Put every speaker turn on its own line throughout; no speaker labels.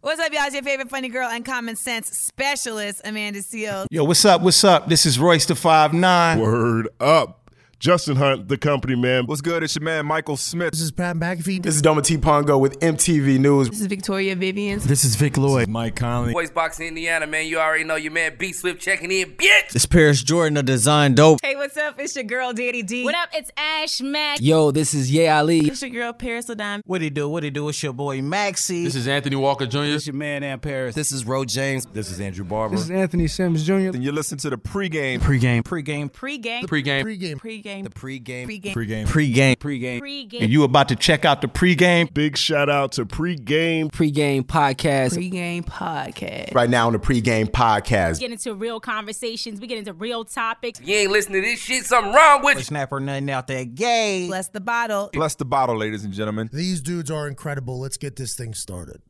What's up, y'all? It's your favorite funny girl and common sense specialist, Amanda Seals.
Yo, what's up? What's up? This is Royce the Five Nine.
Word up. Justin Hunt, the company man.
What's good? It's your man Michael Smith.
This is Pat McAfee.
This is Doma T. Pongo with MTV News.
This is Victoria Vivian.
This is Vic Lloyd.
Mike Conley.
Boys Boxing Indiana, man. You already know your man B Swift checking in, bitch.
This Paris Jordan of Design Dope.
Hey, what's up? It's your girl, Daddy D.
What up? It's Ash Mack.
Yo, this is Ye Ali.
It's your girl, Paris Ladon.
What it do? What it do? It's your boy Maxie.
This is Anthony Walker Jr.
It's your man Aunt Paris.
This is Ro James.
This is Andrew Barber.
This is Anthony Sims Jr.
and you listen to the pregame.
pregame.
Pre-game.
Pre-game.
Pre-game.
Pregame.
Pre-game.
The pregame.
Pre-game.
Pregame.
Pregame.
Pregame.
And
Pre-game.
you about to check out the pregame.
Big shout out to pregame.
Pregame podcast.
Pre-game podcast.
Right now on the pregame podcast.
Get into real conversations. We get into real topics.
You ain't listening to this shit. Something wrong with you.
Snap or nothing out there. Gay.
Bless the bottle.
Bless the bottle, ladies and gentlemen.
These dudes are incredible. Let's get this thing started.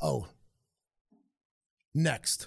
Oh. Next.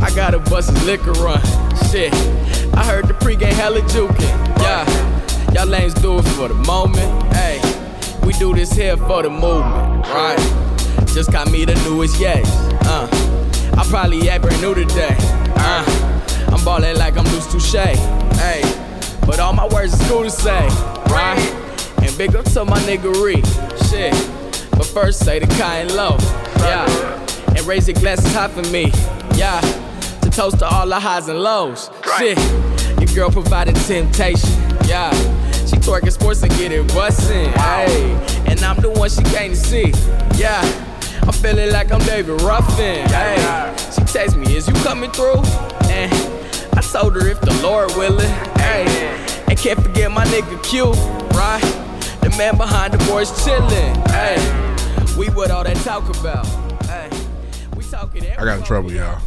I got a bust of liquor run. Shit. I heard the pregame hella jukin'. Yeah. Y'all lanes do it for the moment. Hey, we do this here for the movement. Right. Just got me the newest yes. Uh, I probably act brand new today. Uh, I'm ballin' like I'm loose touche. Hey, but all my words is cool to say, right? And big up to my niggery, shit. But first say the kind low, yeah. And raise your glasses high for me, yeah. To toast to all the highs and lows, shit. Your girl provided temptation, yeah. She twerking sports and getting bustin', hey. And I'm the one she came to see, yeah. I'm feeling like I'm David Ruffin. Hey, she text me, is you coming through? And I told her if the Lord willing. Hey, and can't forget my nigga Q, right? The man behind the boys chillin'. Hey, we what all that talk about. Hey, we talking.
I got in trouble, y'all.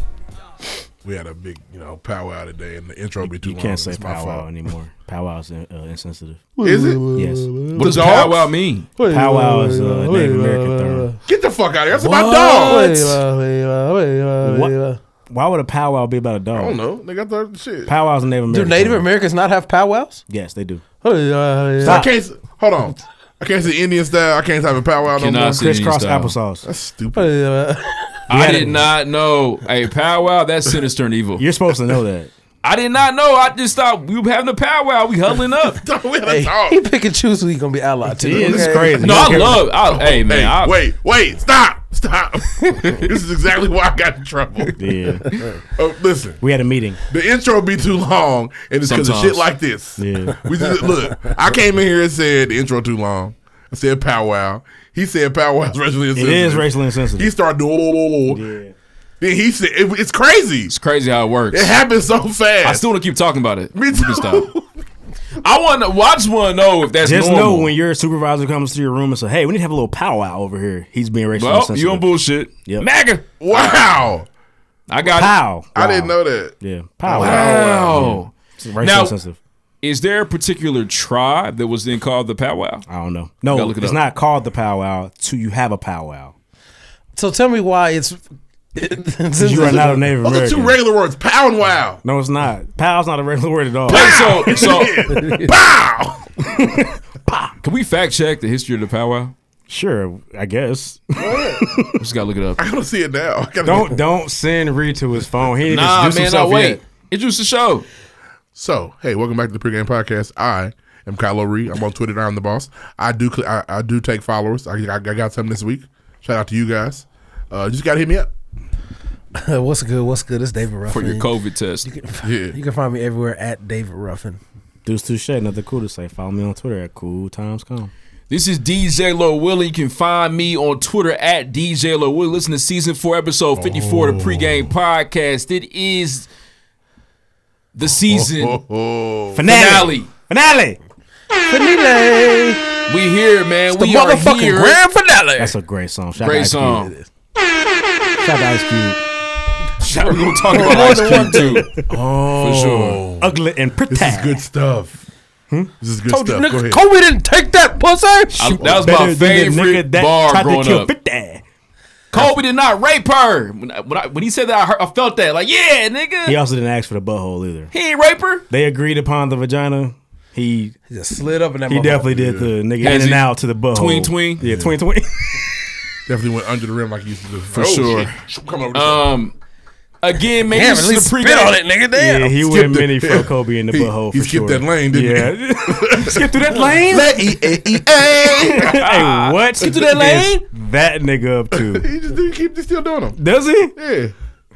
We had a big, you know, powwow today, and the intro be too
You
long.
can't say
It's my
powwow
fault.
anymore. Powwow's in, uh, insensitive.
Is it?
Yes.
What does powwow mean?
Powwow is a Native American term.
Get the fuck out of here. That's my dog.
What? Why would a powwow be about a dog?
I don't know. Nigga, I thought shit.
Powwow's a Native
Do
American.
Native
term.
Americans not have powwows?
Yes, they do.
I can't. s- Hold on. I can't say Indian style. I can't have a powwow no
Cannot
more.
say-
Crisscross
style.
applesauce.
That's stupid.
I
had
did
it.
not know. Hey, powwow, that's sinister and evil.
You're supposed to know that.
I did not know. I just thought we were having a powwow. We huddling up.
we had a
Hey,
dog.
he pick and choose who he gonna be allied to.
This is
okay?
crazy.
No,
You
I
don't
love. I, hey, man.
Hey,
I,
wait, wait, stop, stop. this is exactly why I got in trouble.
care. Yeah.
Oh, listen,
We had a meeting.
the intro be too long, and it's because of shit
Sometimes.
like this.
Yeah.
We just, look, I came in here and said the intro too long. I said powwow. He said powwow is racially
It
insensitive.
is racially insensitive.
He started doing. oh,
yeah.
Then he said, it- "It's crazy.
It's crazy how it works.
It happens so fast."
I still want to keep talking about it.
Me
We can stop.
too.
I want to. Well, I just want to know if that's
Just
normal.
know when your supervisor comes to your room and says, "Hey, we need to have a little powwow over here." He's being racially
Well,
insensitive.
you on bullshit.
Yep.
MAGA.
Wow,
I got it.
Pow.
I didn't know that.
Yeah. Powwow.
Wow.
It's racially
Now-
insensitive.
Is there a particular tribe that was then called the powwow?
I don't know.
Gotta
No,
look it
it's
up.
not called the powwow. To you have a powwow.
So tell me why it's. it's
You are not a Native
Those are two
American.
regular words. Pow and wow.
no, it's not. Pow's not a regular word at all.
Hey, so, so
Pow.
can we fact check the history of the powwow?
Sure, I guess.
We just gotta look it up.
I gotta see it now. I gotta
Don't don't send Reed to his phone. He didn't
Nah,
introduce
man, no,
himself
wait.
yet.
Introduce the show.
So, hey, welcome back to the pregame podcast. I am Kylo Reed. I'm on Twitter. I'm the boss. I do. cl- I, I do take followers. I, I, I got something this week. Shout out to you guys. Uh, you just gotta hit me up.
what's good? What's good? It's David
for
Ruffin.
your COVID test.
Yeah.
You can find me everywhere at David Ruffin.
Deuce Touche, nothing cool to say. Follow me on Twitter at Cool Times Come.
This is DJ Low Willie. You can find me on Twitter at DJ Low Willie. Listen to season four, episode 54 of the pregame
Oh.
podcast. It is the season
Oh,
finale.
Finale. Finale.
We here, man.
It's the
we are
motherfucking
here.
grand finale. That's a great song. Shout out
great
Ice
song.
Cube. Shout out to Ice Cube.
Shout out- We're gonna talk about Ice Cube too.
Oh,
For sure.
Ugly and pretty.
This is good stuff.
Hmm?
This is good
Told you
stuff. Go
niggas,
ahead.
Oh, Kobe didn't take that pussy.
I- that was my
Better than the
favorite
nigga that
bar
tried to
growing
kill
up. Kobe did not rape her. When, I, when, I, when he said that, I, heard, I felt that. Like, yeah, nigga.
He also didn't ask for the butthole either.
He ain't rape her.
They agreed upon the vagina. He,
just slid up in that
He
motherfucker.
definitely did the
Yeah.
nigga
As
in and
he-
out to the butthole.
Tween, tween.
Yeah, tween tween.
Definitely went under the rim like you used to do.
For
Oh,
sure.
shit. Come over
Um, again, man,
Damn,
this
at
is
least
the
spit
pregame.
on it, nigga. Damn.
Yeah, he
Skipped
went
it.
mini
Yeah.
for Kobe in the
He-
butthole.
he
for
skipped
sure.
that lane, didn't he?
yeah. Skip through that lane.
E
hey, what?
Skip through that
is That nigga up to.
he just didn't keep. He's still doing them.
Does he?
Yeah.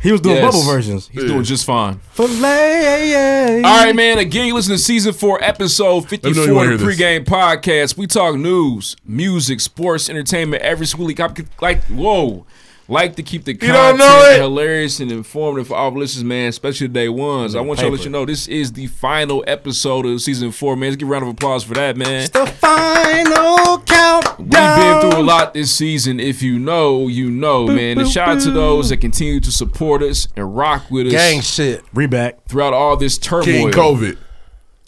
He was doing
Yes.
bubble versions.
He's doing just fine.
Filet.
All right, man. Again, you listen to season four, episode
me know
54
you wanna
of the
hear this.
pregame podcast. We talk news, music, sports, entertainment every single week. I could- like, whoa. Like to keep the
don't
content
know it?
hilarious and informative for our listeners, man, especially the day ones. I want y'all to let
Paper.
you know this is the final episode of season four, man. Let's give a round of applause for that, man.
The final countdown.
We've been through a lot this season. If you know, you know, man. And shout out to those that continue to support us and rock with us
Gang shit.
Reback.
throughout all this turmoil.
King COVID.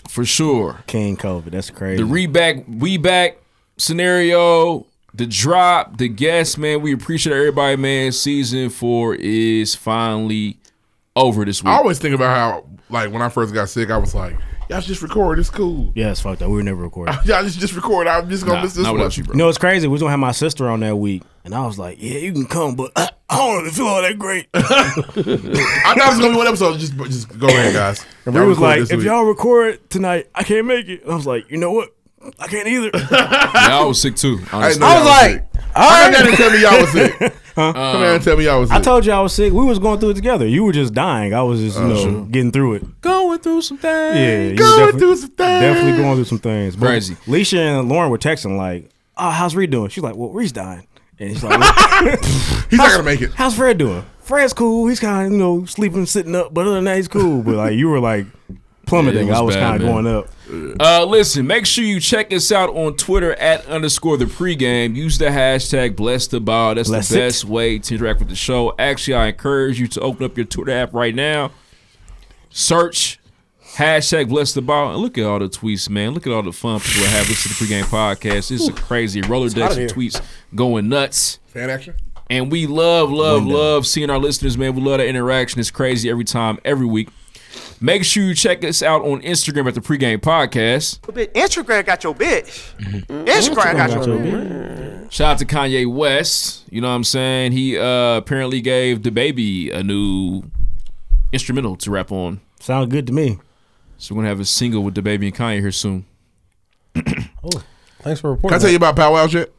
For sure.
King COVID. That's crazy.
The reback, we back scenario, the drop, the guest, man. We appreciate everybody, man. Season four is finally over this week.
I always think about how, like, when I first got sick, I was like, y'all should just record. It's cool.
yeah, it's fucked up. We were never recording.
Y'all just, just record. I'm just going to
Nah,
miss this
not
one.
without you, bro.
You know, it's crazy. We was gonna have my sister on that week, and I was like, "Yeah, you can come, but uh, I don't really feel all that great."
I thought it was going to be one episode. Just, just go ahead, guys.
And
Y'all
we was
record
like,
this
"If
week."
y'all record tonight, I can't make it." I was like, "You know what? I can't either."
Yeah, I was sick too.
I, didn't
honestly.
know y'all sick. I didn't tell me y'all was sick.
Huh?
Come down and tell me y'all was
I
sick.
told you I was sick. We was going through it together. You were just dying. I was just, you
Oh,
know,
sure.
getting through it.
Going through some things.
Yeah, you were
Going
defi-
through some things.
Definitely going through some things. But
Crazy.
Leisha and Lauren were texting like, "Oh, how's Reed doing?" She's like, "Well, Reed's dying," and she's like,
He's not going to make it.
"How's Fred doing?" Fred's cool. He's kind of you know sleeping, sitting up, but other than that, he's cool. But like you were like plummeting.
Yeah, it
I
was
was
bad,
kind of
man.
going up.
Uh, listen, make sure you check us out on Twitter at underscore the pregame. Use the hashtag bless the ball. That's
Bless
the
it.
best way to interact with the show. Actually, I encourage you to open up your Twitter app right now. Search hashtag bless the ball and look at all the tweets, man. Look at all the fun people have listening to the pregame podcast. It's a crazy
hot
Rolodex
in
of
here.
tweets going nuts.
Fan action?
And we love, love, love seeing our listeners, man. We love that interaction. It's crazy every time, every week. Make sure you check us out on Instagram at the pregame podcast.
Instagram got your bitch. Instagram got your bitch.
Shout out to Kanye West. You know what I'm saying? He uh, apparently gave the baby a new instrumental to rap on.
Sound good to me.
So we're gonna have a single with the baby and Kanye here soon.
Thanks for
Can
reporting.
I tell you about powwows yet?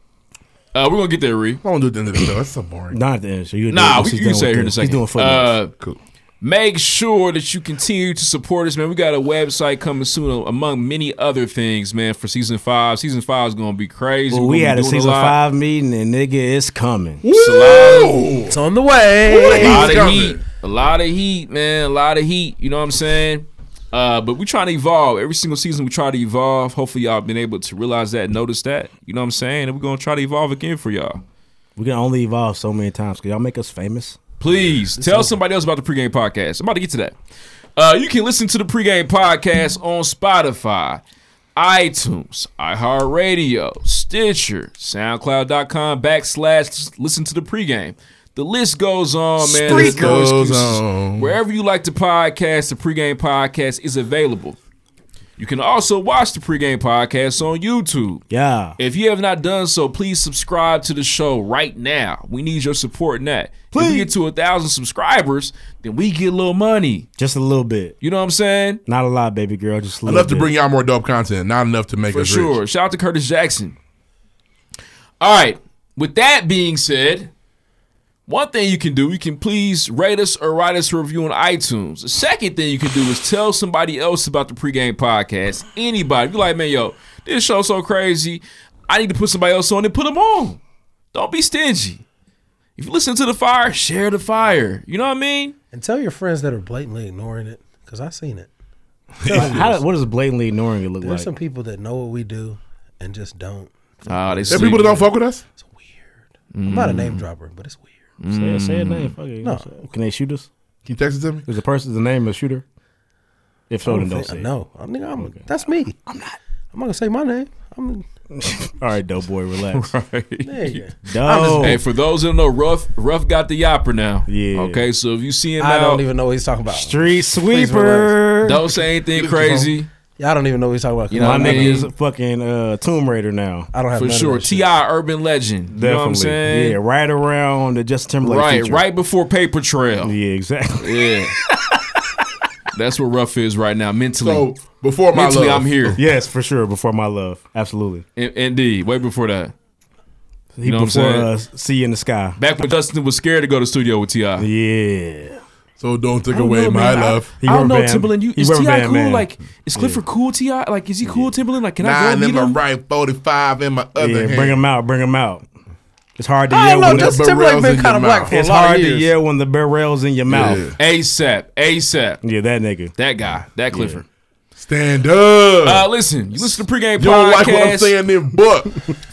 Uh, we're gonna get there, Ree.
I won't do it at the end of the show. That's so boring.
Not at the end. So you
Nah, we, you can say it here in a
He's
second.
doing footnotes.
uh, Make sure that you continue to support us, man. We got a website coming soon, uh, among many other things, man. For season five, season five is gonna be crazy.
well,
We're
we
gonna
had
be
a
doing
season
lot.
five meeting, and nigga, it's coming.
It's
on the way.
a lot of
coming.
heat. A lot of heat, man. A lot of heat. You know what I'm saying? Uh, but we trying to evolve. Every single season we try to evolve. Hopefully y'all been able to realize that, notice that. You know what I'm saying? And we're gonna try to evolve again for y'all.
We can only evolve so many times because y'all make us famous.
Please tell somebody else about the pregame podcast. I'm about to get to that. Uh, you can listen to the pregame podcast on Spotify, iTunes, iHeartRadio, Stitcher, SoundCloud.com backslash listen to the pregame. The list goes on, man. There's no
Spreaker.
excuses.
Goes on.
Wherever you like to podcast, the pregame podcast is available. You can also watch the pregame podcast on YouTube.
Yeah.
If you have not done so, please subscribe to the show right now. We need your support in that. If we get to a thousand subscribers, then we get a little money.
Just a little bit.
You know what I'm saying?
Not a lot, baby girl. Just a little
Enough to
bit.
bring y'all more dope content. Not enough to make
For
us
sure.
rich.
Shout out to Curtis Jackson. All right. With that being said, one thing you can do, you can please rate us or write us a review on iTunes. The second thing you can do is tell somebody else about the pregame podcast. Anybody. If you're like, man, yo, this show's so crazy. I need to put somebody else on and put them on. Don't be stingy. If you listen to the fire, share the fire. You know what I mean?
And tell your friends that are blatantly ignoring it because I seen it.
But how- what does blatantly ignoring it look
There's
like?
some people that know what we do and just don't.
Ah, they
There
sleep.
people that don't fuck
with us?
It's weird. I'm not a
Mm.
name dropper, but it's weird.
Say, say a name. Fuck it.
No.
Can they shoot us?
Can you text it to me?
Is the person the name a shooter? If so,
I
then
don't
don't
think-
say. it.
no, I'm, nigga, I'm, that's me. I'm not. I'm not gonna say my name. I'm.
All right, dope boy, relax.
There you go.
Dope.
Hey, for those who don't know, Ruff Ruff got the yapper now. Yeah. Okay, so if you see him
I
out,
don't even know what he's talking about.
Street
Please
sweeper.
relax.
Don't say anything crazy.
Y'all don't even know what he's talking about.
You know, my nigga is fucking uh, Tomb Raider now.
I don't have
for sure, Ti urban legend. You know what I'm saying?
Yeah, right around the Justin Timberlake.
right,
feature.
right before Paper Trail.
Yeah, exactly.
Yeah. That's where Ruff is right now mentally.
So,
before
mentally, I'm here.
Yes, for sure. Before my love, absolutely.
In- indeed, way before that.
He
You know what I'm
before
saying?
uh, see you in the sky.
Back when Justin was scared to go to studio with Ti.
Yeah.
So don't take
I don't
away
know,
my
man. I-
love.
I don't know, Timberland. You,
He
is Ti
rubber
cool?
band man.
Like, is Clifford cool? Ti, like, is he cool? Timberland, like, can I
Nine
go
in
meet
my
him?
right, forty-five in my other
yeah,
hand.
bring him out. Bring him out. It's hard to
I don't
yell
know,
when the
Justin Timberlake
barrel's
been
in your
kinda black
mouth.
for a
It's
lot of
hard to
years.
yell when the barrel's in your mouth.
ASAP, ASAP.
Yeah, that nigga.
That guy. That Clifford.
Stand up.
Uh, listen, you listen to pregame
You don't like what I'm
podcast.
saying, then book.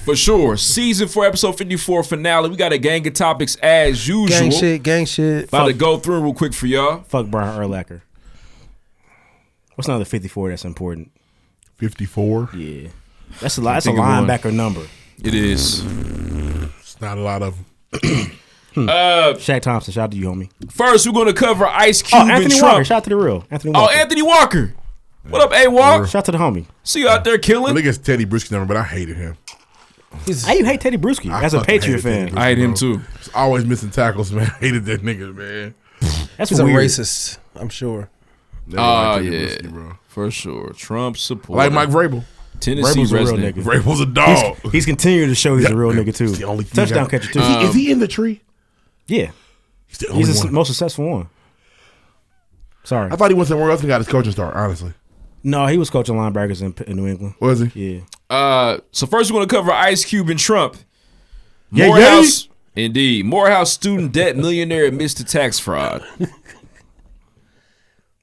For sure. Season 4, episode 54 finale. We got a gang of topics as usual.
Gang shit, gang shit.
About to
Fuck.
go through real quick for y'all.
Fuck Brian Erlacher. What's another 54 that's important?
54?
Yeah. That's a lot. That's a
Think of one.
linebacker number.
It is.
It's not a lot of them.
Uh,
Shaq Thompson, shout out to you, homie.
First, we're going to cover Ice
Oh,
Cube and
Anthony
Trump.
Walker. Shout out to the real. Anthony
oh,
Walker.
Anthony Walker. What up, A Walk?
Shout out to the homie.
See you out there killing.
I think it's Teddy Brisky number, but I hated him.
How you hate Teddy Bruschi
I
as a
fucking
Patriot
hated Teddy
fan?
Bruschi, bro. He's always missing tackles, man. I hated that nigga, man.
That's
He's
weird.
a racist. I'm sure.
Never
Oh,
liked Teddy
yeah.
Bruschi, bro.
For sure. Trump support.
Like Mike Vrabel.
Tennessee
Vrabel's a real
resident.
nigga.
Vrabel's a dog.
He's, he's continuing to show he's a real nigga too. Touchdown catcher too.
Is, he, is
Um,
he in the tree?
yeah, he's
the
the,
Uh, only one.
most successful one. Sorry,
I thought he went somewhere else and got his coaching start, honestly.
no, he was coaching linebackers in, in New England.
Was he?
Yeah,
Uh, so first we're gonna cover Ice Cube and Trump.
Yeah,
Morehouse, indeed. Morehouse student debt millionaire admits to tax fraud.
is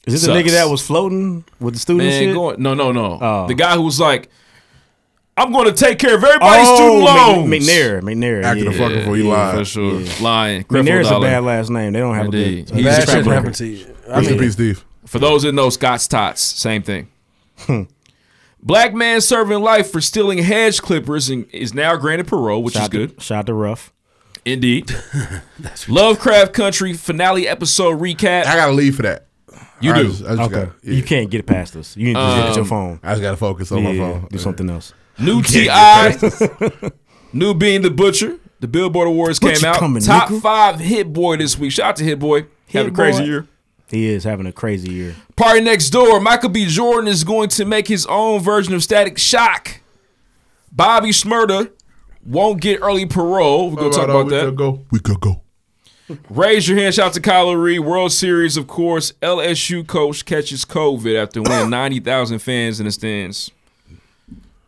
this the
Sucks.
nigga that was floating with the student
Man,
shit?
going, no, no, no.
Oh.
The guy who was like, "I'm going to take care of everybody's
Oh,
student
Mc-
loans."
McNair, McNair,
Acting
yeah.
a fucker for you
Yeah,
lied.
for sure, lying.
McNair's a
Creflo
bad
Dollar.
last name. They don't have
Indeed.
a good.
He's
Bad
a track
shit
record.
happened to you. I
Rest in
mean-
peace, Steve.
For those that know Scott's Tots, same thing.
Hmm.
Black man serving life for stealing hedge clippers and is now granted parole, which
Shout
is
out to-
good.
Shout out to Ruff.
Indeed. Lovecraft Country finale episode recap.
I got to leave for that.
You
I
do.
just- I just
Okay,
gotta- yeah.
you can't get past this. You need to just look at your
Um,
phone.
I just got to focus on my
Yeah,
phone.
Do something else.
New Ti, new being the butcher. The Billboard Awards
Butcher
came out.
coming,
Top
nigga.
five hit boy this week. Shout out to Hit Boy. Have a
Hit
crazy
boy.
year.
He is having a crazy year.
Party next door. Michael B. Jordan is going to make his own version of Static Shock. Bobby Smurda won't get early parole. We're gonna talk about that.
go. We could go.
Raise your hand. Shout out to Kyler Reed. World Series, of course. LSU coach catches COVID after
Ah.
winning 90,000 fans in the stands.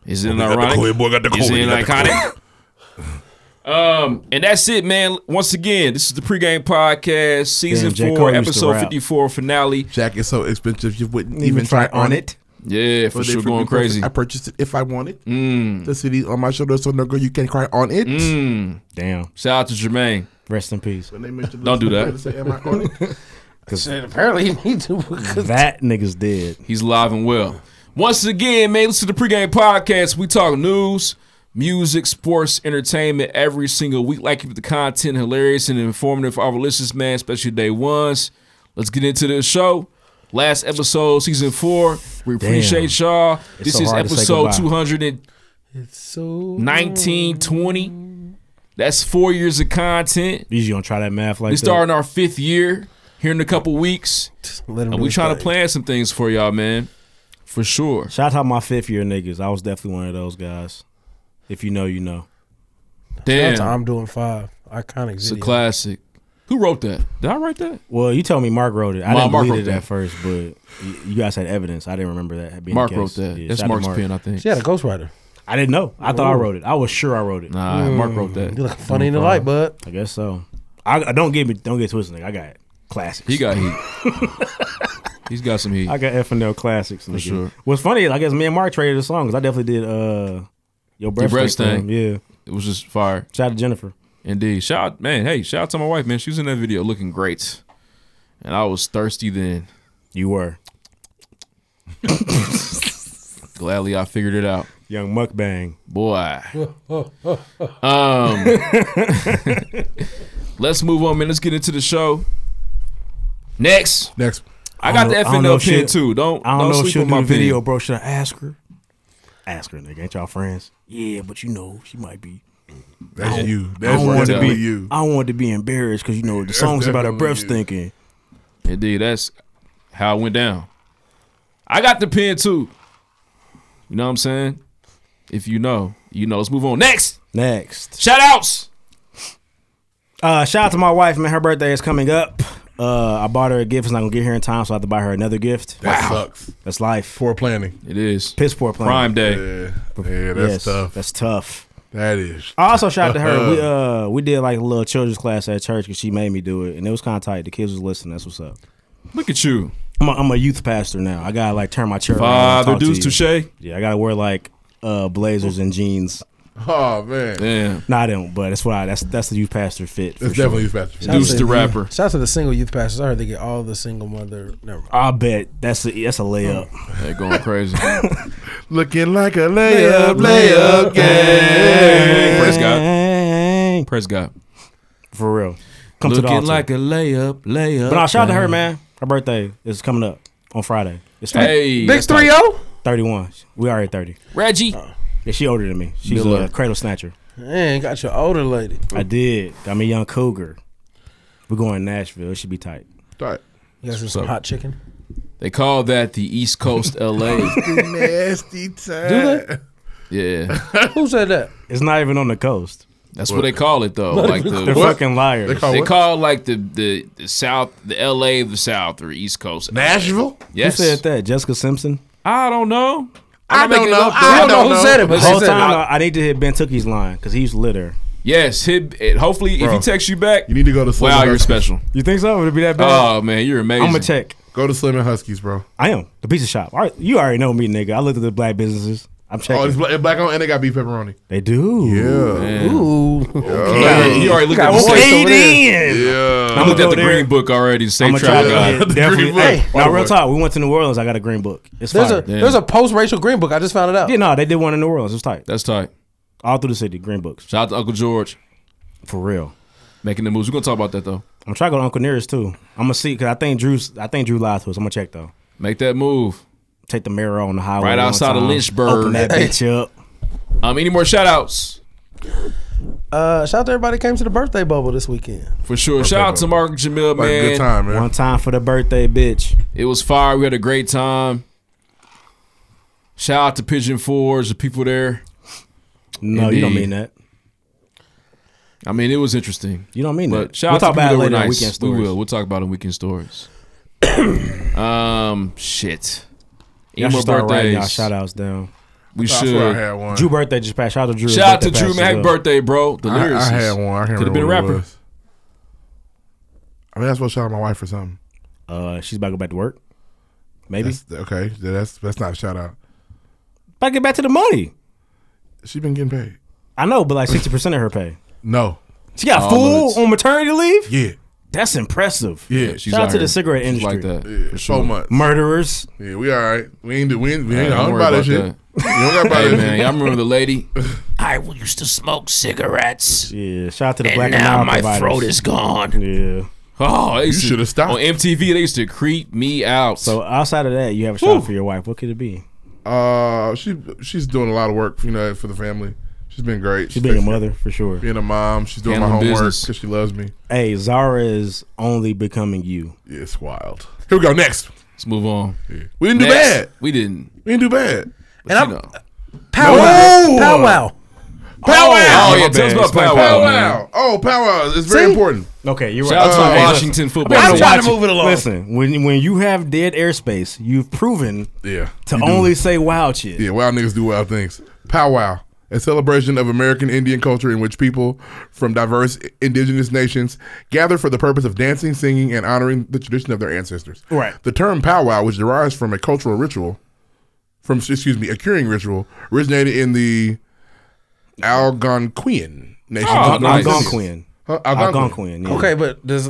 Is it an
Boy got the
ironic?
COVID, boy got the
Is
COVID,
it an
got the
iconic? um, and that's it, man. Once again, this is the pregame podcast, season
Damn, J.
four,
Cole used to
episode
rap.
54 finale.
Jack is so expensive you wouldn't
Even
even,
try
try
on
on it.
Yeah, for
But
sure
if
going
it be perfect,
crazy.
I purchased it if I want it. The city's on my shoulder, so no girl, you can't cry on it.
Mm.
Damn.
Shout out to Jermaine.
Rest in peace.
When they mention
Don't do that.
they Say, am I on it?
apparently you need to. because-
That nigga's dead.
He's live and well. Once again, man, listen to the pregame podcast. We talk news, music, sports, entertainment every single week. Like keep the content hilarious and informative for our listeners, man, especially day ones. Let's get into the show. Last episode, season four. We
Damn.
appreciate y'all.
It's
this
so
is
hard to say
episode
goodbye.
two hundred and
It's so.
19, 20. That's four years of content.
Usually don't try that math like
we
that.
starting our fifth year here in a couple weeks.
Let him
And
do
we
his
trying to
thing.
plan some things for y'all, man. For sure.
Shout out my fifth year niggas. I was definitely one of those guys. If you know, you know.
Damn.
That's I'm doing five. Iconic
It's a
video.
classic. Who wrote that? Did I write that?
Well, you tell me Mark wrote it. I
Ma-
didn't
Mark
believe
wrote
it
that.
at first, but y- you guys had evidence. I didn't remember that being
Mark
the case.
wrote that.
Yeah,
That's
shout out to
Mark's
Mark.
pen, I think.
She had a ghostwriter.
I didn't know. I thought I wrote it. I was sure I wrote it.
Nah, Mark wrote that.
You look funny in the light, bud.
I guess so. I, I don't get me. Don't get twisted. Nigga. I got classics.
He got heat. He's got some heat.
I got FNL classics. nigga.
sure.
What's funny is I guess me and Mark traded the song because I definitely did uh your breath,
breath
thing.
thing.
Yeah,
it was just fire.
Shout out to Jennifer.
Indeed. Shout out, man. Hey, shout out to my wife, man. She was in that video looking great. And I was thirsty then.
You were.
Gladly I figured it out.
Young mukbang.
Boy. Um, let's move on, man. Let's get into the show. Next.
Next.
I got the
I don't know if
FNL pin
she'll-
too. Don't
I don't, know
sleep
if she'll
on
do
my
the video,
pin.
bro. Should I ask her? Ask her, nigga. Ain't y'all friends? Yeah, but you know she might be.
That's
I don't-
you.
I
That's
don't want to be.
definitely you.
I don't want to be embarrassed because you know the
That's
song's about her
definitely
breath
you.
stinking.
Indeed, that's how it went down. I got the pin too. You know what I'm saying? If you know, you know. Let's move on. Next.
Next.
Shout outs.
Uh, shout out to my wife, man. Her birthday is coming up. Uh, I bought her a gift. It's not gonna get here in time, so I have to buy her another gift.
That sucks.
That's life.
Poor planning.
It is.
Piss poor planning.
Prime Day.
Yeah, yeah that's
Yes,
tough.
That's tough.
That is.
I also shout out to her. We uh we did like a little children's class at church because she made me do it, and it was kind of tight. The kids was listening. That's what's up.
Look at you.
I'm a, I'm a youth pastor now. I gotta like turn my chair. around and
Father
talk to
Deuce
you.
Touche.
Yeah, I gotta wear like uh blazers and jeans.
Oh man.
Damn.
No, I don't. But that's why that's that's the youth pastor fit. for
That's
sure.
definitely youth pastor fit.
Deuce the rapper.
Shout out to the single youth pastors. I heard they get all the single mother. Never. mind.
I bet that's a, that's a layup.
They going crazy.
Looking like a
layup, layup
gang. Praise God. Praise God.
For real. Come to the
Looking
altar.
like a layup, layup.
But I shout out to her,
gang.
man. Her birthday is coming up on Friday. It's
Hey,
Big
that's
three
tight.
zero. Thirty one. We already thirty.
Reggie.
Yeah, she older than me. She's
Good
a
luck.
cradle snatcher.
Man, got your older lady.
I did. I'm a young cougar. We're going to Nashville. It should be tight.
Right.
You guys want some
So-
hot chicken?
They call that the East Coast LA.
nasty
Do
time.
yeah.
they? Who said that?
It's not even on the coast.
That's what, they call it though.
What?
Like the,
They're What? fucking liars.
They
They call
call,
what?
like the, the the South, the L.A. of the South or East Coast.
Nashville.
Yes.
Who said that? Jessica Simpson?
I don't know.
I
I'm not
don't
making
know.
up
I
though.
don't know who said it,
The
but she
whole
said
time,
it.
I, I need to hit Ben Tookie's line because he used to lit her.
Yes. Hit, it- hopefully, if
Bro.
he texts you back,
you need to go to. Slim
Wow,
and
you're
Huskies.
special.
You think so? Would it be that bad?
Oh man, you're amazing.
I'm going to check.
Go to Slim and Huskies, bro.
I am. The pizza shop. All right, you already know me, nigga. I looked at the black businesses. I'm checking.
Oh, it's black, black on, and they got beef pepperoni.
They do.
Yeah. Oh,
Ooh.
Yeah, you already looked at the
Got
safe.
one
in.
Yeah.
I looked
I'ma
at the
go there.
green book already. Safe
I'm
travel guy.
to definitely. Hey, now real talk. We went to New Orleans. I got a green book. It's
There's
fire.
a there's a post racial green book. I just found it out.
yeah, no, they did one in New Orleans. It was tight.
That's tight.
All through the city, green books
Shout out to Uncle George
for real.
making the moves. We're gonna talk about that though.
I'm trying to go to Uncle Nearest too. I'm gonna see because I think Drew's. I think Drew lied to us. I'm gonna check though.
Make that move.
Take the mirror on the highway.
Right
one
outside of
time.
Lynchburg.
Open that bitch up.
Um, any more shout outs?
Uh, shout out to everybody that came to the birthday bubble this weekend.
For sure. Shout out to Mark Jamil, man.
One time for the birthday, bitch.
It was fire. We had a great time. Shout out to Pigeon Forge, the people there.
No, you don't
Indeed.
mean that.
I mean, it was interesting.
You don't mean
But
that.
shout
We'll
out to
talk
people
about
that
it
were
later on
nice.
Weekend
We
Stories.
will. We'll talk about it in weekend stories. um, shit.
Y'all
Any
should
more
start writing y'all
birthdays?
shout outs down.
We
I swear I
should.
had one.
Drew birthday just passed. Shout out to Drew. His
Shout out to
birthday
Drew.
passed
Man,
as
happy
well.
birthday, bro. The
I- I,
lyricist.
had one. I can't
Could have been a
remember what it
rapper.
was. I mean, that's what shout out my wife for something.
Uh, she's about to go back to work. Maybe.
That's, okay, that's that's not a shout out.
About to get back to the money.
She been getting paid.
I know, but like sixty percent of her pay.
No.
She got
All
full
of it.
on maternity leave.
Yeah.
That's impressive.
Yeah.
She's
Shout out
out
to the
here.
cigarette
She's
industry.
like that.
Yeah,
For
so
sure.
much.
Murderers.
Yeah, we all right. We ain't do we ain't, we ain't
Hey,
I
don't
don't
worry
about that
about
shit.
that.
You don't got about
Hey,
that
man,
shit.
y'all remember the lady?
I used to smoke cigarettes.
Yeah. Shout out to the
And
black and
now
mild
my
providers.
throat is
gone.
Yeah.
Oh, they
You
used to-
shoulda stopped.
On MTV, they used to creep me out.
So outside of that, you have a shout out for your wife. What could it be?
Uh, she she's doing a lot of work, you know, for the family. She's been great.
She's being a mother for sure.
Being a mom, she's doing my
Handling
homework
business.
because she loves me.
Hey, Zara is only becoming you.
Yeah, it's wild. Here we go. Next,
Let's move on.
we didn't
Next.
do bad.
We didn't.
We didn't do bad.
But you know.
Powwow. Powwow.
Powwow.
Oh,
My
yeah, tell us
bad.
about
Explain
powwow, man.
Oh, powwow. It's very
See?
important.
Okay, you're
Shout out to
Uh,
Washington football.
I'm
team.
trying to move it along.
Listen, when when you have dead airspace, you've proven
Yeah.
to
you do.
only say wild shit.
Yeah, wild niggas do wild things. Powwow. a celebration of American Indian culture in which people from diverse indigenous nations gather for the purpose of dancing, singing, and honoring the tradition of their ancestors.
Right.
The term powwow, which derives from a cultural ritual, from excuse me, a curing ritual, originated in the Algonquian nation.
Oh, nice. Algonquin.
Huh?
Algonquin,
Uh,
yeah.
Okay, but does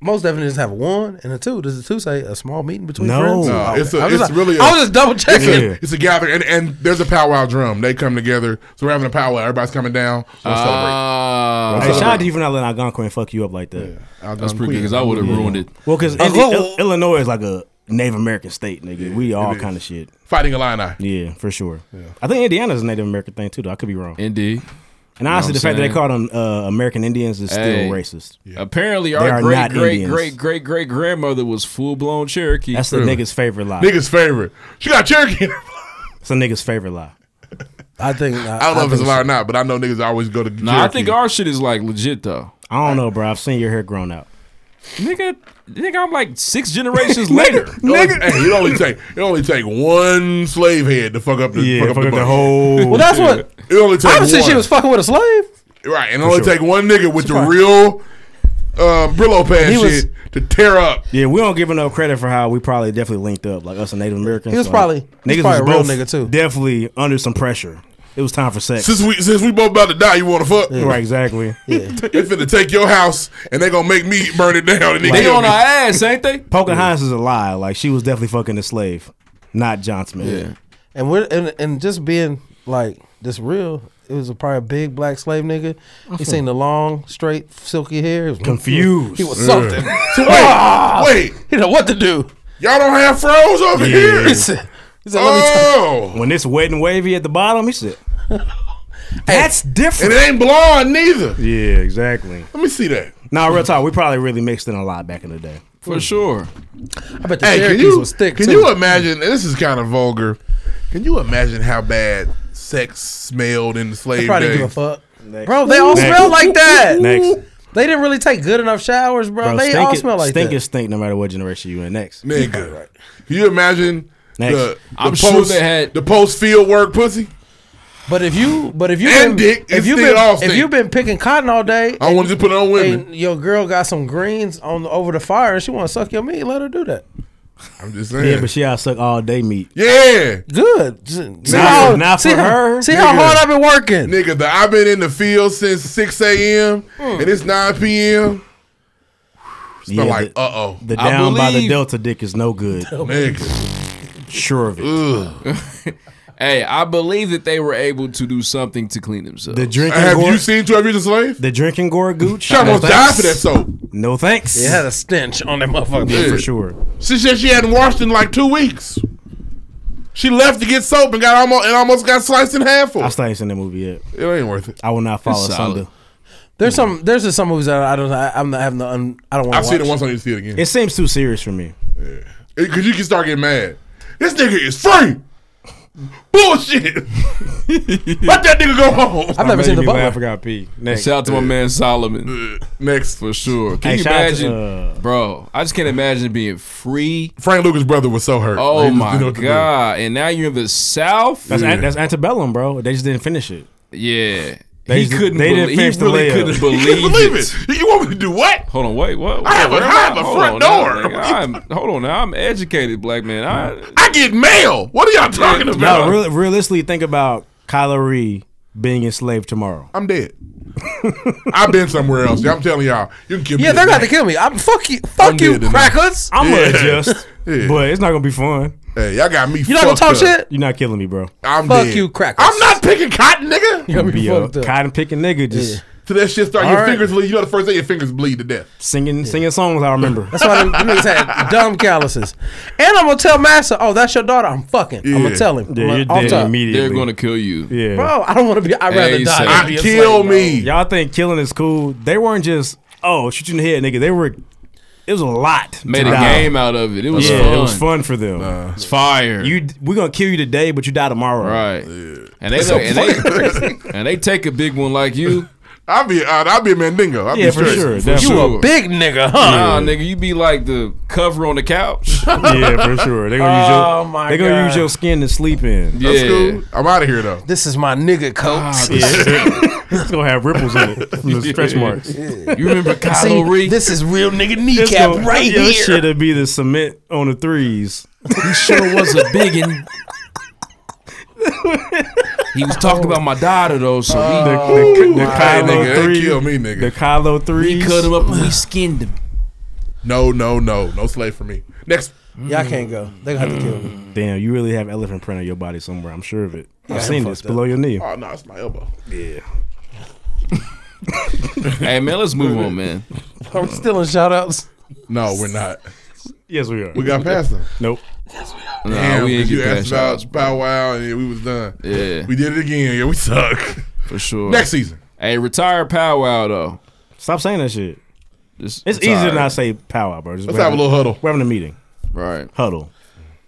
most definitions have a one and a two? Does the two say a small meeting between
No.
friends?
No, Uh, it's, a,
I'm
it's
just like-
really. a-
I was just double checking.
It's a, it's a gathering, and, and there's a powwow drum. They come together, so we're having a powwow. Everybody's coming down. So let's
Ah.
celebrate.
Hey, shout out to you for not letting Algonquin fuck you up like that.
That's pretty good because I would have ruined it.
Well, because Illinois is like a Native American state, nigga. we all
is.
kind of shit.
Fighting Illini.
Yeah, for sure. I think Indiana's a Native American thing too. though. I could be wrong.
Indeed.
And
You know
honestly,
what
the
I'm
fact that they
saying?
call them uh, American Indians is still
Hey,
racist.
Apparently,
They
our
are
great,
not
great,
Indians.
great, great, great grandmother was full blown Cherokee.
That's the nigga's favorite lie.
Nigga's favorite. She got Cherokee.
It's a nigga's favorite lie.
I think.
I don't know if it's a lie or not, but I know niggas always go to.
Nah, I think our shit is like legit though.
I don't know, bro. I've seen your hair grown out.
Nigga, nigga, I'm like six generations later.
nigga. Hey, it only take it only take one slave head to fuck up the
Yeah,
fuck, up
fuck
the,
up the
bunch.
whole-
Well, that's what-
It only take
Obviously,
one.
she was fucking with a slave.
right, and it
For
only
sure.
take one nigga with the real uh, Brillo pad
He
shit
was-
to tear up.
Yeah, we don't give enough credit for how we probably definitely linked up, like us and Native Americans.
He was
like,
probably- he was
niggas
probably
was
a real nigga,
both too. Definitely under some pressure. It was time for sex.
Since we since we both about to die, you want to fuck?
Right, exactly.
They finna take your house and they gonna make me burn it down. And then
They
kill
on
me.
our ass, ain't they?
Poking Hines is a lie. Like she was definitely fucking a slave, not John Smith. Yeah.
And we're and, and just being like this real. It was a, probably a big black slave nigga. He seen the long, straight, silky hair. He was-
Confused.
He was something.
Yeah.
So wait,
wait.
He know what to do.
Y'all don't have froze over here.
He said, he said, "Let me tell you."
Oh,
Mm. When it's wet and wavy at the bottom, he said, "That's
and
different."
it ain't blonde neither.
yeah, exactly.
Let me see that.
Now, real talk, we probably really mixed in a lot back in the day.
For sure.
I bet
Hey, can you can you imagine? and This is kind of vulgar. Can you imagine how bad sex smelled in the slave
They probably
days?
didn't give a fuck. Bro, they all
Next.
smell like that.
Next.
They didn't really take good enough showers, bro.
Bro,
they
stink
all
is-
smell like
stink
that.
is stink no matter what generation you in. Next,
Nigga, can you imagine
Next.
the,
I'm
the
sure
post
they had-
the post field work pussy?
But if you, but if you
And
been,
dick,
if
it's
you've
still
been,
all
if
stink. Oh,
you've been picking cotton all day,
I wanted to put it on women.
and your girl got some greens on the, over the fire and she want to suck your meat, let her do that.
I'm just
yeah,
saying. Yeah,
but she out suck all day meat.
good. Just- See
Nah,
how,
not
see
for
how-
her.
See how
Nigga.
hard I've been working.
Nigga, the, I've been in the field since 6 a.m. and it's 9 p.m. It's been
Yeah,
like,
the-
uh oh.
The down by the Delta dick is no good. Sure of it.
Uh,
Hey, I believe that they were able to do something to clean themselves.
The drinking.
Have
gore,
you seen 12 Years a Slave?
the drinking gore gooch?
She almost
No
died
thanks.
for that soap.
No thanks.
It had a stench on that motherfucker.
Yeah,
Yeah.
for sure.
She said she hadn't washed in like two weeks. She left to get soap and got almost and almost got sliced in half for
I
it.
still ain't seen that movie yet.
It ain't worth it.
I will not follow
solid.
Sunday.
There's some. There's just some movies that I don't. I, I'm not having the. Un, I don't want.
I've seen it once, I need to see it again.
It seems too serious for me.
Because you can start getting mad. This nigga is free. Bullshit. Let that nigga go home.
I've never seen the
I
butler.
forgot P.
Shout out to my man Solomon.
Next.
For sure. Can
Hey,
you
shout out to, uh,
imagine? bro, I just can't imagine being free.
Frank Lucas' brother was so hurt.
Oh
He just
my
didn't know what to do.
God. And now you're in the South?
That's an- that's antebellum, bro. They just didn't finish it.
yeah.
They
he
just-
couldn't
they didn't
believe, he
finish the
really
layup.
couldn't
He
believe,
couldn't believe
it.
You want me to do what?
Hold on, wait, what?
I have a-
What
I
am
have a
hold
front
on now,
door.
nigga. I'm, hold on now. I'm educated black man. I,
I get mail. What are y'all talking
No, real, realistically, think about Kylo Ree being enslaved tomorrow.
I'm dead. I've been somewhere else. I'm telling y'all, you can kill me.
Yeah, they're
tonight.
about to kill me. I'm fuck you. Fuck
I'm
you,
dead tonight.
crackers.
I'm
Yeah.
gonna adjust,
Yeah.
but it's not gonna be fun.
Hey, y'all got me.
You not gonna
fucked
talk
up.
shit?
You're not killing me, bro.
I'm
Fuck
dead.
you, crackers.
I'm not picking cotton, nigga.
You're gonna
be
be a
fucked up.
cotton picking nigga, just
So that shit start
All
your
right.
fingers bleed. You know the first day your fingers bleed to death.
singing singing songs. I remember.
That's why them them niggas had dumb calluses. And I'm gonna tell Master, oh, that's your daughter. I'm fucking. I'm gonna tell him.
Yeah,
I'm
you're
off
dead
top.
immediately.
they're going to kill you.
Yeah.
Bro, I don't want to be. I'd rather
Hey,
die.
son.
than be a
Kill
slave,
me.
Y'all think killing is cool? They weren't just oh shoot you in the head, nigga. They were. It was a lot. to
Made a
die.
game out of it. It was
yeah,
fun.
it was fun for them.
It's fire.
You, we're gonna kill you today, but you die tomorrow.
Right. And they
So
look, and, they, and they take a big one like you.
I'll be uh, I'll be a mandingo. I'll
Yeah,
be
for
straight.
sure, You definitely. a big
nigga,
Nah, nigga, you be like the cover on the couch.
yeah, for sure. They gonna use your
Oh
they gonna use your skin to sleep in.
That's Yeah. cool.
I'm out of here though.
This is my nigga coat.
it's gonna have ripples in it from the stretch marks.
You remember
See,
Kylo Ree?
This is real nigga
It's
kneecap
gonna-
right
yeah, This
here.
shit'll be the cement on the threes.
He sure was a biggin. He was talking about my daughter though, so
the,
he
the, the Kylo
nigga,
three,
they kill me, nigga.
The Kylo three.
we cut him up and we skinned him.
No, no, no, no slave for me. Next,
Y'all can't go. They gonna have to kill me.
Damn, you really have elephant print on your body somewhere. I'm sure of it.
Yeah,
I've seen
I'm
this
fucked
below
up.
your knee.
Oh no, it's my elbow.
Yeah.
hey man, let's move on, man.
I'm still in shout outs.
No, we're not.
Yes, we are.
We got past them.
Nope.
Nah,
Damn,
we ain't
'cause you
get
asked
past shout-outs,
about Bow Wow and yeah, we was done.
Yeah.
we did it again. Yeah, we suck.
For sure.
Next season.
Hey, retired powwow though.
Stop saying that shit.
Just
It's
retire.
easy to not say powwow, bro. Just
Let's
we're
have a little huddle.
We're having a meeting.
Right.
Huddle.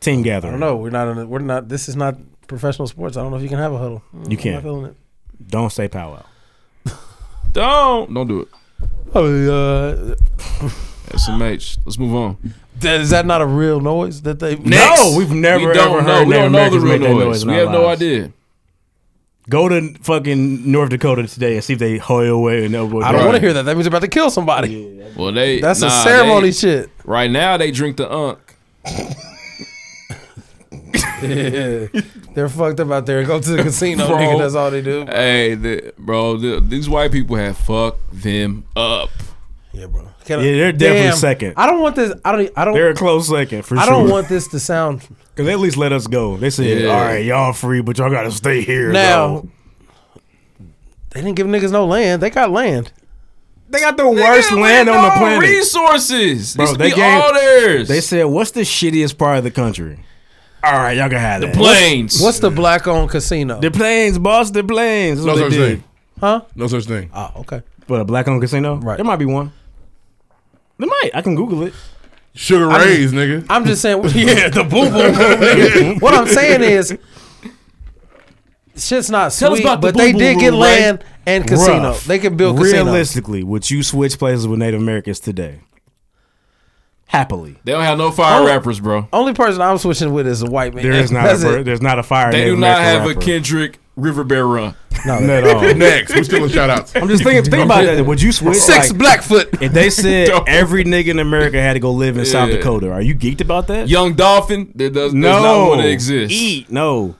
Team
I
gathering.
don't know. Oh, We're not. In a, we're not. This is not professional sports. I don't know if you can have a huddle.
You
I'm not
can't.
feeling it.
Don't say powwow.
Don't don't do it.
Oh,
SMH. Let's move on.
is that not a real noise that they?
Next.
No, we've never
we don't
ever
know.
heard
we don't
Native
know the
Americans
real
make that
noise.
noise in
we
our
have no
lives.
idea.
Go to fucking North Dakota today and see if they hoy away and elbow.
I don't want to hear that. That means you're about to kill somebody.
Well, they
That's a
nah,
ceremony
they-
shit.
Right now, they drink the unk.
They're fucked up out there. Go to the casino,
Bro.
nigga. That's all they do.
Hey, the, bro, the, these white people have fucked them up.
Can I-
Yeah, they're definitely
Damn.
second.
I don't want this. I don't. I don't.
They're a close second for
I
sure.
don't want this to sound
Cause they at least let us go. They said,
Yeah.
"All right, y'all free, but y'all gotta stay here."
now.
though."
They didn't give niggas no land. They got land.
they got the worst
Nigga,
land
we
on the
know
planet.
Resources.
Bro,
This
they
be
gave-
all theirs.
They said, "What's the shittiest part of the country?" All right, y'all can have
the
that.
planes.
What's the black owned casino?
The planes, boss. The planes. That's
No
what
such
they did.
thing.
Huh?
No such thing.
Oh, okay.
But a black-owned casino, right? There might be one. There might. I can Google it.
Sugar
I mean-
Ray's, nigga.
I'm just saying. Yeah, the boo boo. nigga. what I'm saying is, shit's not
Tell us
sweet,
about the
but they
boo-boo
did get
rule,
land
right?
and casino.
Rough.
They can build casino.
Realistically, would you switch places with Native Americans today? Happily,
They don't have no fire
Oh.
rappers, bro.
Only person I'm switching with is a white man.
there is not. A,
That's
per-
it.
there's not a fire.
They do
Native
not
American
have
rapper.
a Kendrick Riverbear run.
No,
Not at all.
Next, we still in shout outs.
I'm just thinking, think about that. Would you switch?
Six
like,
Blackfoot.
if they said
Dog.
every nigga in America had to go live in South
Yeah.
Dakota, are you geeked about that?
Young Dolphin, that does, does not
no,
want to exist.
Eat. No,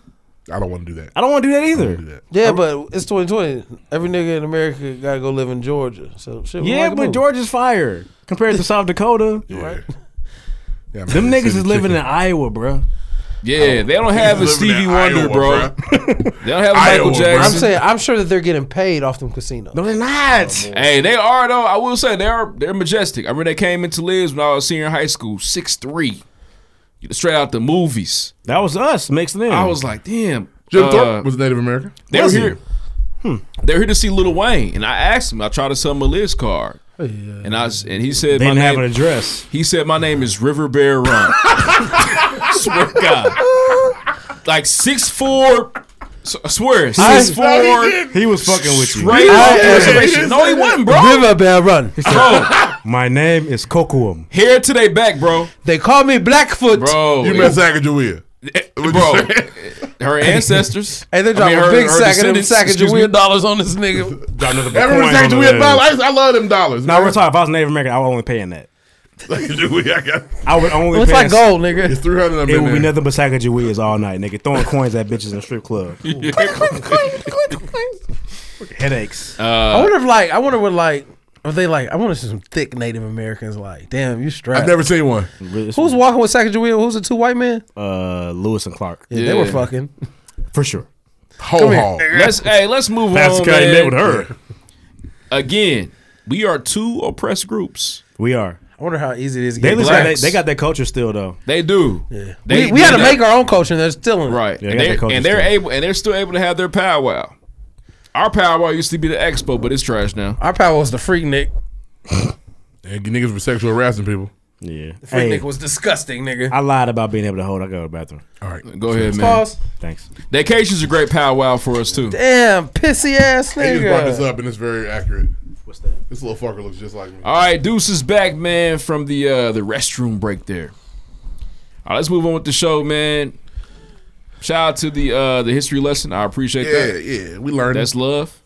I don't want to do that.
I don't want to do that either.
Yeah, but it's 2020. Every nigga in America gotta go live in Georgia. So shit. we
yeah,
like a
but
move.
Georgia's fire compared to South Dakota.
Yeah. Yeah, man,
Them
the
niggas
city
is living
chicken.
in Iowa, bro.
Yeah, they don't have a
Living
Stevie
in
Wonder,
Iowa,
bro. They don't have
Iowa,
a Michael
bro.
Jackson.
I'm saying I'm sure that they're getting paid off them casinos.
No, they're not.
Hey, they are though. I will say they are. They're majestic. I remember they came into Liz when I was senior in high school, six three, straight out the movies.
That was us mixed in.
I was like, damn.
Jim
uh,
Thorpe was Native American.
they were
Hmm. Was he? Hmm.
here. They were here to see Lil Wayne, and I asked him. I tried to sell him a Liz card, and I s- and he said
they
my
didn't have an
name.
address.
He said my name is River Bear Run. swear to God, like six four. s- I swear six four.
He was fucking with you.
Straight off the
I-
reservation. No, he wasn't, bro.
River Bear Run.
Bro,
My name is Kokuum.
hair to their back, bro.
They call me Blackfoot.
Bro,
You
it-
met Sacagawea. What'd you
bro,
say?
her ancestors.
Hey, they
I
drop
mean,
a
her-
big
her
sack of them
descendants,
sack of
excuse me.
Jaween dollars on this nigga.
Got another
Everyone
coin on the
Sacagawea
lid.
dollars. I love them dollars.
Now
man.
we're talking. If I was Native American, I would only paying that.
Sacagawea. I got
I would only.
Looks
pay
like gold, nigga.
it's three hundred of them.
It
in
would be
there.
nothing but Sacagaweas all night, nigga. Throwing coins at bitches in a strip club. Headaches.
I wonder if like I wonder what like are they like I want to see some thick Native Americans like damn you strapped.
I've never seen one.
Who's walking with Sacagawea? Who's the two white men?
uh, Lewis and Clark
Yeah, they were
Yeah.
fucking.
for sure.
Ho haul.
Let's hey, let's move on. man.
her.
Again, we are two oppressed groups.
We are.
I wonder how easy it is. To
They,
get
at least
black.
got they,
Blacks.
they got that culture still though.
They do. They
we, we had
do
to
that.
make our own culture. and They're still in it.
right,
Yeah, they
and
got
they're,
that culture
and they're
still.
able, and they're still able to have their powwow. Our powwow used to be the expo, but it's trash now.
Our power was the freak Nick.
And you niggas were sexual harassing people.
Yeah.
The freak nigga was disgusting, nigga.
I lied about being able to hold. I go to the bathroom.
All right.
Go ahead, man.
Pause.
Thanks.
That case is a great powwow for us too.
Damn, pissy ass
They just brought this
nigga.
up and it's very accurate. What's that? This little fucker looks just like me.
All right, Deuce is back, man, from the uh, the restroom break there. All right, let's move on with the show, man. Shout out to the uh, the history lesson. I appreciate
Yeah,
that.
yeah, we learned
That's
it.
love.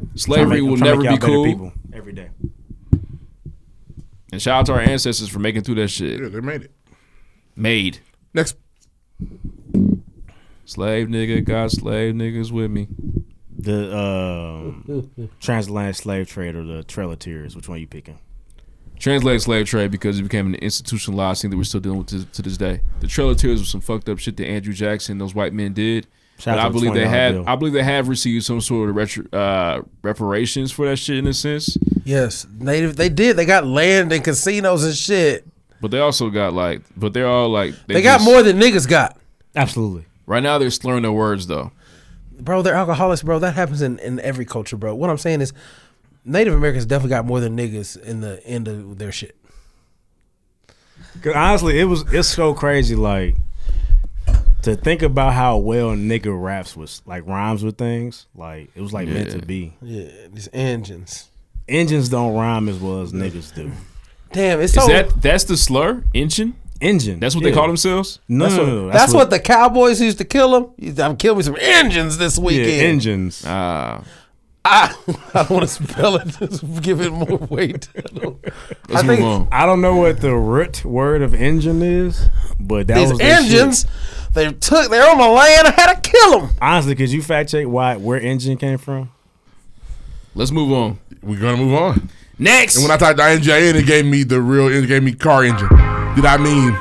I'm
Slavery
trying to
will
make- I'm
never
trying to
be
make y'all
cool.
better people every day.
And shout out to our ancestors for making through that shit.
Yeah, they made it.
Made.
Next.
Slave nigga got slave niggas with me.
The um, transatlantic slave trade or the Trail of Tears. Which one you picking?
Translate slave trade because it became an institutionalized thing that we're still dealing with to, to this day. The Trail of Tears was some fucked up shit that Andrew Jackson, those white men did.
Shout
but
out
I
to the
believe they
$20
have,
bill.
I believe they have received some sort of retro, uh, reparations for that shit in a sense.
Yes, they they did. They got land and casinos and shit.
But they also got like, but they're all like,
They, got
just-
more than niggas got,
Absolutely.
Right now, they're slurring their words though.
bro. They're alcoholics, bro. That happens in, in every culture, bro. What I'm saying is, Native Americans definitely got more than niggas in the end of their shit.
'Cause honestly, it was it's so crazy. Like to think about how well nigga raps was like rhymes with things. Like it was like meant to
Yeah.
be.
Yeah, these engines.
Engines don't rhyme as well as niggas do.
Damn, it's
Is
so.
that that's the slur? Engine?
Engine.
That's what
yeah.
they call themselves?
No,
that's
no,
what,
no, no,
that's what, the Cowboys used to kill them. Used to, I'm killing me some engines this weekend.
Yeah, engines.
Ah.
I, I don't want to spell it. Just give it more weight. I don't- I think
I don't know what the root word of engine is, but that
these
was their
engines,
shit.
they took. They're on my land. I had to kill them.
Honestly, could you fact check why where engine came from?
Let's move on.
We're gonna move on.
Next.
And when I typed the NJN, it gave me the real. It gave me car engine. Did I mean?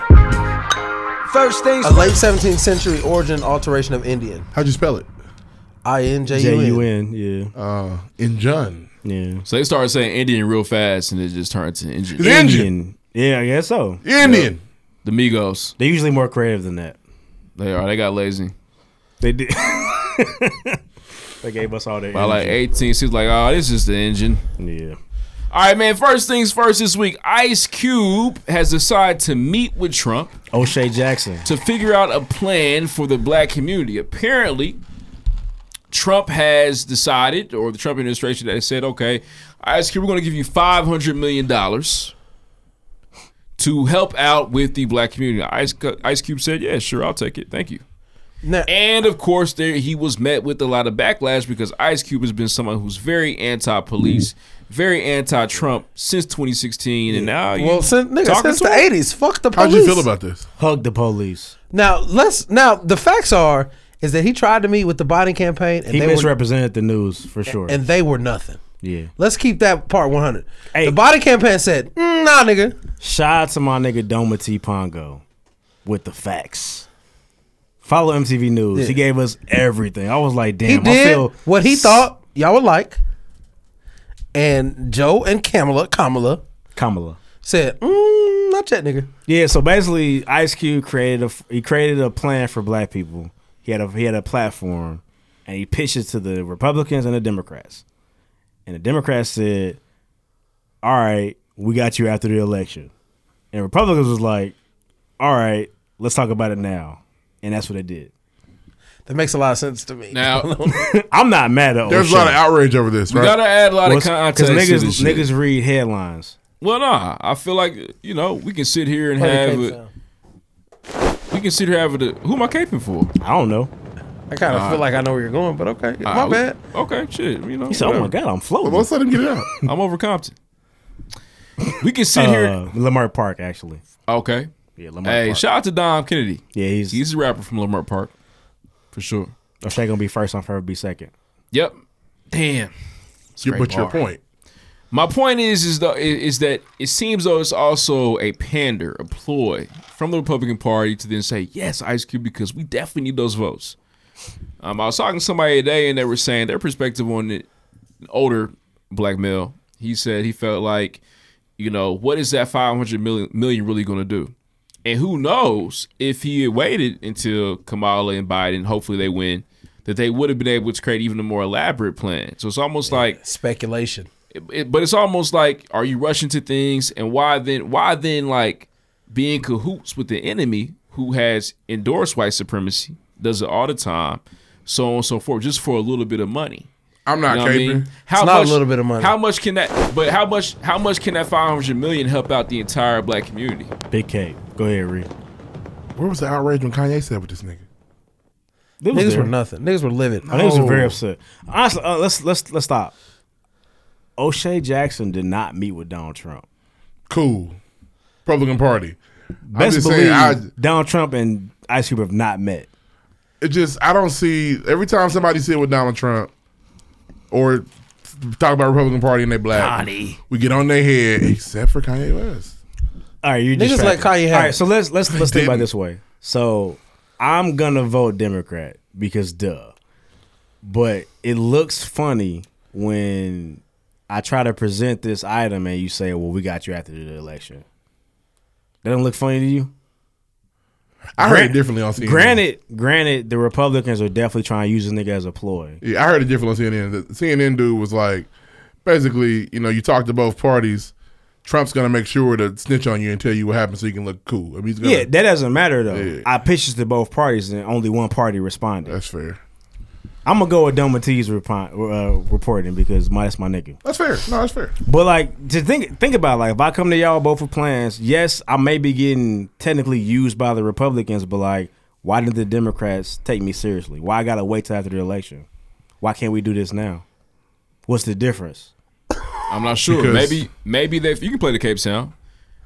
First things. A late 17th century origin alteration of Indian.
How'd you spell it?
I N J
J
U
U
N. Oh.
N, yeah.
Uh, Injun.
Yeah.
So they started saying Indian real fast, and it just turned to engine.
It's engine.
Yeah, I guess so.
Indian.
The Migos.
They're usually more creative than that.
They are. They got lazy.
They did. they gave us all their.
By like
energy.
18, she was like, oh, this is the engine.
Yeah.
All right, man. First things first this week, Ice Cube has decided to meet with Trump
O'Shea Jackson.
to figure out a plan for the black community. Apparently, Trump has decided, or the Trump administration has said, okay, Ice Cube, we're going to give you $500 million to help out with the black community. Ice, Cu- Ice Cube said, yeah, sure, I'll take it. Thank you. and of course, there he was met with a lot of backlash because Ice Cube has been someone who's very anti-police, very anti-Trump since 2016, and now you
Well, since nigga,
talking
since
to
the
him?
80s, fuck the police.
How'd you feel about this?
Hug the police.
Now let's. Now the facts are is that he tried to meet with the Biden campaign and
He
they were
misrepresented the news for sure.
and they were nothing.
yeah.
Let's keep that part 100. The Biden campaign said, "Mm, "Nah, nigga,
Shout out to my nigga Doma T Pongo with the facts. Follow MTV News.
Yeah.
He gave us everything. I was like,
he
damn. I
did
feel
what he thought y'all would like." And Joe and Kamala, Kamala,
Kamala
said, mm, "Not yet, nigga."
Yeah, so basically, Ice Cube created a he created a plan for Black people. He had a he had a platform, and he pitched it to the Republicans and the Democrats. And the Democrats said, "All right, we got you after the election." And Republicans was like, "All right, let's talk about it now." And that's what they did.
That makes a lot of sense to me.
Now,
I'm not mad at.
There's a lot of outrage over this.
We
Right?
gotta add a lot of
because
context. to
niggas
this shit.
niggas read headlines.
Well, nah. I feel like you know we can sit here and
Play the
have
cape
a, we can sit here and have a. Who am I caping for?
I don't know.
I kind of
Nah.
feel like I know where you're going, but okay, my
Uh,
bad.
Okay, shit. You know.
He said, "Oh my god, I'm floating."
Let's let him get it out.
I'm over Compton. We can sit here.
Uh, Lamar Park actually.
Okay.
Yeah, Uh, Lamar
Hey,
Park.
shout out to Dom Kennedy.
Yeah, he's
he's a rapper from Lamar Park, for sure.
O'Shea gonna be first. I'm forever be second.
Yep. Damn. It's a
You-
great
but your
bar.
point.
My point is is though is is that it seems though it's also a pander, a ploy from the Republican Party to then say yes, Ice Cube, because we definitely need those votes. Um, I was talking to somebody today, and they were saying their perspective on it. An older black male, he said he felt like, you know, what is that 500 million, million really going to do? And who knows if he had waited until Kamala and Biden, hopefully they win, that they would have been able to create even a more elaborate plan. So it's almost like
speculation.
It- it- but it's almost like, are you rushing to things, and why then? Why then, like be in cahoots with the enemy who has endorsed white supremacy, does it all the time, so on and so forth, just for a little bit of money.
I'm not
what
caping. It's not a little bit of money.
How much can that? But how much? How much can that 500 million help out the entire black community?
Big K. Go ahead, Ree.
Where was the outrage when Kanye said with this nigga?
They was
Niggas
there.
were Oh. nothing. Niggas were livid.
I think were very upset. Honestly, uh, let's let's let's stop. O'Shea Jackson did not meet with Donald Trump.
Cool. Republican Party.
Best
just
believe
saying,
Donald Trump and Ice Cube have not met.
It just I don't see every time somebody sit with Donald Trump or talk about Republican Party and they black.
Donnie.
We get on their head except for Kanye West.
All right, you
Niggas
just
like Kanye
All right,
Harris.
so let's let's let's think about it
Didn't.
this way. So I'm gonna vote Democrat because duh, but it looks funny when I try to present this item and you say, "Well, we got you after the election." That don't look funny to you?
I heard it
Gran-
differently on CNN.
Granted, granted, the Republicans are definitely trying to use this nigga as a ploy.
Yeah, I heard it different on CNN. The CNN dude was like, basically, you know, you talk to both parties. Trump's gonna make sure to snitch on you and tell you what happened so you can look cool. I mean, he's gonna,
Yeah, that doesn't matter though. I pitched to both parties and only one party responded.
That's fair.
I'm gonna go with Don Matisse repon- uh, reporting because my, that's my nigga.
that's fair. No, that's fair.
But like to think think about it, like if I come to y'all both with plans, yes, I may be getting technically used by the Republicans, but like why didn't the Democrats take me seriously? Why I gotta wait till after the election? Why can't we do this now? What's the difference?
I'm not sure.
Because-
maybe maybe they you can play the Cape Sound.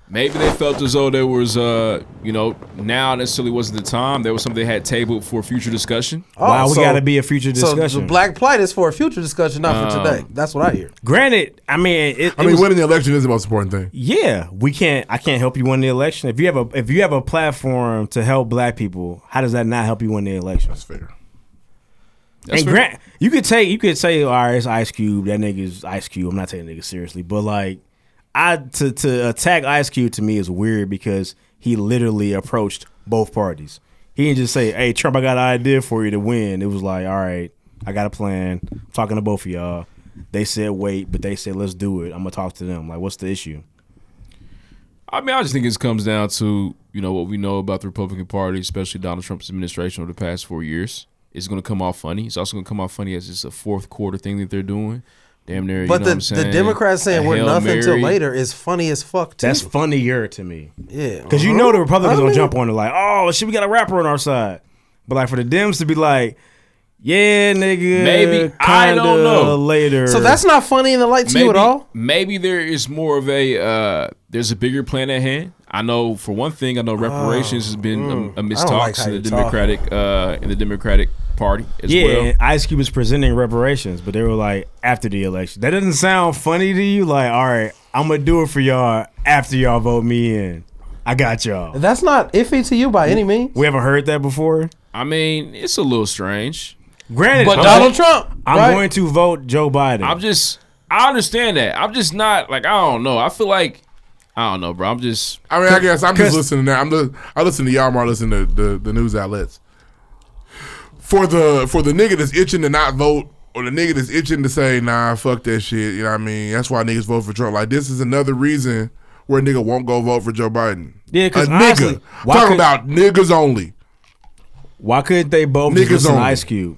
Maybe they felt as though there was uh you know now necessarily wasn't the time. There was something they had tabled for future discussion.
Why we gotta be a future
Oh, So the
discussion?
black plight is for a future discussion, not for
Um,
today. That's what I hear.
Granted, I mean, it,
I
it
mean,
was-
winning the election is the most important thing.
yeah, we can't. I can't help you win the election. If you have a if you have a platform to help black people, how does that not help you win the election? That's
fair.
That's
and
fair.
grant you could take you could say "Oh, all right, it's Ice Cube. That nigga's Ice Cube. I'm not taking niggas seriously, but like I to to attack Ice Cube to me is weird because he literally approached both parties. He didn't just say, "Hey Trump, I got an idea for you to win." It was like, "All right, I got a plan." I'm talking to both of y'all. They said wait, but they said let's do it. I'm gonna talk to them. Like, what's the issue?
I mean, I just think it comes down to you know what we know about the Republican Party, especially Donald Trump's administration over the past four years. It's going to come off funny. It's also going to come off funny as just a fourth quarter thing that they're doing. Damn near.
But
you
the,
know what I'm saying?
the Democrats saying
A
we're
Hail
nothing till
Mary.
later is funny as fuck. Too.
That's funnier to me.
Yeah, Uh-huh.
Because you know the Republicans gonna
Uh-huh.
jump on it like, oh shit, we got a rapper on our side. But like for the Dems to be like, yeah, nigga,
Maybe. I
kinda
don't know.
later.
So that's not funny in the light to you at all.
Maybe there is more of a uh, there's a bigger plan at hand. I know for one thing, I know reparations has
Oh,
been
mm.
a, a
I don't like
mistalks
how
in the
you talk.
Democratic uh, in the Democratic Party as
yeah,
well.
and Ice Cube was presenting reparations, but they were like after the election. That doesn't sound funny to you. Like, all right, I'm gonna do it for y'all after y'all vote me in. I got y'all.
That's not iffy to you by any means.
We haven't heard that before.
I mean, it's a little strange.
Granted,
But
I'm-
Donald Trump,
I'm
right?
going to vote Joe Biden.
I'm just I understand that. I'm just not like I don't know. I feel like I don't know, bro. I'm just
I mean, I guess I'm just
'Cause-
listening now. I'm li- I listen to y'all more. I listen to the, the news outlets. For the for the nigga that's itching to not vote, or the nigga that's itching to say, nah, fuck that shit. You know what I mean? That's why niggas vote for Trump. Like this is another reason where a nigga won't go vote for Joe Biden.
Yeah, 'cause
a
honestly,
nigga. I'm
why
talking
could-
about niggas only.
Why couldn't they both just
Niggas
listen to
only.
Ice Cube?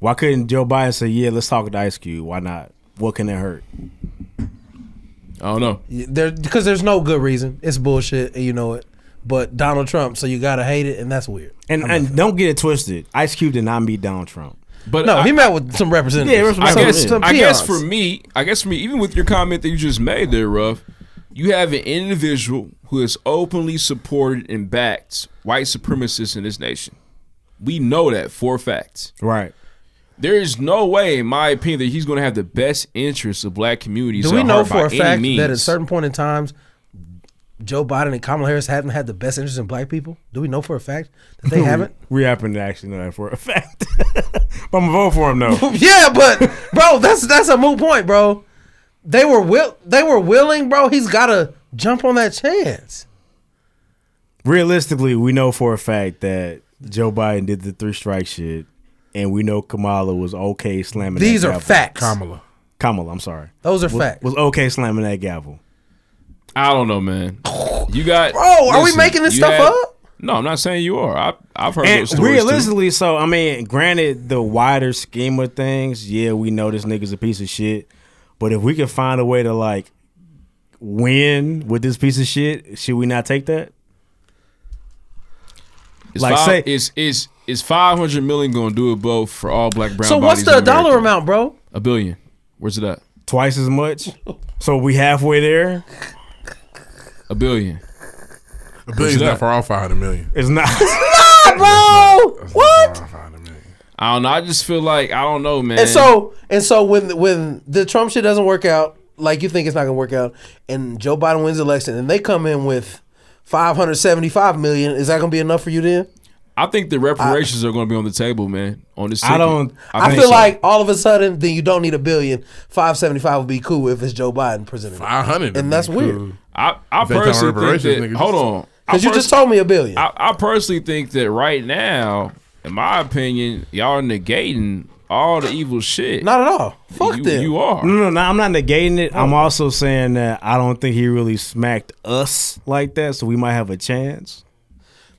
Why couldn't Joe Biden say, "Yeah, let's talk to Ice Cube"? Why not? What can it hurt?
I don't know.
There, because there's no good reason. It's bullshit, and you know it. But Donald Trump, so you gotta hate it, and that's weird.
And and don't get it twisted. Ice Cube did not meet Donald Trump.
But
no,
I-
he met with some representatives.
Yeah, it was
I
some-
guess,
some
I guess
peons.
for me, I guess for me, even with your comment that you just made there, Ruff, you have an individual who has openly supported and backed white supremacists in this nation. We know that for a fact.
Right.
There is no way, in my opinion, that he's going to have the best interests of black communities.
Do we
at
know
heart by
for a
any
fact
means.
that at certain point in times, Joe Biden and Kamala Harris haven't had the best interest in black people? Do we know for a fact that they haven't?
We happen to actually know that for a fact. but I'm gonna vote for him though.
yeah, but bro, that's that's a moot point, bro. They were will they were willing, bro. He's gotta jump on that chance.
Realistically, we know for a fact that Joe Biden did the three strike shit, and we know Kamala was okay slamming.
These
that
are
gavel.
facts.
Kamala.
Kamala, I'm sorry.
Those are
was,
facts.
Was okay slamming that gavel.
I don't know, man. You got.
Bro,
Oh,
are we making this
you
stuff up?
No, I'm not saying you are. I, I've heard
And
those stories. too.
realistically, so I mean, granted, the wider scheme of things, yeah, we know this nigga's a piece of shit. But if we can find a way to like win with this piece of shit, should we not take that?
It's
like,
five,
say-
it's it's it's five hundred million going to do it both for all black brown.
So
bodies
what's the
in America?
dollar amount, bro?
A billion. Where's it at?
Twice as much. So we halfway there.
A billion.
A billion's not for all five hundred million.
It's not.
Nah, bro. What?
I don't know. I just feel like I don't know, man.
And so and so when when the Trump shit doesn't work out, like you think it's not gonna work out, and Joe Biden wins the election, and they come in with five hundred seventy five million, is that gonna be enough for you then?
I think the reparations are going to be on the table, man. On this,
I
ticket.
don't- I,
think
feel
so.
like all of a sudden, then you don't need a billion. Five seventy five would be cool if it's Joe Biden presented. Five
hundred,
and that's weird.
I, I
If they talking
personally
reparations,
think that.
nigga,
Hold
just-
on, I
Because you just
pers-
told me a billion.
I, I personally think that right now, in my opinion, y'all are negating all the evil shit.
Not at all.
Fuck you, You are.
No, no, no. I'm not negating it. I'm also saying that I don't think he really smacked us like that, so we might have a chance.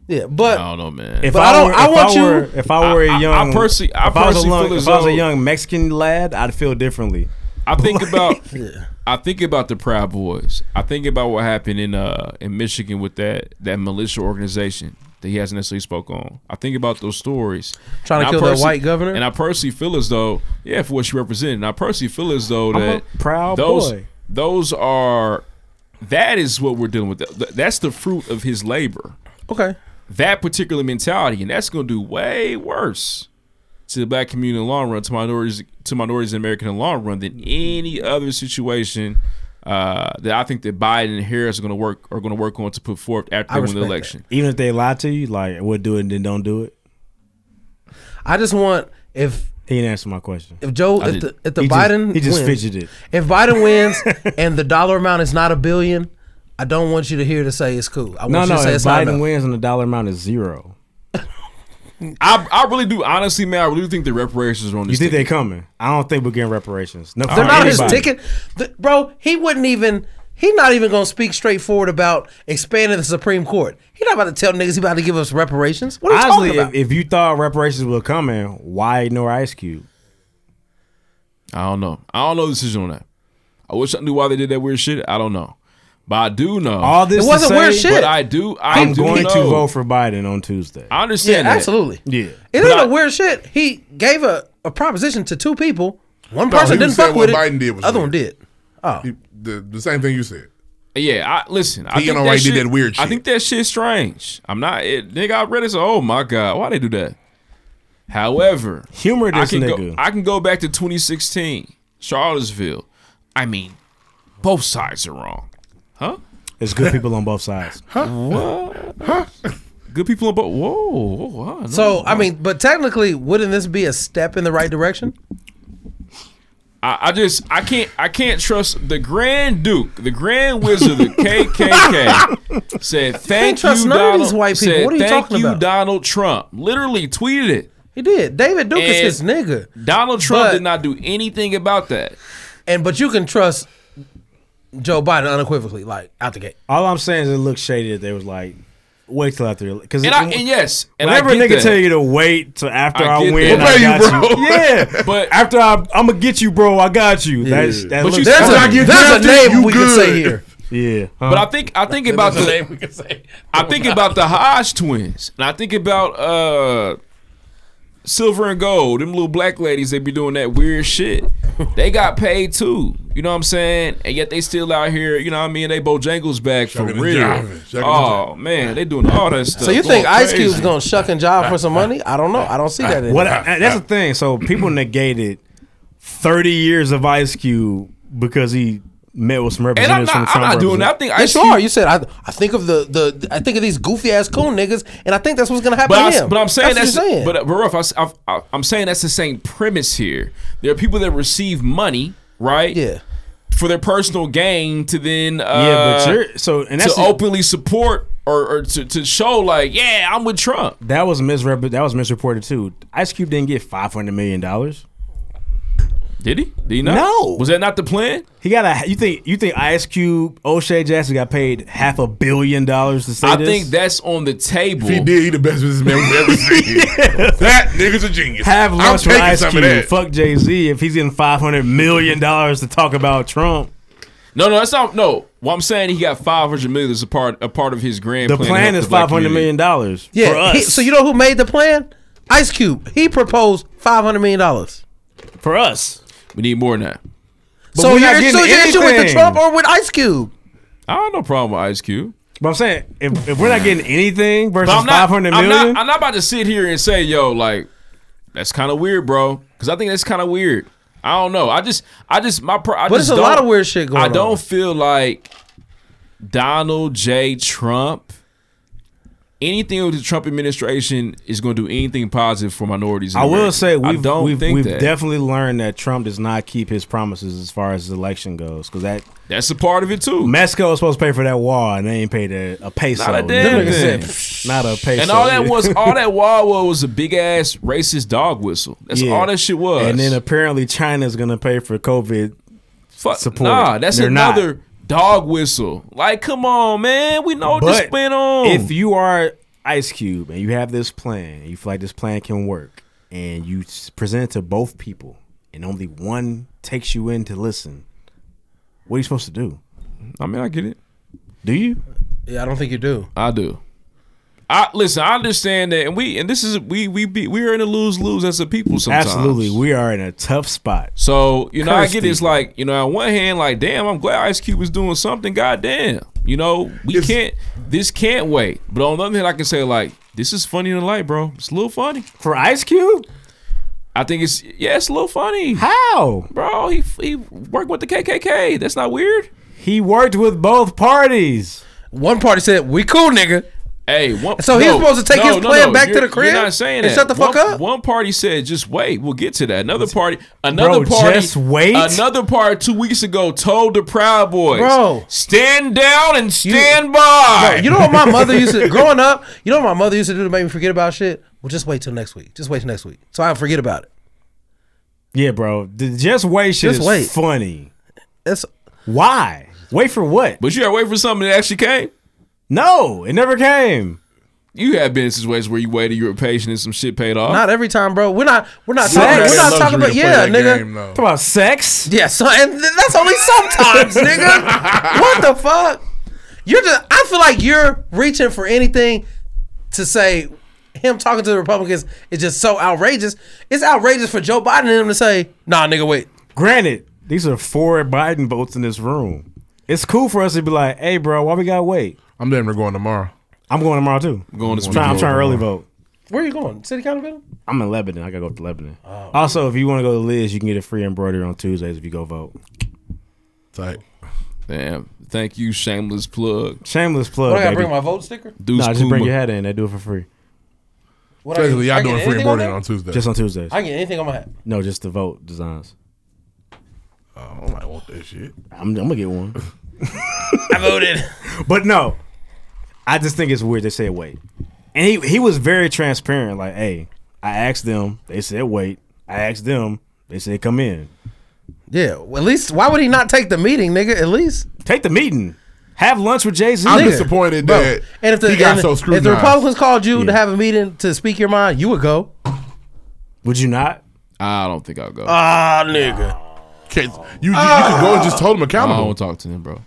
Yeah, but
I don't know, man.
If
But
I,
I don't-
were,
I
if
want
I
you-
were, if I were
I- I-
a
I
young,
personally- I
if I was a
personally
young,
feel as
if I was a
though-
young Mexican lad, I'd feel differently.
I think about I think about the Proud Boys. I think about what happened in uh in Michigan with that that militia organization that he hasn't necessarily spoke on. I think about those stories.
Trying to
I
kill that
personally-
white governor?
And I personally feel as though yeah, for what she represented. And I personally feel as though
I'm a
that
proud
those
boy.
those are that is what we're dealing with. Th- th- That's the fruit of his labor.
Okay.
That particular mentality, and that's going to do way worse to the black community in the long run, to minorities, to minorities in America in the long run, than any other situation uh, that I think that Biden and Harris are going to work are going to work on to put forth after
I
they win the
respect
election.
Even if they lie to you, like we'll do it and then don't do it.
I just want if
he didn't answer my question.
If Joe,
I
if the,
didn't.
if the
He just-
Biden,
he just
wins,
fidgeted.
If Biden wins and the dollar amount is not a billion, I don't want you to hear to say it's cool. I want
No,
you
no.
to say
If
it's not
Biden
enough.
wins and the dollar amount is zero,
I, I really do, honestly, man. I really think the reparations are on
you
this.
think
ticket.
they coming? I don't think we're getting reparations. No,
They're
for
not on his
uh, anybody.
ticket, The- bro. He wouldn't even. He not even gonna speak straightforward about expanding the Supreme Court. He not about to tell niggas he about to give us reparations. What are you
Honestly,
talking
if,
about?
if you thought reparations were coming, why ignore Ice Cube?
I don't know. I don't know the decision on that. I wish I knew why they did that weird shit. I don't know, but I do know
All this to say,
But I do. I
I'm
do
going
know.
to vote for Biden on Tuesday.
I understand.
Yeah,
that.
absolutely.
Yeah.
It ain't a weird shit. He gave a, a proposition to two people. One
No,
person
he
didn't
said
fuck with
what
it.
Biden did was
other
weird.
one did. Oh,
the, the same thing you said.
Yeah, I listen. I
He
think
and Ray did that weird
I think that shit's strange. I'm not it, nigga. I read it. So, oh my god, why they do that? However,
humor
I
this
can Go,
nigga.
I can go back to 2016, Charlottesville. I mean, both sides are wrong, huh?
There's good people on both sides.
What? Good people on both. Whoa. whoa, wow, no,
so I
wow.
mean, but technically, wouldn't this be a step in the right direction?
I, I just I can't I can't trust the Grand Duke, the Grand Wizard, of the KKK said thank you,
trust none of
Donald,
these white people.
said,
What are you
"Thank
talking
you,
about?"
Donald Trump literally tweeted it.
He did. David Duke
And
is his nigga.
Donald Trump
But-
did not do anything about that.
And but you can trust Joe Biden unequivocally, like out the gate.
All I'm saying is it looked shady that they was like, wait till after because
And, I, and yes, and
whenever
I
a
get
nigga
that.
tell you to wait till after
I
I,
get
win,
that.
I
Obey
got
you,
you.
bro.
Yeah,
but
after I, I'm gonna get you, bro. I got you. That's
Yeah.
that
But
looks-
you That's said- a-
I get
that's a
drafted,
name
you
we can
good.
say here.
Yeah,
But I think I think about the I think about the Hodge twins, and I think about uh, Silver and Gold, them little black ladies. They be doing that weird shit. They got paid too. You know what I'm saying? And yet they still out here. You know what I mean? They Bojangles back for
Shucking and
real.
jiving, shucking and
Oh man, they doing all that stuff.
So you
going
think Ice
crazy.
Cube's gonna shuck and job for some money? I don't know. I don't see that. in
What?
it.
That's the thing. So people negated 30 years of Ice Cube because he met with some representatives from the Trump represent-
yes, you are. You said I. I think of the, the I think of these goofy ass coon niggas, and I think that's what's gonna happen
But,
to
I,
him.
but I'm saying that's,
what you're saying.
but uh, but Ruff, I s- I've- I, am saying that's the same premise here. There are people that receive money, right? Yeah. For their personal gain, to then uh,
Yeah, but you're- so- and that's
to
the-
openly support or, or to, to show like, yeah, I'm with Trump.
That was misrep- That was misreported too. Ice Cube didn't get 500 million dollars.
Did he? Did he not?
No.
Was that not the plan?
He got a. You think you think Ice Cube, O'Shea Jackson got paid half a billion dollars to say
I
this?
think that's on the table.
If he
did, he the best businessman we've ever seen. That nigga's a genius.
Have
I'm
lunch with
taking
Ice
some of
Cube.
that.
Fuck Jay Z if he's getting five hundred million dollars to talk about Trump.
No, no, that's not. No, what I'm saying, he got 500 million as a part a part of his grand.
The
plan, to
plan
help
is
the black
five hundred
community.
million dollars. for
Yeah.
us.
he- so you know who made the plan? Ice Cube. He proposed five hundred million dollars
for us.
We need more now.
But
so
we're not
you're, so
getting
your issue with the
anything.
Trump or with Ice Cube?
I don't no problem with Ice Cube.
But I'm saying if, if we're not getting anything versus
But I'm not,
five hundred
I'm
million,
not- I'm not about to sit here and say, yo, like, that's kind of weird, bro. Because I think that's kind of weird. I don't know. I just, I just, my, pro- I
But
just
it's a lot
don't-
of weird shit going
I
on.
don't feel like Donald J. Trump, anything with the Trump administration is going to do anything positive for minorities. in
I will
America.
say we've
I don't
we've,
think
we've
that.
definitely learned that Trump does not keep his promises as far as the election goes because that
that's a part of it too.
Mexico is supposed to pay for that wall and they ain't paid a, a peso.
Not a
Them
damn
niggas
thing.
said, Not a peso.
and all that was all that wall was, was a big ass racist dog whistle. That's
Yeah.
all that shit was.
And then apparently China's gonna pay for COVID
Fuck,
support.
Nah, that's
They're not.
another dog whistle. Like, come on, man. We know this
But
went Oh, on.
If you are Ice Cube and you have this plan, and you feel like this plan can work, and you s- present it to both people, and only one takes you in to listen, what are you supposed to do?
I mean, I get it.
Do you?
Yeah, I don't think you do.
I do. I listen. I understand that, and we and this is we we be we are in a lose lose as a people. Sometimes,
Absolutely, we are in a tough spot.
So you know, I get
Kirsty.
it's like you know, on one hand, like damn, I'm glad Ice Cube was doing something. Goddamn, you know, we can't. This can't wait. But on the other hand, I can say like this is funny in the light, bro. It's a little funny
for Ice Cube.
I think it's yeah, it's a little funny.
How,
bro? He he worked with the KKK. That's not weird.
He worked with both parties.
One party said, "We cool, nigga."
Hey, one,
So he was
no,
supposed to take
no,
his
no,
plan
no,
back to
you're-
the crib
You're not saying
and
that.
shut the fuck
One-
up?
One party said, "Just wait. We'll get to that." Another party, another
Bro,
party,
just wait.
Another party. Two weeks ago, told the Proud Boys,
Bro.
stand down and stand by."
Bro, you know what my mother used to growing up. You know what my mother used to do to make me forget about shit. Well, just wait till next week. Just wait till next week, so I forget about it.
Yeah, bro. The just wait shit
Just
is
wait.
funny.
That's
why wait for what?
But you gotta wait for something that actually came.
No, it never came.
You have been in situations where you waited, you were patient, and some shit paid off.
Not every time, bro. We're not. We're not
Sex.
talking. We're
Luxury
not
to
talking about.
play
Yeah,
that
nigga.
game, though.
Talk about sex.
Yeah, so and th- that's only sometimes, nigga. What the fuck? You're just. I feel like you're reaching for anything to say. Him talking to the Republicans is just so outrageous. It's outrageous for Joe Biden and him to say, "Nah, nigga, wait."
Granted, these are four Biden votes in this room. It's cool for us to be like, hey, bro, why we gotta wait?
I'm definitely going tomorrow.
I'm going tomorrow too. I'm
going this
trying, I'm
weekend.
trying to early vote.
Where are you going? City Council building?
I'm in Lebanon. I gotta go up to Lebanon.
Oh.
also, if you want to go to Liz, you can get a free embroidery on Tuesdays if you go vote.
Tight.
Damn. Thank you, shameless plug.
Shameless
Oh,
plug.
What, I gotta
baby.
bring my vote sticker?
Deuce
nah, just bring
Kuma.
your hat in. They do it for free.
What I get- Technically, y'all I get doing free anything on embroidery
there? on Tuesdays.
Just on Tuesdays.
I can get anything on my hat.
No, just the vote designs.
Oh, I might want that shit.
I'm, I'm gonna get one.
I voted.
But no, I just think it's weird they said wait. And he he was very transparent. Like, hey, I asked them. They said wait. I asked them. They said come in.
Yeah, well, at least why would he not take the meeting, nigga? At least
take the meeting. Have lunch with Jay Z.
I'm disappointed that
and if the,
he got
and
so
if
scrutinized.
the Republicans called you to
Yeah.
have a meeting to speak your mind, you would go.
Would you not?
I don't think I'll go.
Ah, nigga.
Can't, you, you, you can go and just hold him accountable.
I don't talk to him, bro.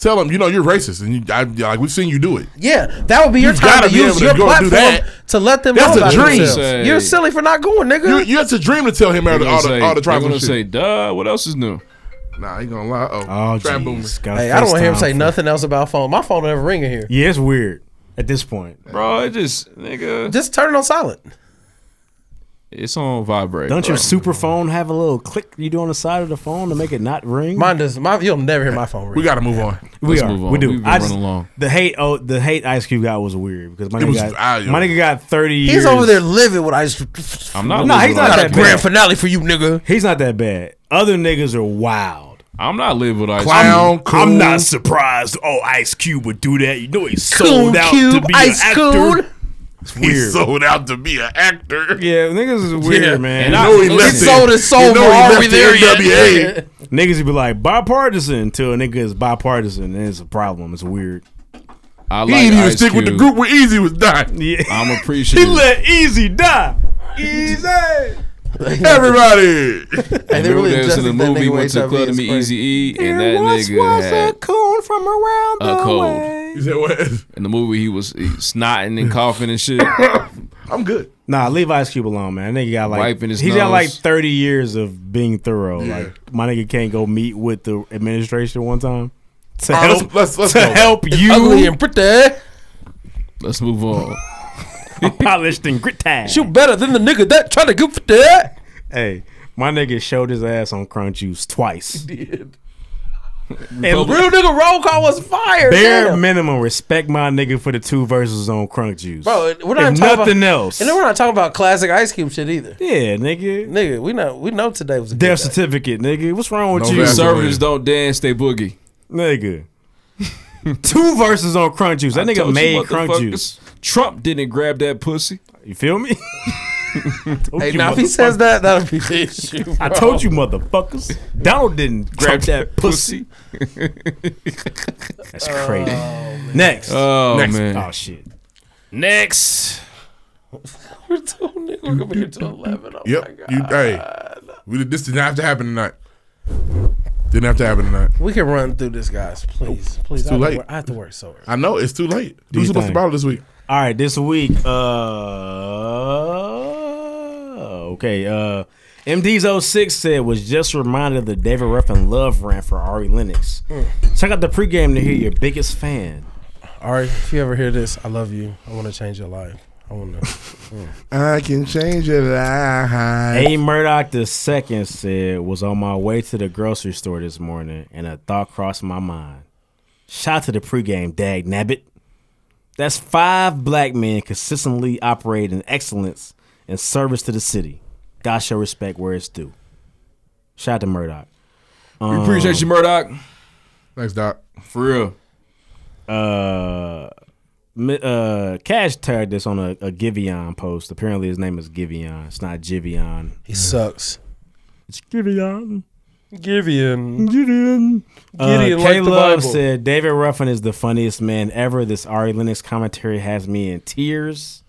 Tell him, you know, you're racist, and you, I, like we've seen you do it.
Yeah, that would be your
You've
time
gotta
to
be
use
able to
your
go do
platform
that.
to let them know
That's a
about
dream.
themselves.
Say-
You're silly for not going, nigga.
You, you that's a dream to tell him all the all the, all the
they're
tribal
gonna
shit.
say, duh, what else is new?
Nah, he gonna lie. Oh, trap boomer.
hey, I don't want to hear him say nothing else about phone. My phone will never ring in here.
Yeah, it's weird at this point.
Bro, it just nigga.
Just turn it on silent.
It's on vibrate.
Don't
bro.
your super phone have a little click you do on the side of the phone to make it not ring?
Mine does. My you'll never hear my phone ring.
We gotta move on.
We are. We do. I just, The hate. Oh, the hate Ice Cube got was weird because my
It
nigga
was-
got
I-
my nigga got thirty.
He's
years.
over there living with Ice.
I'm
No, he's not that bad.
finale for you, nigga.
He's not that bad. Other niggas are wild.
I'm not living with Ice
Clown,
Cube.
cool. I'm not surprised. Oh, Ice Cube would do that. You know, he's
Cool
sold out to
Cube,
be
Ice
an actor.
Cube. It's
He sold out to be an actor.
Yeah, niggas is weird,
Yeah.
man.
And I know he left the- you know he left the NWA.
Niggas would be like bipartisan until a nigga is bipartisan, and it's a problem. It's weird.
I
he didn't even stick with the group where Easy was dying.
Yeah.
I'm
He
appreciative.
let Easy die. Easy.
Everybody.
And they
really
really was in the
adjusted that
movie,
nigga
went to the
HIV
club to
is
meet
crazy.
Easy E, and that nigga had
coon from around
a cold.
You said what?
In the movie, he was he snotting and coughing and shit.
I'm good.
Nah, leave Ice Cube alone, man. That nigga got like
Wiping his
he's got
nose.
like thirty years of being thorough.
Yeah.
Like my nigga can't go meet with the administration one time to
All right,
help
let's- let's- let's
to
go.
help
It's
you.
ugly and
pretty.
Let's move on.
Polished and gritty.
Shoot better than the nigga that trying to go for that.
Hey, my nigga showed his ass on Crunk Juice twice.
Did.
And
And real nigga roll call was fire.
bare
damn.
minimum, respect my nigga for the two verses on Crunk Juice.
Bro, we're not
if
talking
nothing
about,
else.
And then we're not talking about classic Ice Cube shit either.
Yeah, nigga.
Nigga, we know we know today was a
Death certificate, nigga. What's wrong with
No
you?
Conservatives don't dance, they boogie.
Nigga. Two verses on Crunk Juice. That
I told
nigga
you
made Crunk
motherfuckers,
Juice.
Trump didn't grab that pussy.
You feel me?
Hey, now if he says that, that'll be the issue.
I
bro.
told you, motherfuckers. Donald didn't grab
Trump
that pussy. That's crazy. Next.
Oh,
Next.
man.
Oh, shit.
Next.
We're too nigga. We're gonna be here till eleven. Oh
Yep.
my god.
You hey. We, this didn't have to happen tonight. Didn't have to happen tonight.
We can run through this, guys. Please, please.
It's
I have
too
to
late.
work- I have to work so early.
I know it's too late.
Do you
Who's supposed to
think?
bottle this week?
All right, this week, uh, okay, uh, MD's 06 said was just reminded of the David Ruffin love rant for Ari Lennox. Check out the pregame to hear your biggest fan.
All right, if you ever hear this, I love you. I want to change your life. I want to.
I can change your life.
A Murdoch the second said was on my way to the grocery store this morning, and a thought crossed my mind. Shout to the pregame, Dag Nabbit. That's five black men consistently operating in excellence and service to the city. God show respect where it's due. Shout out to Murdoch.
We appreciate you, Murdoch.
Thanks, Doc.
For real.
Uh, mi- uh, Cash tagged this on a, a Giveon post. Apparently, his name is Giveon. It's not Giveon.
Mm.
He sucks.
It's Giveon.
Gideon.
Gideon. Uh,
Gideon like
K
the
Love
Bible.
said David Ruffin is the funniest man ever. This Ari Lennox commentary has me in tears.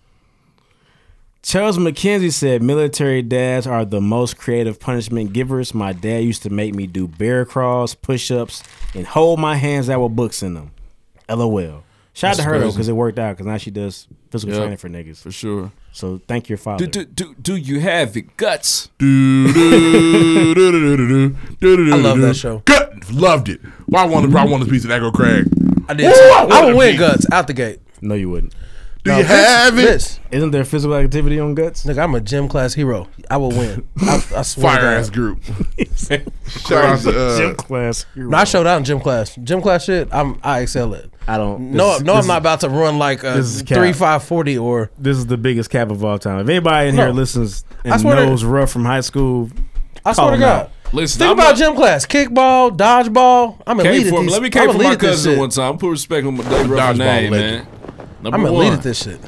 Charles McKenzie said military dads are the most creative punishment givers. My dad used to make me do bear crawls, push ups, and hold my hands out with books in them. LOL. Shout
That's
out to her though
crazy.
because it worked out because now she does physical
Yep,
training for niggas for
sure.
So thank your father.
Do, do, do, do you have the guts?
I
I love that show.
Good. Loved it. Why well, I want I want a piece of that girl Craig.
I
Woo,
did.
I
I,
wanted
would
a
win
piece.
guts out the gate.
No, you wouldn't.
Do you have it?
Isn't there physical activity on guts?
Nigga, I'm a gym class hero. I will win. I, I swear. to
Fire
God.
ass group. Shout out to uh,
Gym class.
No, I showed out in gym class. Gym class shit, I'm I excel at.
I don't.
No,
this is-
no,
this
I'm
is-
not about to run like a
this is cap.
three five forty or.
This is the biggest cap of all time. If anybody in
No.
here listens
I
and
swear to-
knows Ruff from high school,
I swear to God.
Listen,
Think
I'm
about
not-
gym class: kickball, dodgeball. I'm elite
Came
at
for him.
these.
Let me
I'm
came for
elite
my
at this
cousin
shit.
one time. Put respect on my David Ruffin
dodgeball
name,
legend.
man. Number
I'm elite
one,
at this shit.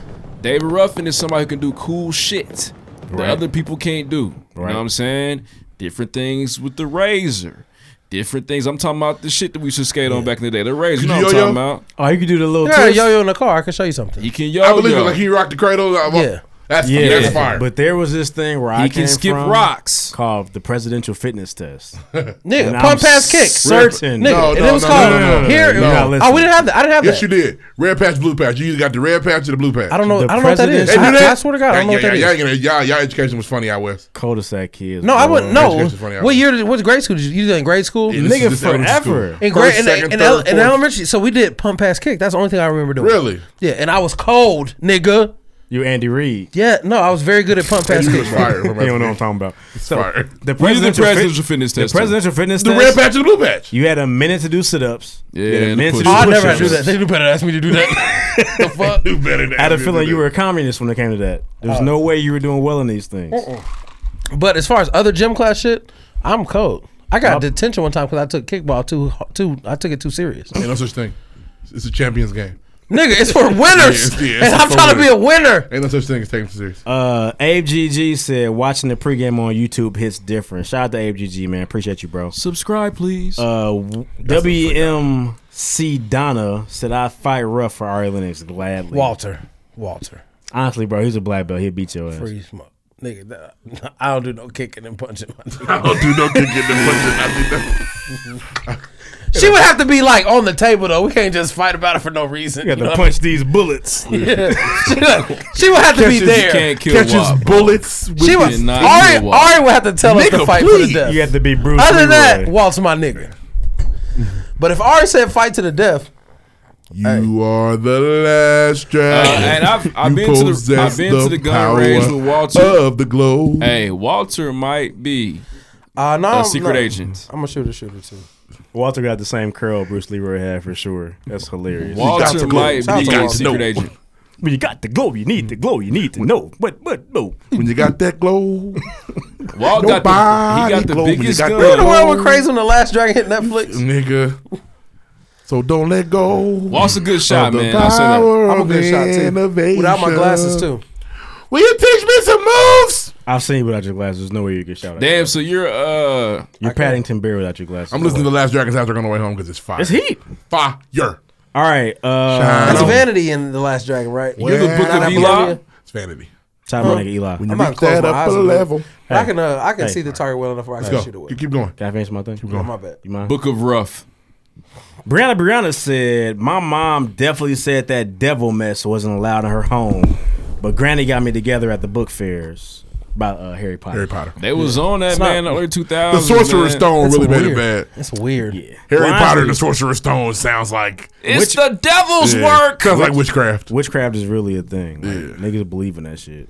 David Ruffin is somebody who can do cool shit that
Right.
other people can't do. You
Right.
know what I'm saying? Different things with the razor. Different things. I'm talking about the shit that we used to skate on back in the day. The razor. You know
Could you
what
yo-yo?
I'm talking about?
Oh, you can do the little
Yeah,
twist.
yo yo in the car. I can show you something.
He can
I
yo
believe it.
yo.
Like he rocked the cradle. I, yeah.
Yeah.
That's
yeah,
that's fire.
But there was this thing where I
He can
came
skip
from
rocks.
called the presidential fitness test.
Nigga,
And I'm
pump pass kick.
Certain.
Nigga,
No,
and
no,
it was
no,
called
no, no, no,
here.
no, no.
Oh, we didn't have that. I didn't have
yes,
that.
you did. Red patch, blue patch. You either got the red patch or the blue patch.
I don't know.
The
I don't know what that is.
They do
I,
that?
I swear to God, I don't know
Yeah,
what that
yeah,
is.
yeah, yeah, Y'all, y'all education was funny out west.
Cul-de-sac kids.
No, I wouldn't. No.
Education's funny, I
What
was-
year? Did, what grade school did you? You did in grade school?
Yeah, this is-
Nigga,
this is elementary
forever.
school.
In grade,
First,
in,
second,
in,
third,
ele- in
fourth.
elementary, so we did pump pass kick. That's the only thing I remember doing.
Really?
Yeah, and I was cold, nigga.
You Andy Reid.
Yeah, no, I was very good at pump pass
You
kick.
was fire.
You don't know what I'm talking about. So
fire.
the
We did the
presidential,
presidential fitness
the
test, too.
presidential fitness
The
test.
red patch and the blue patch.
You had a minute to do sit-ups. You had
Yeah,
a
and
minute to
push-
do
Oh, I never had
push-ups.
to do that. They better ask me to do that. the fuck?
Do better than
I had a
that.
feeling you were a communist when it came to that. There
Uh,
was no way you were doing well in these things.
But as far as other gym class shit, I'm cold. I got detention one time because I took kickball too too. I took it too serious.
Ain't no such thing. It's a champions game.
Nigga, it's for winners.
Yeah, yeah,
and
it's
I'm
for
trying to be
winners.
a winner.
Ain't no such thing as taking serious.
Uh, Abe GG said watching the pregame on YouTube hits different. Shout out to Abe GG, man. Appreciate you, bro.
Subscribe, please.
Uh, w- WMC Donna said I fight rough for Ari Lennox gladly.
Walter. Walter.
Honestly, bro, he's a black belt. He'll beat your ass.
Free smoke. Nigga, that- I don't do no kicking and punching.
I don't do no kicking and punching. I do that.
She would have to be like on the table though. We can't just fight about it for no reason.
You got
know
to
what
punch these bullets.
I mean? Yeah. she, would- she would have to be
Catches-
there.
can't kill Catches Wop.
bullets.
She
with
would.
you.
Ari,
Nigga,
Ari would have to tell us to
Nigga,
fight for the
please.
death.
You have to be Bruce
Other than that,
Leroy.
Walt's my nigga. but if Ari said fight to the death,
You are the last dragon.
Uh, and I've- I've
You
been to the-
possess
I've been to the gun
power Uh.
range with Walter.
of the globe.
Hey, Walter might be
uh, no,
a secret
no.
agent.
I'm a shooter shooter too.
Walter got the same curl Bruce Leroy had for sure. That's hilarious.
Walter might be a secret agent.
When you got the glow, you need the glow. You need to know. But but no.
When you got that glow,
Walt got the, he got
Nobody
the
glows.
biggest
You got
gun.
that
Remember the world went crazy when the last dragon hit Netflix?
Mm, nigga. So don't let go.
Walt's a good
of
shot,
the
man. I'll say that.
power
I'm a good
of
shot too.
innovation.
Without my glasses too.
Will you teach me some moves?
I've seen you without your glasses. There's no way you can shout out.
Damn, so you're uh
You're Paddington Bear without your glasses.
I'm listening to The Last Dragon's after on the way home because it's fire.
It's heat.
Fire. You're
All right. Uh,
Shine
That's
on.
vanity in the last dragon, right?
the book
Not
of Eli.
Apollonia?
It's vanity.
Top
Huh?
nigga Eli.
When
I'm
you
about to
reach that
close my eyes
upper
a little.
level,
But I can uh, I can
Hey.
see the target well enough where I
let's
can
go.
shoot it with.
You keep going.
Can I finish my thing? Keep
Oh, my bad.
You mind?
Book of Rough.
Brianna Brianna said, My mom definitely said that devil mess wasn't allowed in her home, but Granny got me together at the book fairs about uh, Harry Potter. Harry
Potter.
They was on that
It's not-
man in the early 2000s.
The Sorcerer's
man.
Stone really made it bad.
That's weird.
Yeah.
Harry
Blindly.
Potter and the Sorcerer's Stone sounds like
It's the devil's work.
Sounds like witchcraft.
Witchcraft is really a thing. Like, Niggas believe in that shit.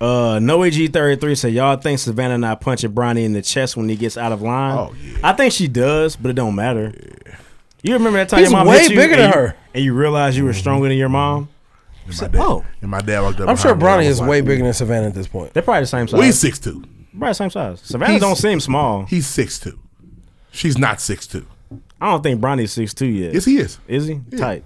Uh, no AG thirty three said y'all think Savannah not punching Bronny in the chest when he gets out of line.
Oh, yeah.
I think she does, but it don't matter. You remember that time
He's
your mom
way
hit you
bigger
and
than
you-
her.
and you realized
Mm-hmm.
you were stronger than your mom. You said, oh,
And my dad walked up.
I'm sure
behind
Bronny
me.
is way bigger than Savannah at this point.
they're probably the same size.
Well, he's six two.
probably the same size. Savannah
He's-
don't seem small.
He's six two. She's not six two.
I don't think Bronny's six two yet.
Yes, he is.
Is he tight?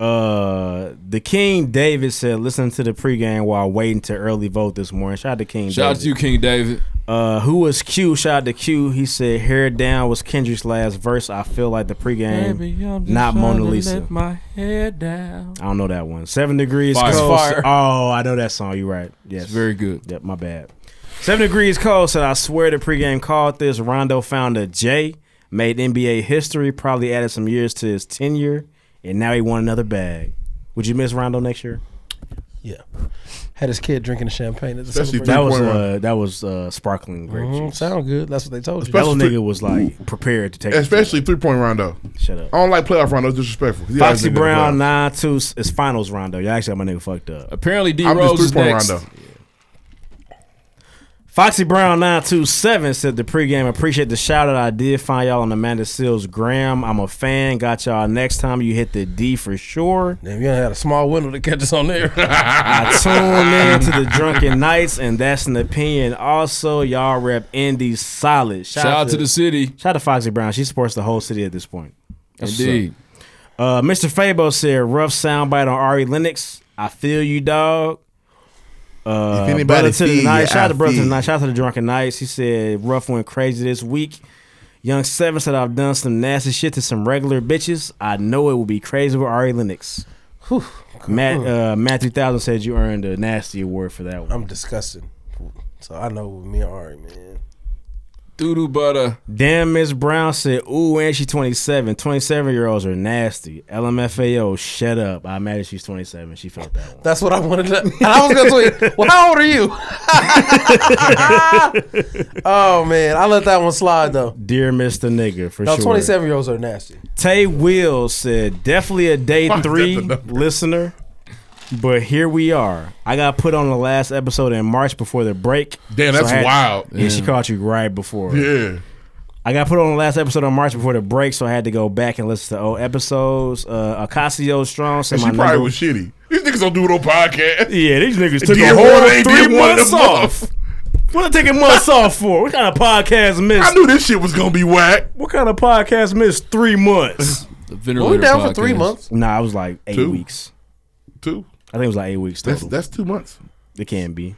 Uh, the King David said, "Listen to the pregame while waiting to early vote this morning." Shout out to King.
Shout out
David.
to you, King David.
Uh, who was Q? Shout out to Q. He said, "Hair down" was Kendrick's last verse. I feel like the pregame, Mm. not Mona Lisa.
my head down.
I don't know that one. Seven degrees
Fire.
cold.
Fire.
Oh, I know that song. You're right. Yes,
It's very good.
Yep, my bad. Seven degrees cold said, "I swear the pregame called this." Rondo founder Jay made NBA history. Probably added some years to his tenure, and now he won another bag. Would you miss Rondo next year?
Yeah. Had his kid drinking the champagne at the
Especially
celebration.
That was
3.1.
uh, that was uh, sparkling grape
Mm-hmm.
Mhm,
juice.
sound good. That's what they told you.
That little
Especially-
nigga was like prepared to take. the
Especially three point Rondo.
Shut up.
I don't like playoff Rondo. It's disrespectful. He always been
Foxy
in the
Brown
playoffs.
nine two is finals rondo. Y'all actually got my nigga fucked up.
Apparently, D
I'm just
Rose
three
is
point
next.
Rondo.
Foxy Brown nine two seven said the pregame. Appreciate the shout out. I did find y'all on Amanda Seals Graham. I'm a fan. Got y'all next time. You hit the D for sure.
Damn, you done had a small window to catch us on there.
I tune in to the Drunken Knights, and that's an opinion. Also, y'all rep Indy solid.
Shout out to the city.
shout out to Foxy Brown. She supports the whole city at this point. That's what's up.
Indeed.
Uh, Mr. Fabo said rough soundbite on Ari Lennox. I feel you, dog. Uh,
If anybody
brother to
feel
the
you,
night, shout out
I
to brother to
feel
the
you.
night, shout out to the drunken nights. He said rough went crazy this week. Young Seven said I've done some nasty shit to some regular bitches. I know it will be crazy with Ari Lennox. Matt uh, Matthew Thousand said you earned a nasty award for that one.
I'm disgusted. So I know me and Ari, man.
Doodoo butter.
Damn, Miss Brown said, ooh, and she 27. 27 year olds are nasty. LMFAO, shut up. I imagine she's 27. She felt that one.
That's what I wanted to. And I was gonna tweet. Well, how old are you? oh man, I let that one slide though.
Dear Mr. Nigga, for
No,
sure.
27 year olds are nasty.
Tay Will said, definitely a day
Fuck, that's
three
a number.
listener. But here we are. I got put on the last episode in March before the break.
Damn, that's
I had-
wild.
Yeah, she caught you right before.
Yeah.
I got put on the last episode on March before the break, so I had to go back and listen to old episodes. Uh, Acasio Strong said
And she
my
probably
number
was shitty. These niggas don't do it on podcast.
Yeah, these
And
niggas took a
did
whole
one, they
three
did one
months
a month.
off. What they taking months off for? What kind of podcast
I
missed?
knew this shit was gonna be whack.
What kind of podcast missed three months?
The
Were we down for three months?
Nah, I was like eight
Two?
weeks.
Two?
I think it was like eight weeks.
That's-
total.
that's two months.
It can be.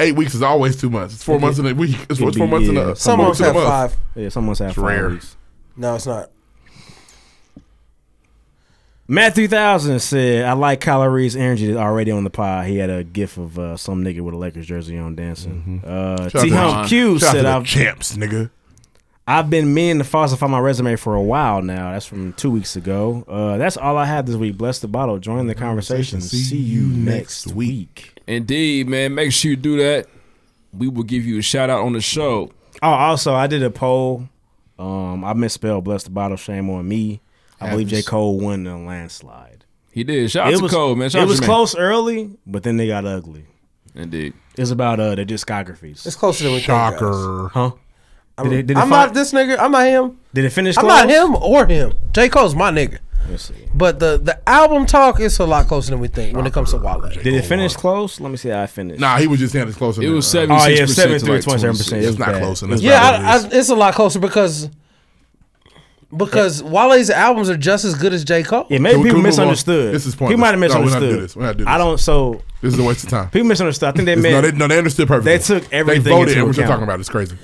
Eight weeks is always two months. It's four
It-
months in a week. It's,
it
it's four
be-
months in
yeah.
a.
Some
four months
months
in a
have
month.
five. Yeah, some months have
It's
five
rare.
weeks.
No, it's not.
Matt 3000 said, I like Kyler Reed's energy that's already on the pod. He had a gif of uh, some nigga with a Lakers jersey on dancing. Uh,
Shout out
T
to
Hump
Ron.
Q
Shout out
said,
to the
I've,
champs, nigga.
I've been meaning to falsify my resume for a while now. That's from two weeks ago. Uh, that's all I had this week. Bless the bottle. Join the conversation. See, you next week.
Indeed, man. Make sure you do that. We will give you a shout out on the show.
Oh, also, I did a poll. Um, I misspelled Bless the Bottle. Shame on me. I believe J.
Happens.
Cole won the landslide.
He did. Shout out
It
to
was-
Cole, man. Shout
it
out
was
Jermaine.
close early, but then they got ugly.
Indeed.
It's about uh, their discographies.
It's closer than we think, guys. Shocker.
Huh?
I'm,
Did it- did it
I'm
fi-
not this nigga. I'm not him.
Did it finish
I'm not
close?
him or him. J. Cole's my nigga.
Let's see.
But the, the album talk is a lot closer than we think when it comes to Wale.
Did it finish close? Let me see how I finished.
Nah, he was just saying it's closer.
It
than-
was
uh,
seven-
uh,
Oh, yeah,
76% to,
73,
like,
27%.
26.
It's not close, and that's
Yeah, I, I, it's a lot closer because because Wale's albums are just as good as J. Cole.
Yeah, maybe people misunderstood.
This is
People
pointless.
might have
No, we're not
misunderstood.
doing this. We're not doing
I
this.
don't. So
This is a waste of time.
people misunderstood. I think they
It's-
meant.
no, they, no, they understood perfectly.
They took everything
They voted,
into
and we're still
account.
talking about it. It's crazy.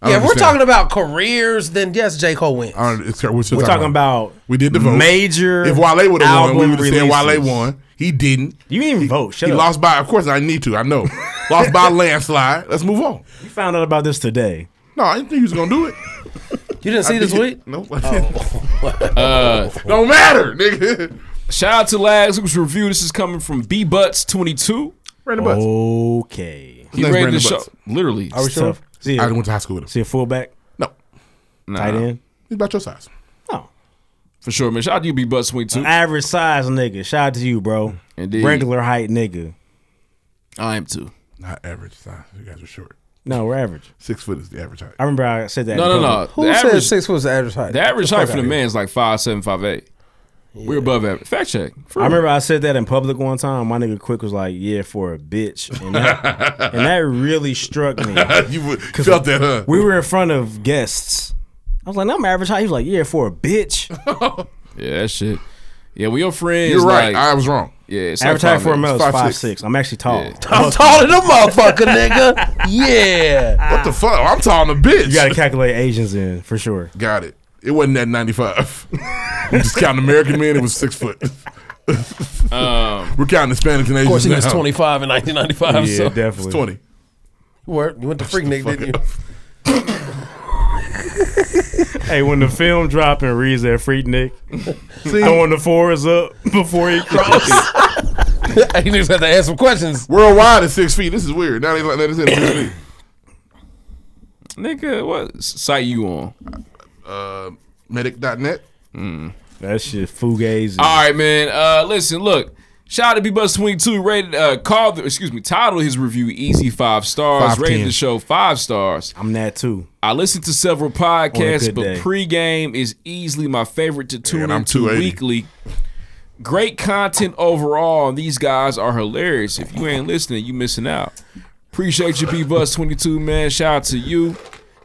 I
Yeah,
don't
if we're
understand.
talking about careers, then yes, J. Cole wins.
I don't, it's, we're still
We're
talking,
talking about
we did the vote.
major
If Wale would have won, we
album
would have said Wale
releases.
won. He didn't.
You didn't even vote. Shut
he
up.
lost by. Of course, I need to. I know. lost by a landslide. Let's move on.
You found out about this today.
No, I didn't think he was gonna do it.
You didn't
see this week?
No, I didn't.
Oh.
Uh,
Don't matter, nigga.
Shout out to Lags. It was review. This is coming from B Butts twenty two.
Brandon Butts.
Oh, Okay.
His
He
name's
rated the
Brandon
show.
Butts.
Literally.
Are we
It's
sure?
tough.
See,
I went to high school with him.
See a fullback?
No.
Nah.
Tight end?
He's about your size.
For sure, man. Shout out to you, B Butts twenty two.
Average size nigga. Shout out to you, bro.
Hmm? Indeed.
Regular height nigga.
I am too.
Not average size. You guys are short.
No, we're average.
Six foot is the average height.
I remember I said that.
No, no,
in
no.
public.
The average-
foot was the average height?
The average
The
height
fuck
for the
outta
man is like five seven, five eight. We're above average. Fact check. For
I
real.
remember I said that in public one time. My nigga Quick was like, "Yeah, for a bitch," and that, and that really struck me.
you would-
'Cause
felt that, huh?
We were in front of guests. I was like, "I'm average height." He was like, "Yeah, for a bitch."
Yeah, that shit. Yeah, when your friends.
You're right.
like-
I
was wrong.
Yeah, it's
average
like
height for a
five-
male is
five,
five
six.
six. I'm actually tall.
I'm taller than a motherfucker, nigga. Yeah.
What the fuck? I'm talking a bitch.
Ah. You got to calculate Asians in for sure.
Got it. It wasn't at 95. We're just counting American men, it was six foot.
Um,
We're counting Hispanics and Asians.
Of course, he was
now.
25 in 1995.
Yeah,
so.
definitely. It's 20.
You, were, you went to Freak Nick, didn't you?
Hey, when the film drop and reads that freak Nick,
See?
throwing the fours up before he crosses.
you just have to ask some questions.
Worldwide is six feet. This is weird. Now they like that is in six feet.
Nigga, what site you on?
Uh, medic.net.
Mm.
That shit fugazi.
All right, man. Uh, listen, look. Shout out to B Bus Swing Two. Rated, uh, called, excuse me, titled his review "Easy Five Stars."
Five
rated
ten.
the show five stars.
I'm that too.
I listened to several
On a
podcasts,
good
but
day.
pregame is easily my favorite to tune
Man, I'm
into
280.
weekly. Great content overall, and these guys are hilarious. If you ain't listening, you missing out. Appreciate you, B Bus Twenty Two, man. Shout out to you,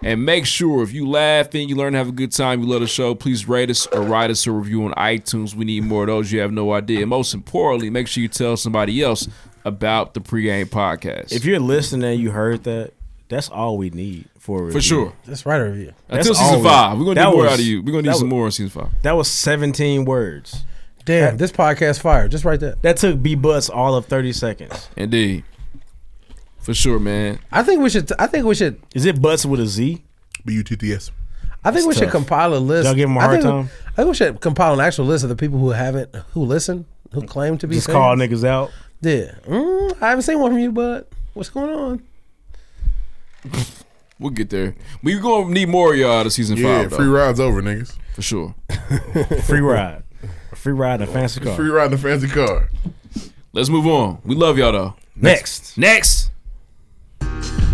and make sure if you laugh and you learn, to have a good time, you love the show. Please rate us or write us a review on iTunes. We need more of those. You have no idea. Most importantly, make sure you tell somebody else about the pregame podcast.
If you're listening and you heard that, that's all we need for a review.
sure.
That's right over here.
That's
Until season
all we-
five, we're gonna
That
need more
was-
out of you. We're gonna
that
need some
was-
more in season five.
That was 17 words.
Damn, this podcast fire. Just right there.
That took B Butts all of 30 seconds.
Indeed. For sure, man.
I think we should. I think we should.
Is it Butts with a Z?
B U T T S.
I think
That's
we should
tough.
compile a list.
Y'all give him a
I
hard
think-
time?
I think we should compile an actual list of the people who haven't, who listen, who claim to be.
Just
fans.
call niggas out.
Yeah. Mm, I haven't seen one from you, bud. What's going on?
We'll get there. We're gonna need more of y'all to season
Yeah,
five.
free
though.
ride's over, niggas.
For sure.
Free ride. A free ride in a fancy car.
Free ride in a fancy car.
Let's move on. We love y'all though.
Next.
Next.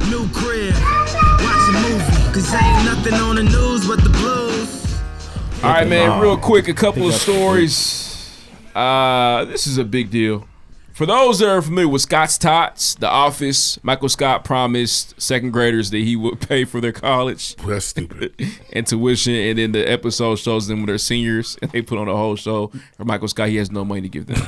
New crib, watch a movie, cause ain't nothing on the news but the blues.
All right, man.
Wow.
Real quick, a couple
Pick
of
up.
stories. Uh, this is a big deal. For those that are familiar with Scott's Tots, The Office, Michael Scott promised second graders that he would pay for their college.
That's stupid.
and tuition. And then the episode shows them when they're seniors and they put on a whole show for Michael Scott. He has no money to give them.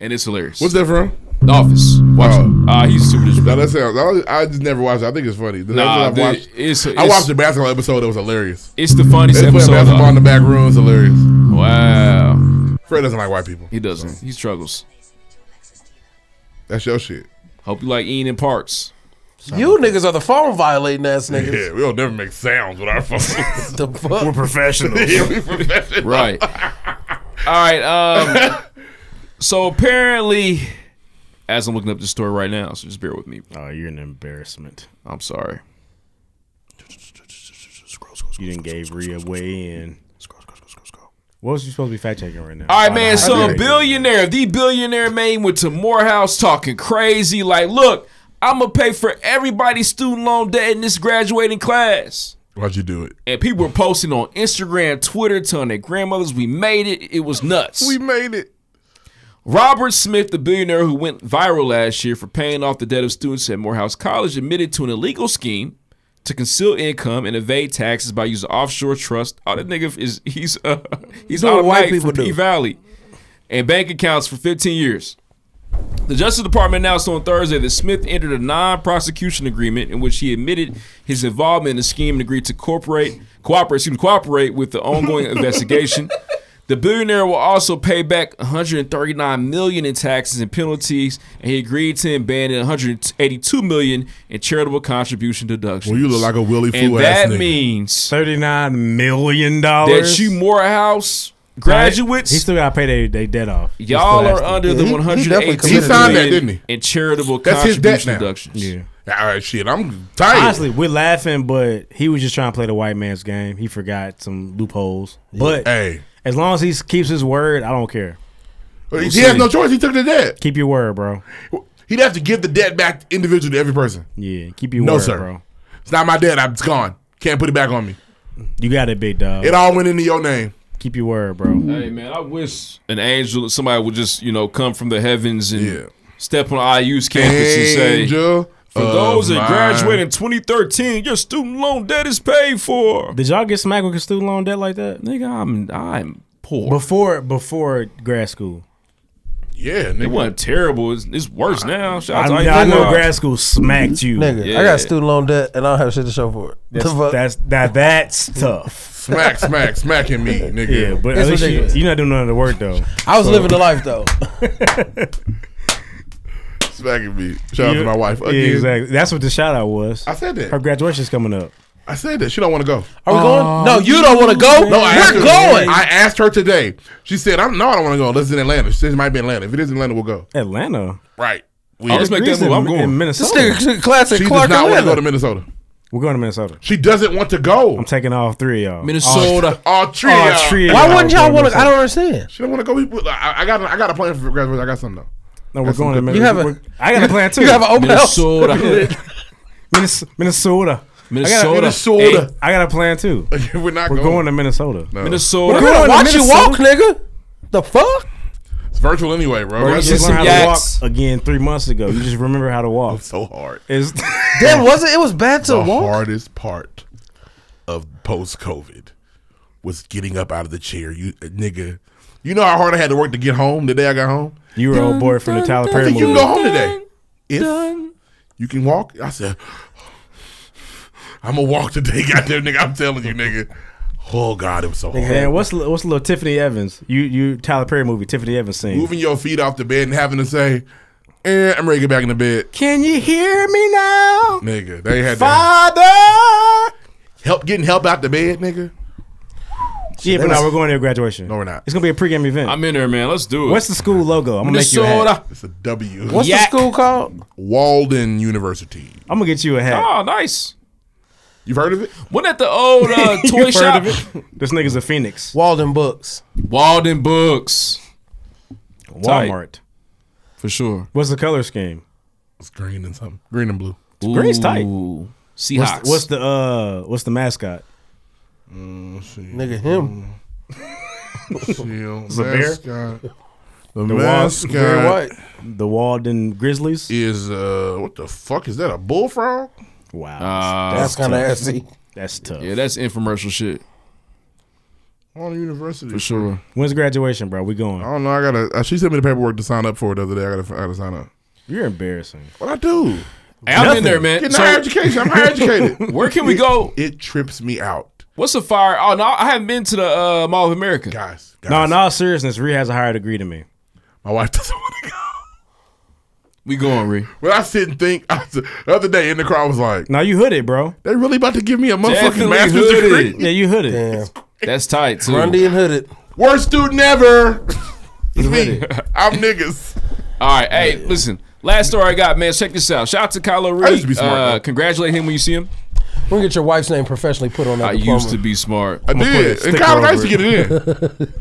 and it's hilarious.
What's that from?
The Office. Watch it. Uh, he's super
No, that sounds. I, I just never watched. it. I think it's funny. The
Nah,
last time I
dude,
watched,
it's-
I
it's-
watched the basketball episode. That was hilarious.
It's the funniest
They playing
episode of-
basketball in the back room is hilarious.
Wow.
Fred doesn't like white people.
He doesn't. He struggles.
That's your shit.
Hope you like Ian and Parks.
You niggas are the phone violating ass niggas.
Yeah, we don't never make sounds with our phones.
the fuck?
We're professionals. Yeah, we professionals.
Right. All right. Um, so apparently, as I'm looking up this story right now, so just bear with me.
Oh, you're an embarrassment.
I'm sorry.
You didn't gave Rhea way in. What was you supposed to be fact checking right now?
All right, man. So a
Okay.
billionaire, the billionaire man went to Morehouse talking crazy. Like, look, I'm going to pay for everybody's student loan debt in this graduating class.
Why'd you do it?
And people were posting on Instagram, Twitter, telling their grandmothers, we made it. It was nuts.
We made it.
Robert Smith, the billionaire who went viral last year for paying off the debt of students at Morehouse College, admitted to an illegal scheme to conceal income and evade taxes by using offshore trust. Oh, that nigga is he's uh, he's
Do what
out of
white
white
people
for
do.
P Valley and bank accounts for 15 years. The Justice Department announced on Thursday that Smith entered a non-prosecution agreement in which he admitted his involvement in the scheme and agreed to cooperate, cooperate, excuse me, cooperate with the ongoing investigation. The billionaire will also pay back 139 million in taxes and penalties, and he agreed to abandon 182 million in charitable contribution deductions.
Well, you look like a Willie
and
Flew ass
that
nigga.
means
thirty nine million dollars.
that you Morehouse graduates,
He still got to pay their they debt off. He
y'all
still has
are
to.
under the 118
He signed that, didn't
million
he?
in charitable
That's his debt
contribution
now.
deductions. Yeah.
All right, shit. I'm tired.
Honestly, we're laughing, but he was just trying to play the white man's game. He forgot some loopholes. But
hey,
as long as he keeps his word, I don't care.
he has no choice. He took the debt.
Keep your word, bro.
He'd have to give the debt back individually to every person.
Yeah, keep your
no,
word,
sir.
bro.
It's not my debt. I'm, it's gone. Can't put it back on me.
You got it, big dog.
It all went into your name.
Keep your word, bro.
Hey man, I wish an angel, somebody would just you know come from the heavens and step on IU's campus and say,
Angel
for
of
those that
mine."
graduate in 2013, your student loan debt is paid for.
Did y'all get smacked with a student loan debt like that?
Nigga, I'm I'm poor.
Before before grad school.
Yeah, nigga.
It wasn't terrible. It's, it's worse now. Shout
I,
out to all
know-
you
I know
niggas.
grad school smacked you.
Nigga, I got student loan debt and I don't have shit to show for it.
That's,
The fuck?
that's that that's tough.
Smack, smack, smacking me, nigga.
Yeah, but
It's
at least you,
ridiculous.
you're not doing none of the work though.
I was
So-
living the life though.
smacking me. Shout out to my wife.
Yeah,
Again.
exactly. That's what the shout out was. I
said that.
Her graduation's coming up.
I said that. She don't want to go.
Are we going? No, you don't wanna go?
No, I
We're
asked her-
Oh, going.
I asked her today. She said, I'm no, I don't want to go. This is in Atlanta. She said it might be Atlanta. If it is in Atlanta, we'll go.
Atlanta.
Right.
Oh, let's make that move. I'm going. In Minnesota. This nigga classic
She
Clark
does not want to
Atlanta.
go to Minnesota.
We're going to Minnesota.
She doesn't want to go.
I'm taking all three of y'all.
Minnesota.
All, all three.
All
of y'all.
three of Why y'all wouldn't y'all go to wanna- I don't Minnesota.
understand.
She don't want to go. We- we- I, I got. I got a plan for graduation. I got something though.
Oh, No, we're
Got some
going to
good-
Minnesota. We're- I got a plan too.
You have an open house.
Minnesota.
Minnesota. Minnesota. I got a,
Minnesota.
Minnesota. I got a plan too.
we're not
We're
going.
going, to Minnesota.
Minnesota.
We're gonna watch you walk, nigga. The fuck?
It's virtual anyway, bro.
Bro, you
Let's
just
get
learned
some
how to walk
yaks.
again three months ago. You just remember how to walk.
so hard.
It's
Damn, was it? It was bad to
the
walk.
hardest part of post COVID was getting up out of the chair. You uh, nigga, you know how hard I had to work to get home the day I got home.
You were old boy from the Tyler
I
Perry
think you can
movie.
go home today if you can walk. I said, I'm gonna walk today, goddamn nigga. I'm telling you, nigga. Oh God, it was so hard.
Man, what's what's the little Tiffany Evans? You you Tyler Perry movie Tiffany Evans scene.
Moving your feet off the bed and having to say, eh, I'm ready to get back in the bed.
Can you hear me now?
Nigga, they had to
Father.
help getting help out the bed, nigga.
Yeah, but no, we're going to your graduation. No,
we're not.
It's gonna be a pregame event.
I'm in there, man. Let's do it.
What's the school logo? I'm gonna make you a hat.
It's a W.
What's the Yak. school
called?
Walden University.
I'm gonna get you a hat.
Oh, nice.
You've heard of it?
Wasn't that the old uh,
You
toy
heard
shop?
of it? This nigga's a phoenix.
Walden Books.
Walden Books. Tight.
Walmart.
For sure.
What's the color scheme?
It's green and something. Green and blue.
Green's tight.
Ooh. Seahawks.
What's, what's the uh what's the mascot?
Nigga, him.
Seal,
It's a bear?
mascot. The,
Wal-
mascot
The Walden Grizzlies
is uh, what the fuck is that? A bullfrog?
Wow,
That's kinda
tough.
assy.
That's tough.
Uh, Yeah, that's infomercial shit
On university
for sure.
When's graduation, bro? We going?
I don't know. I gotta. Uh, she sent me the paperwork to sign up for it the other day. I gotta. I gotta sign up.
You're embarrassing.
What I do?
Hey, I'm in there, man.
Getting higher education. I'm higher educated.
Where can we
It-
go?
It trips me out.
What's the fire? Oh no, I haven't been to the uh, Mall of America.
Guys,
No, in all seriousness, Rhea has a higher degree than me.
My wife doesn't want to go.
We going, Ree.
Well, I sit and think. I, the other day in the car, I was like,
"No, you hooded, bro.
They really about to give me a motherfucking
Definitely
master's
hooded.
degree.
Yeah, you hooded.
That's tight too.
Grundy and hooded. Worst student ever. It's me. I'm niggas.
All right, hey, listen. Last story I got, man. Check this out. Shout out to Kylo Ree.
used to be smart,
Uh,
though.
congratulate him when you see him.
We'll get your wife's name professionally put on that
I
diploma.
used to be smart.
I
I'm gonna
did.
put a
In
sticker
college, I
over
used to get it in.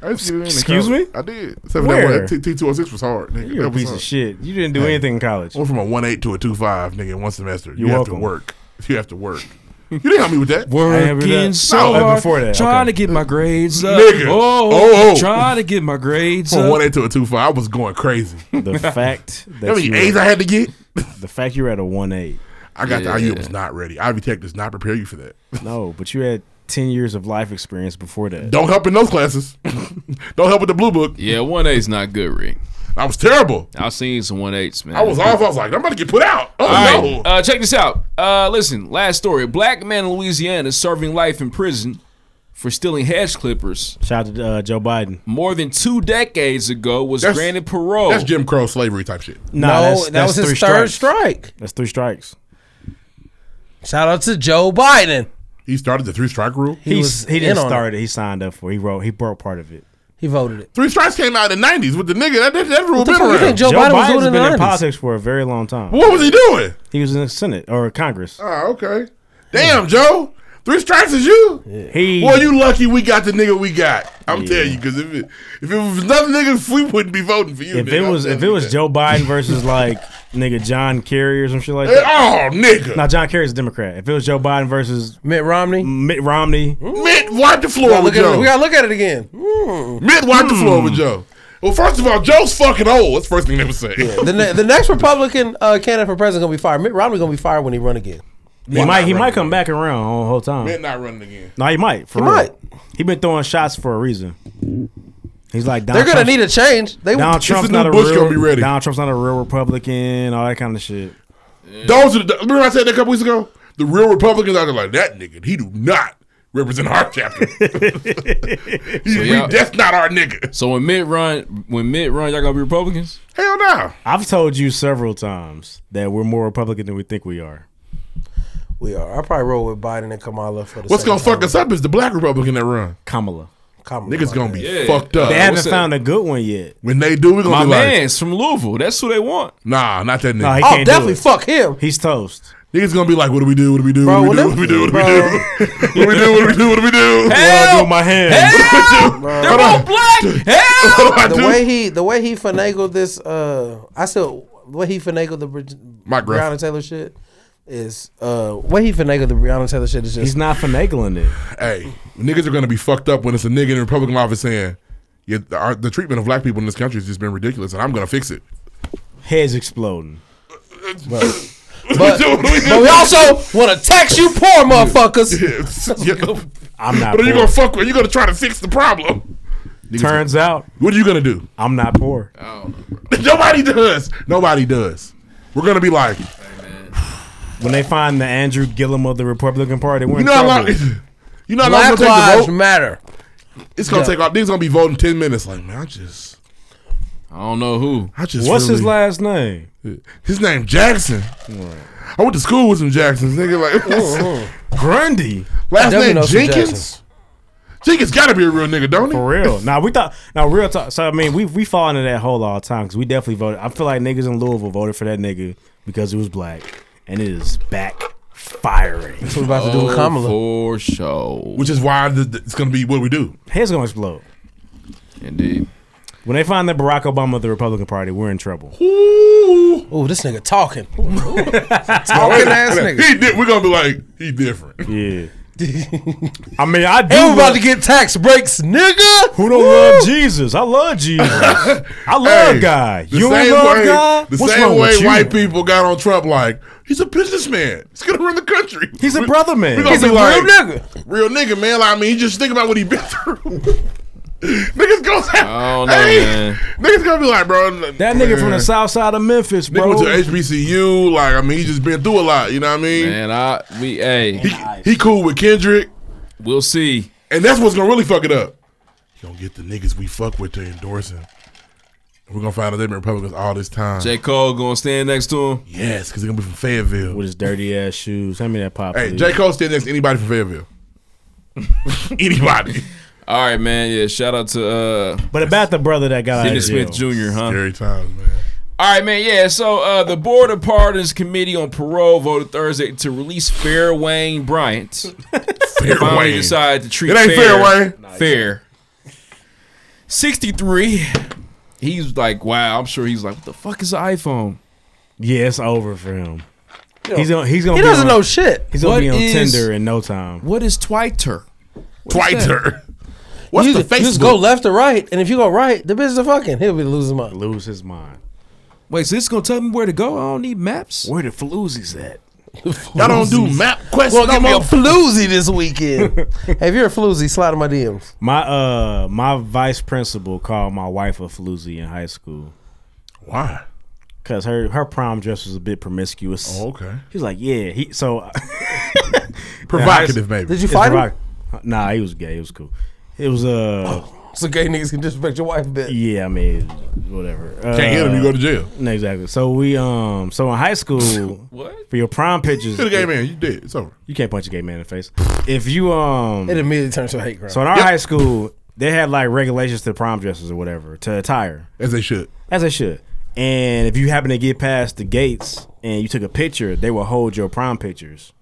I used to get it in in
Excuse
college.
me?
I did. Except for
Where?
that one. T two hundred six was hard. Nigga.
You're a
That was
piece
hard.
of shit. You didn't do
Hey.
anything in college.
Went from a one eight to a two five, nigga, in one semester. you
You're
have to
welcome.
work. You have to work. You didn't help me with that.
Working
No.
so hard, Oh, before that, trying
okay.
to get my
grades
up.
Nigga.
Oh,
oh, oh.
trying
to get my grades
From
up.
one eight to a two five, I was going crazy.
The fact
how
that
many
you
A's
were-
I had to get.
The fact you were at a one eight.
I got the IU was not ready. Ivy Tech does not prepare you for that.
No, but you had ten years of life experience before that.
Don't help in those classes. Don't help with the blue book.
Yeah, one eight's not good, Ree.
I was terrible.
I've seen some one eights, man.
I was off. I was like, I'm about to get put out. Oh
All right,
no.
uh, check this out. Uh, listen, last story. A black man in Louisiana is serving life in prison for stealing hedge clippers.
Shout out to uh, Joe Biden.
More than two decades ago, was
That's-
granted parole.
That's Jim Crow slavery type shit.
Nah,
no,
that's-
that
that's
was his
three
third
strikes.
strike.
That's three strikes.
Shout out to Joe Biden.
He started the three strike rule.
He,
was
he
in
didn't
on it.
start it. He signed up for. it. He wrote. He broke part of it.
He voted it.
Three strikes came out in the '90s with the nigga. That that, that rule
What the
been
fuck you
around.
think Joe Biden was doing
Biden's
in
been
the
in
90s?
politics for a very long time.
What was he doing?
He was in the Senate or Congress.
Oh, okay. Damn, Joe. Three strikes is you.
He
Well, you lucky we got the nigga we got. I'm telling you, because if it, if it was another nigga, we wouldn't be voting for you.
if
nigga.
it
I'm
was if
telling
it
you
was
that.
Joe Biden versus like nigga John Kerry or some shit like
Hey,
that.
oh, nigga.
Now John Kerry's a Democrat. If it was Joe Biden versus
Mitt Romney,
Mitt Romney,
Hmm?
Mitt wiped the floor
Gotta
with
look at
Mm. Joe.
it- we gotta look at it again.
Mitt wiped the
Hmm.
floor with Joe. Well, first of all, Joe's fucking old. That's the first thing they would say.
The, ne- the next Republican uh, candidate for president gonna be fired. Mitt Romney gonna be fired when he run again.
he might he might come back around the whole time.
Mitt not running again.
No, he might. For
He
real.
might.
He been throwing shots for a reason. He's like
They're gonna need a change. They
Donald Trump's not a
Bush
real.
gonna be ready.
Donald Trump's not a real Republican. All that kind of shit.
Those are the. Remember I said that a couple weeks ago. The real Republicans out there like that nigga. He do not represent our chapter. He-
So
we-
y'all-
that's not our nigga.
So when mid run, when mid run, y'all gonna be Republicans?
Hell no.
I've told you several times that we're more Republican than we think we are.
We are. I probably roll with Biden and Kamala for the
What's
second
gonna fuck
time.
us up is the black Republican that run.
Kamala.
Kamala,
Niggas
my
gonna
bad.
be fucked up.
They haven't found a good one yet.
when they do, we gonna
My
be like,
man's from Louisville. That's who they want.
nah, not that nigga.
No, he
I'll
can't
definitely
do it.
fuck him.
He's toast.
Niggas gonna be like, what do we do? What do we do?
Bro,
what do
when
we do? What do we
them-
do? What do we do? What do we do? What do we do?
What do I do with my hand?
They're all
black.
Hell,
the way he the way he finagled this uh I still the way he finagled the Bri-
My graph.
Breonna Taylor shit is uh way he finagled the Breonna Taylor shit is just
He's not finagling it.
hey, niggas are gonna be fucked up when it's a nigga in the Republican office saying, yeah, the, our, the treatment of black people in this country has just been ridiculous, and I'm gonna fix it.
Heads exploding.
but, but we also want to tax you poor motherfuckers.
Yeah.
I'm not
What are you
poor.
gonna fuck with? You gonna try to fix the problem? Niggas-
Turns out
What are you gonna do?
I'm not poor.
Nobody does. Nobody does. We're gonna be like,
When they find the Andrew Gillum of the Republican Party, we're
you
in
know, how long,
trouble.
you know, how long
Black
it's gonna take
lives
to vote.
matter.
It's gonna
Yeah.
take off. Niggas gonna be voting ten minutes. Like, man, I just,
I don't know who.
I just.
What's his
really-
last name?
His name Jackson. I went to school with some Jacksons. Nigga, like
Grundy.
last
Definitely
name
know some
Jenkins.
Jacksons.
Jenkins gotta be a real nigga, don't he?
For real. Now we thought. Now real talk. So I mean, we we fall into that hole all the time because we definitely voted. I feel like niggas in Louisville voted for that nigga because it was black, and it is backfiring.
That's what we about to do
Oh,
with Kamala.
for sure.
Which is why th- th- it's gonna be what we do.
Heads gonna explode
Indeed.
when they find that Barack Obama of the Republican Party. We're in trouble.
Ooh.
Ooh, this nigga talking.
Wait a
talking
minute,
ass
wait a minute.
nigga.
He di- we're gonna be like, he different.
Yeah. I mean, I do.
You about to get tax breaks, nigga.
Who don't love Jesus? I love Jesus. I love God.
The
You don't
same
love
way,
God?
The
What's
same
wrong
way
with you?
white people got on Trump, like he's a businessman. He's gonna run the country.
He's a brother man.
We gonna
He's
be
a real
like,
nigga.
Real nigga, man. Like, I mean, just think about what he been through. niggas gonna say,
I don't know,
hey,
man.
niggas gonna be like, bro,
That nigga from the south side of Memphis,
Nigga
bro.
went to HBCU. Like, I mean, he just been through a lot. You know what I mean?
Man, I we hey.
He cool with Kendrick.
We'll see.
And that's what's gonna really fuck it up. He gonna get the niggas we fuck with to endorse him. And We're gonna find out they've been Republicans all this time.
J. Cole gonna stand next to him.
Yes, because he's gonna be from Fayetteville
with his dirty ass shoes. Hand me that pop.
Hey,
please.
J. Cole stand next to anybody from Fayetteville. anybody.
All right, man. Yeah, shout out to uh
But about the brother that got out
Dennis
of jail.
Smith Jr. Huh?
Scary times, man.
All right, man. Yeah. So uh, the Board of Pardons Committee on Parole voted Thursday to release Fair Wayne Bryant. Fair
Wayne.
decided to treat
It ain't fair, Wayne.
Fair. Sixty-three. He's like, wow. I'm sure he's like, what the fuck is an iPhone?
Yeah, it's over for him. He's gonna. He's gonna.
He
be
doesn't
on-
know shit.
He's gonna
What
be on
is-
Tinder in no time.
What is Twiter? What is that?
Twiter. What's
you
the
just- you Just go
Facebook?
left or right, and if you go right, the bitch is fucking. He'll be losing mind.
Lose his mind.
Wait, so this is gonna tell me where to go? I don't need maps.
Where the floozies at?
Y'all don't do map quests.
Well,
no
get me a
more.
floozy this weekend. hey, if you're a floozy, slide in my DMs.
My uh, my vice principal called my wife a floozy in high school.
Why?
Cause her her prom dress was a bit promiscuous.
Oh, okay.
He was like, yeah, he so uh,
Provocative, maybe. Did you
It's
fight him?
provoc- Nah, he was gay. It was cool. It was uh.
Oh.
So gay niggas can disrespect your wife a bit.
Yeah, I mean, whatever.
Can't hit him, you go to jail.
No, exactly. So we um, so in high school,
what
for your prom pictures?
Hit a gay man. You did. It's over.
You can't punch a gay man in the face. If you um,
It immediately turns to a hate crime.
So in our high school, they had like regulations to prom dresses or whatever to attire,
as they should,
as they should. And if you happen to get past the gates and you took a picture, they will hold your prom pictures.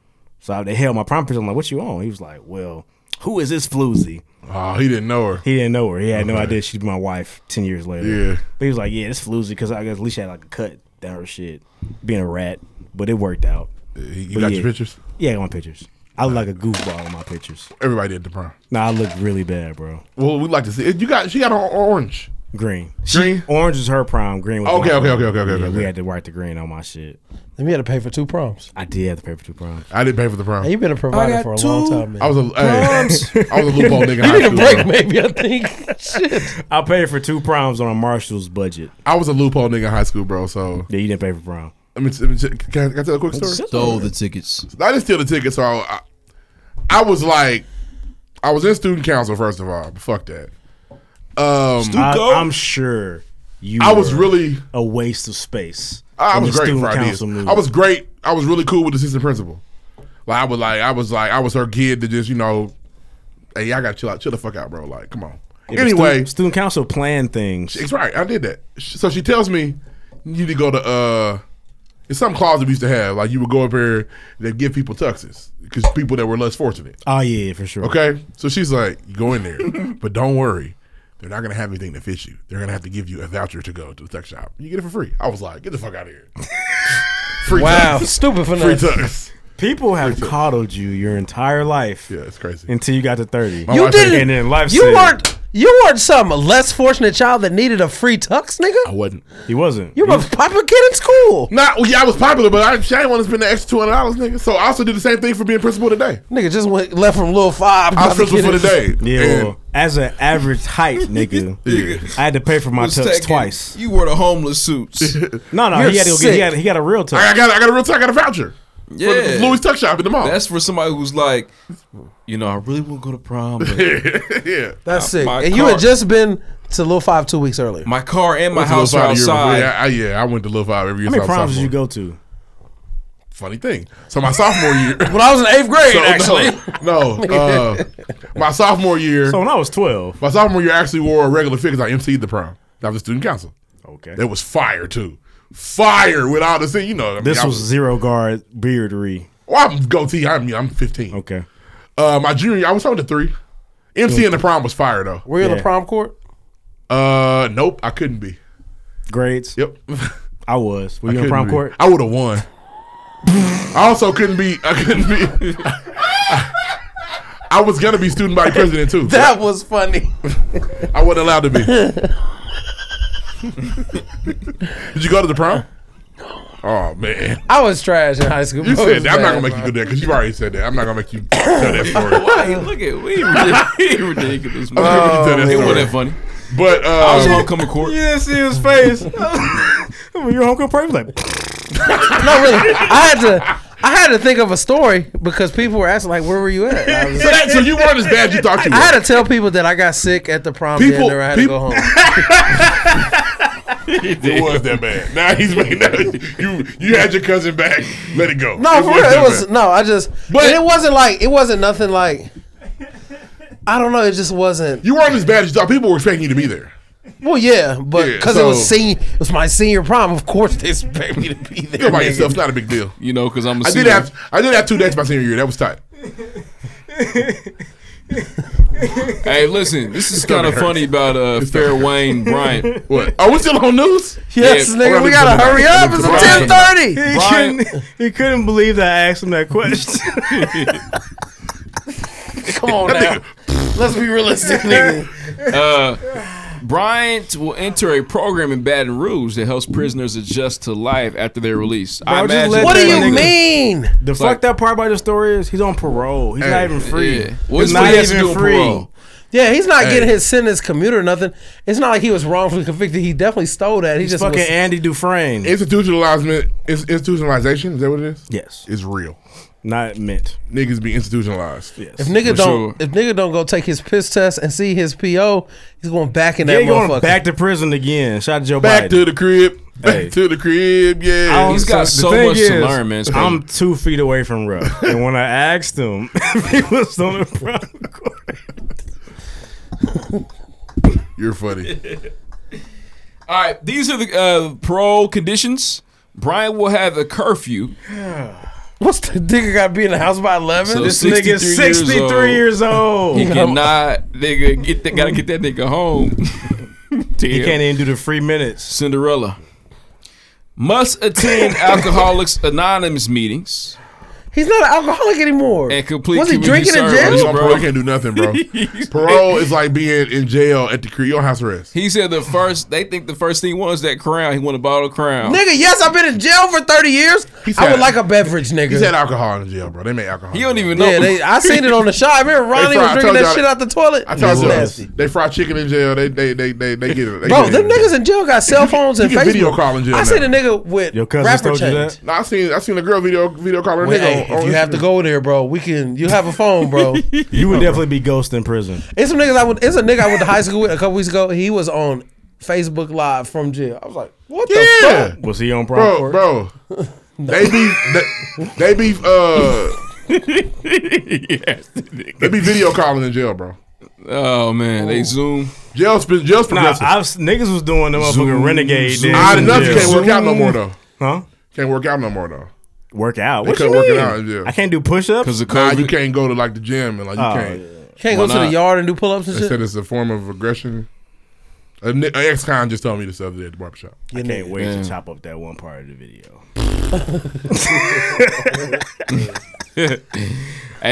So they held my prom picture. I'm like, "What you on?" He was like, "Well, who is this floozy?"
Oh, he didn't know her.
He didn't know her. He had no
Okay.
idea she'd be my wife ten years later.
Yeah.
but he was like, "Yeah, this floozy," because I guess at least she had like a cut down her shit, being a rat. But it worked out.
You
But
got
yeah.
your pictures?
Yeah, I got my pictures. I look like a goofball in my pictures.
Everybody did the prom.
Nah, I look really bad, bro.
Well, we'd like to see. it. You got she got on orange.
Green. Green. orange is her prom. Green. Was
Okay,
my
okay,
prom.
okay, okay, okay,
Yeah,
okay.
We had to write the green on my shit.
Then we had to pay for two proms.
I did have to pay for two proms.
I didn't pay for the prom.
Hey, you've been a provider for a long time, man.
I was a hey, I was a loophole nigga. in
You
high
need a
school,
break,
bro.
Maybe I think shit.
I paid for two proms on a Marshall's budget.
I was a loophole nigga in high school, bro. So
yeah, you didn't pay for prom.
Let me, let me can, I, can I tell a quick story?
Stole the tickets.
I didn't steal the ticket, so I, I, I was like, I was in student council first of all. But fuck that. Um,
I, am sure you.
I was
were
really-
a waste of space.
I
when
was
the
great
student
for ideas.
council moved.
I was great. I was really cool with the assistant principal. Like I was like I was like I was her kid to just you know, hey, I got to chill out, chill the fuck out, bro. Like come on.
Yeah, but
anyway,
student, student council planned things.
It's right. I did that. Sh- So she tells me you need to go to uh, it's some closet we used to have. Like you would go up here, they'd give people tuxes because people that were less fortunate.
Oh yeah, for sure.
Okay, so she's like, you go in there, but don't worry, they're not gonna have anything to fit you. They're gonna have to give you a voucher to go to the tux shop. You get it for free. I was like, get the fuck out of here. free
Wow.
tux.
Stupid for
free
nothing.
tux.
People have coddled you your entire life. Yeah,
it's crazy.
Until you got to thirty,
you didn't.
and then life.
you
said-
weren't. You weren't some less fortunate child that needed a free tux, nigga. I
wasn't.
He wasn't.
You were a popular kid in school.
Nah, well, yeah, I was popular, but I, I didn't want to spend the extra two hundred dollars, nigga. So I also did the same thing for being principal today.
Nigga just went left from little five.
I was principal for the day.
Yeah,
And-
well, as an average height nigga, I had to pay for my
Was
tux
taking-
twice.
You wore the homeless suits.
No, no, he had to go get, he had he got a real tux.
I got I got a real tux. I got a voucher.
Yeah,
For Louis Tuck Shop in the
Oh.
mall.
That's for somebody who's like, you know, I really want to go to prom. But
yeah,
That's sick.
My
and you had
car-
just been to little five two weeks earlier.
my car and my
Went to
house
Lil
are
Five the year
outside.
before. Yeah, I, yeah, I went to Lil Five every year. since
How many
I was
proms did you
sophomore.
go to?
Funny thing. So my sophomore year,
when I was in eighth grade,
actually, no, uh, my sophomore year. So
when I was twelve,
my sophomore year I actually wore a regular fit because I emceed the prom. That was student council.
Oh, Okay,
that was fire too. Fire without a thing, you know. I mean,
This
I
was zero guard beardery.
Well, I'm goatee. I'm I'm 15.
Okay.
Uh, my junior, year, I was on to three. MC in the prom was fire though.
Were you in the prom court?
Uh, nope, I couldn't be.
Grades.
Yep.
I was. Were you
I couldn't
on prom
be.
court?
I would have won. I also couldn't be. I couldn't be. I was gonna be student body president too.
That was funny.
I wasn't allowed to be. Did you go to the prom? Oh man,
I was trash in high school.
You
bro. It
said
was
that. I'm not
bad,
gonna make you
bro.
do that because you already said that. I'm not gonna make you tell that story.
Why? Look at we ridiculous. ridiculous man.
I'm
Oh,
gonna
Oh,
tell that
it
story.
wasn't funny.
But uh,
I was homecoming court.
You didn't see his face. when your homecoming party, like,
no, really. I had to. I had to think of a story because people were asking, like, where were you at? I was-
So, that, so you weren't as bad you thought you were.
I had to tell people that I got sick at the prom
People-
dinner. I had
people-
to go home.
it was that bad. Now he's made now you you had your cousin back. Let it go.
No,
It
for
wasn't
real, it
that
was
bad.
no. I just, but it wasn't like it wasn't nothing like. I don't know. It just wasn't.
You weren't as bad as you thought. People were expecting you to be there.
Well, yeah, but
Yeah,
because it
so-
was senior, it was my senior prom. Of course, they expect me to be there.
You're by
nigga.
yourself. It's not a big deal.
You know, because I'm a
I did
senior.
have I did have two dates my senior year. That was tight.
Hey, listen, this is kind
stomach
of
hurts.
funny about uh, Fair Wayne Bryant.
What? Are we still on news?
Yes,
Yeah,
nigga,
Brian-
we gotta hurry up. It's
Brian-
ten
he,
thirty.
Brian-
couldn't, he couldn't believe that I asked him that question.
Come on now. Let's be realistic, nigga.
uh, Bryant will enter a program in Baton Rouge that helps prisoners adjust to life after their release. I
Bro, just
imagine.
let
What
that
do you
nigga-
mean?
The
Like-
fucked up part about the story is he's on parole. He's not
Hey,
even free.
yeah. Well,
he's
it's
not
what he has to
even
do on
free.
parole.
Yeah, he's not
Hey.
getting his sentence commuted or nothing. It's not like he was wrongfully convicted. He definitely stole that. He
He's
just
fucking
was,
Andy Dufresne.
Institutionalization is institutionalization. Is that what it is?
Yes.
It's real.
Not meant.
Niggas be institutionalized.
Yes.
If nigga
For
don't, if nigga don't go take his piss test and see his PO, he's going back in
Yeah,
that
he going
motherfucker.
back to prison again. Shout out to Joe
Back
Biden.
to the crib. Back
Hey.
to the crib.
I
Yeah.
don't-
He's got so
the thing
much to learn, man. It's crazy.
I'm two feet away from rough, and when I asked him if he was on the prom court,
You're funny.
All right, these are the uh, parole conditions. Brian will have a curfew.
What's the nigga got to be in the house by eleven?
Oh,
So
this nigga is 63 years old.
He cannot, nigga, get that, gotta get that nigga home.
He can't even do the free minutes.
Cinderella. Must attend Alcoholics Anonymous meetings
He's not an alcoholic anymore.
and complete.
Was he
community
drinking in
service,
He's
jail?
on parole. Can't do nothing, bro. parole is like being in jail at the crib. You're on house arrest.
He said the first. They think the first thing he wants is that crown. He want a bottle of crown.
Nigga, yes, I've been in jail for thirty years.
He's
I would
had-
like a beverage,
He's had
nigga.
alcohol in jail, bro. They made alcohol.
He don't even know.
Yeah, they, I seen it on the shot. I remember Ronnie
Hey, Fry, I
was drinking
told
that
y'all
shit
that-
out the toilet.
I told you,
nasty.
they fry chicken in jail. They they they they, they get it. They
Bro,
get
them
it.
niggas in jail got cell phones
you
and
can
Facebook.
video call in jail
I
now.
seen a nigga with
Your cousin
rapper
told you
chains.
that?
No, I seen I seen a girl video video call her
Wait,
nigga.
hey,
on- on
if you have to
Instagram.
go there, bro, we can. You have a phone, bro.
You would definitely be ghost in prison.
It's some niggas I went. It's a nigga I went to high school with a couple weeks ago. He was on Facebook Live from jail. I was like, what the
Yeah.
fuck?
Was he on prom
bro,
court?
bro. They be they, they be uh
yes.
they be video calling in jail, bro.
Oh man, they zoom.
Jail's been jail's
Nah,
progressive.
I was, niggas was doing the motherfucking renegade. dance
Odd
in
enough, you
jail.
can't work out no more though.
Huh?
Can't work out no more though.
Work out.
They
What you
couldn't work it
mean?
out in jail.
I can't do push-ups.
Cause of
Nah,
COVID.
you can't go to like the gym and like you
Oh,
can't.
Can't
Why
go to the
not?
yard and do pull ups and
They
shit.
said it's a form of aggression. An ex con just told me this other day at the barbershop.
I can't wait
Yeah.
to chop up that one part of the video.
Hey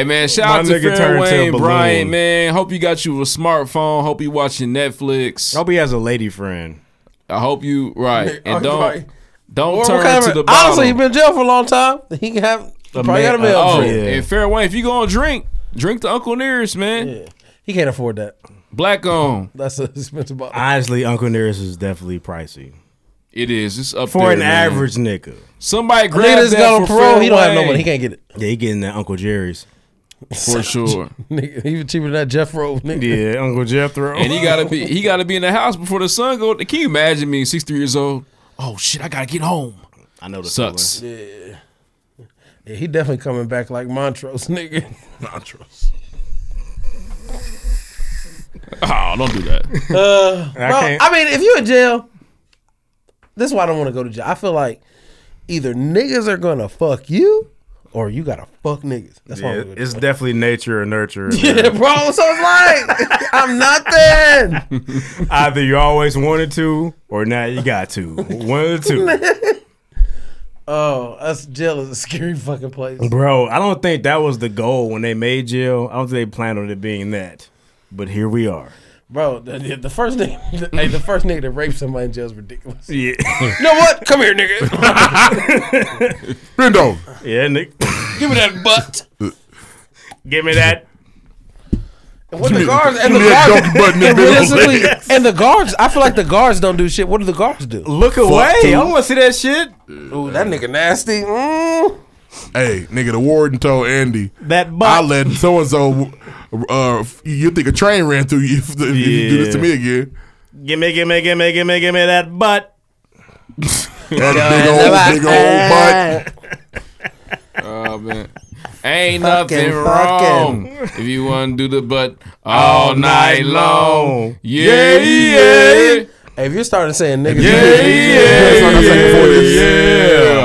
man, shout
My
out to
nigga
Fair
turned to a
Wayne
balloon.
Bryant, man. Hope you got you a smartphone. Hope you watching Netflix.
I hope he has a lady friend.
I hope you right and don't
Right.
don't
Or what
turn
kind
to
of-
the bottom.
honestly, he been in jail for a long time. He can have. probably got a male
oh,
drink.
drink.
and Fair Wayne, if you gonna drink, drink to Uncle Nearest, man.
oh.
He can't afford that.
Black on.
That's an expensive bottle.
Honestly, Uncle Nearest is definitely pricey
It is. It's up
for
there,
an
man.
average nigga.
Somebody
A nigga
grab
that's got
that
on
for
parole,
Fair
he don't have no
Wayne.
money. He can't get it.
Yeah, he getting that Uncle Jerry's.
for sure.
Nigga, even cheaper than that Jeff Rose. Nigga.
Yeah, Uncle Jethro.
and he gotta be he gotta be in the house before the sun go. Can you imagine me, sixty years old? Oh shit, I gotta get home.
I know the
Sucks.
Yeah, he definitely coming back like Montrose, nigga.
Montrose.
Oh, don't do that.
feeling. I
Bro,
can't.
I mean, if you in jail, this is why I don't want to go to jail. I feel like either niggas are gonna fuck you, or you gotta fuck niggas. That's why.
yeah,
I'm
it's definitely nature or nurture.
yeah, bro. So it's like I'm nothing.
Either you always wanted to, or now you got to. One of the two.
Oh, us jail is a scary fucking place.
Bro, I don't think that was the goal when they made jail. I don't think they planned on it being that. But here we are.
Bro, the, the- the first nigga, hey, the first nigga that raped somebody in jail is ridiculous.
Yeah.
you know what? Come here, nigga.
Bend over.
Yeah, Nick.
Give me that butt.
Give me that.
And what
Give
the
me-
guards and the
give me that
guards
donkey butt in the
and
middle.
realistically, and the guards, I feel like the guards don't do shit. What do the guards do?
Look
away. I don't
want to see that shit.
Ooh, that nigga nasty. Mm.
Hey, nigga, the warden told Andy
that
I let so and so. Uh, f- you think a train ran through you if, if you do this to me
Yeah.
again?
Gimme, gimme, gimme, gimme, gimme that butt.
That big old, big old butt.
Oh man. Ain't
Fucking,
nothing wrong if you want to do the butt all night long. Yeah, yeah.
Hey, if you're starting saying niggas,
Yeah,
yeah,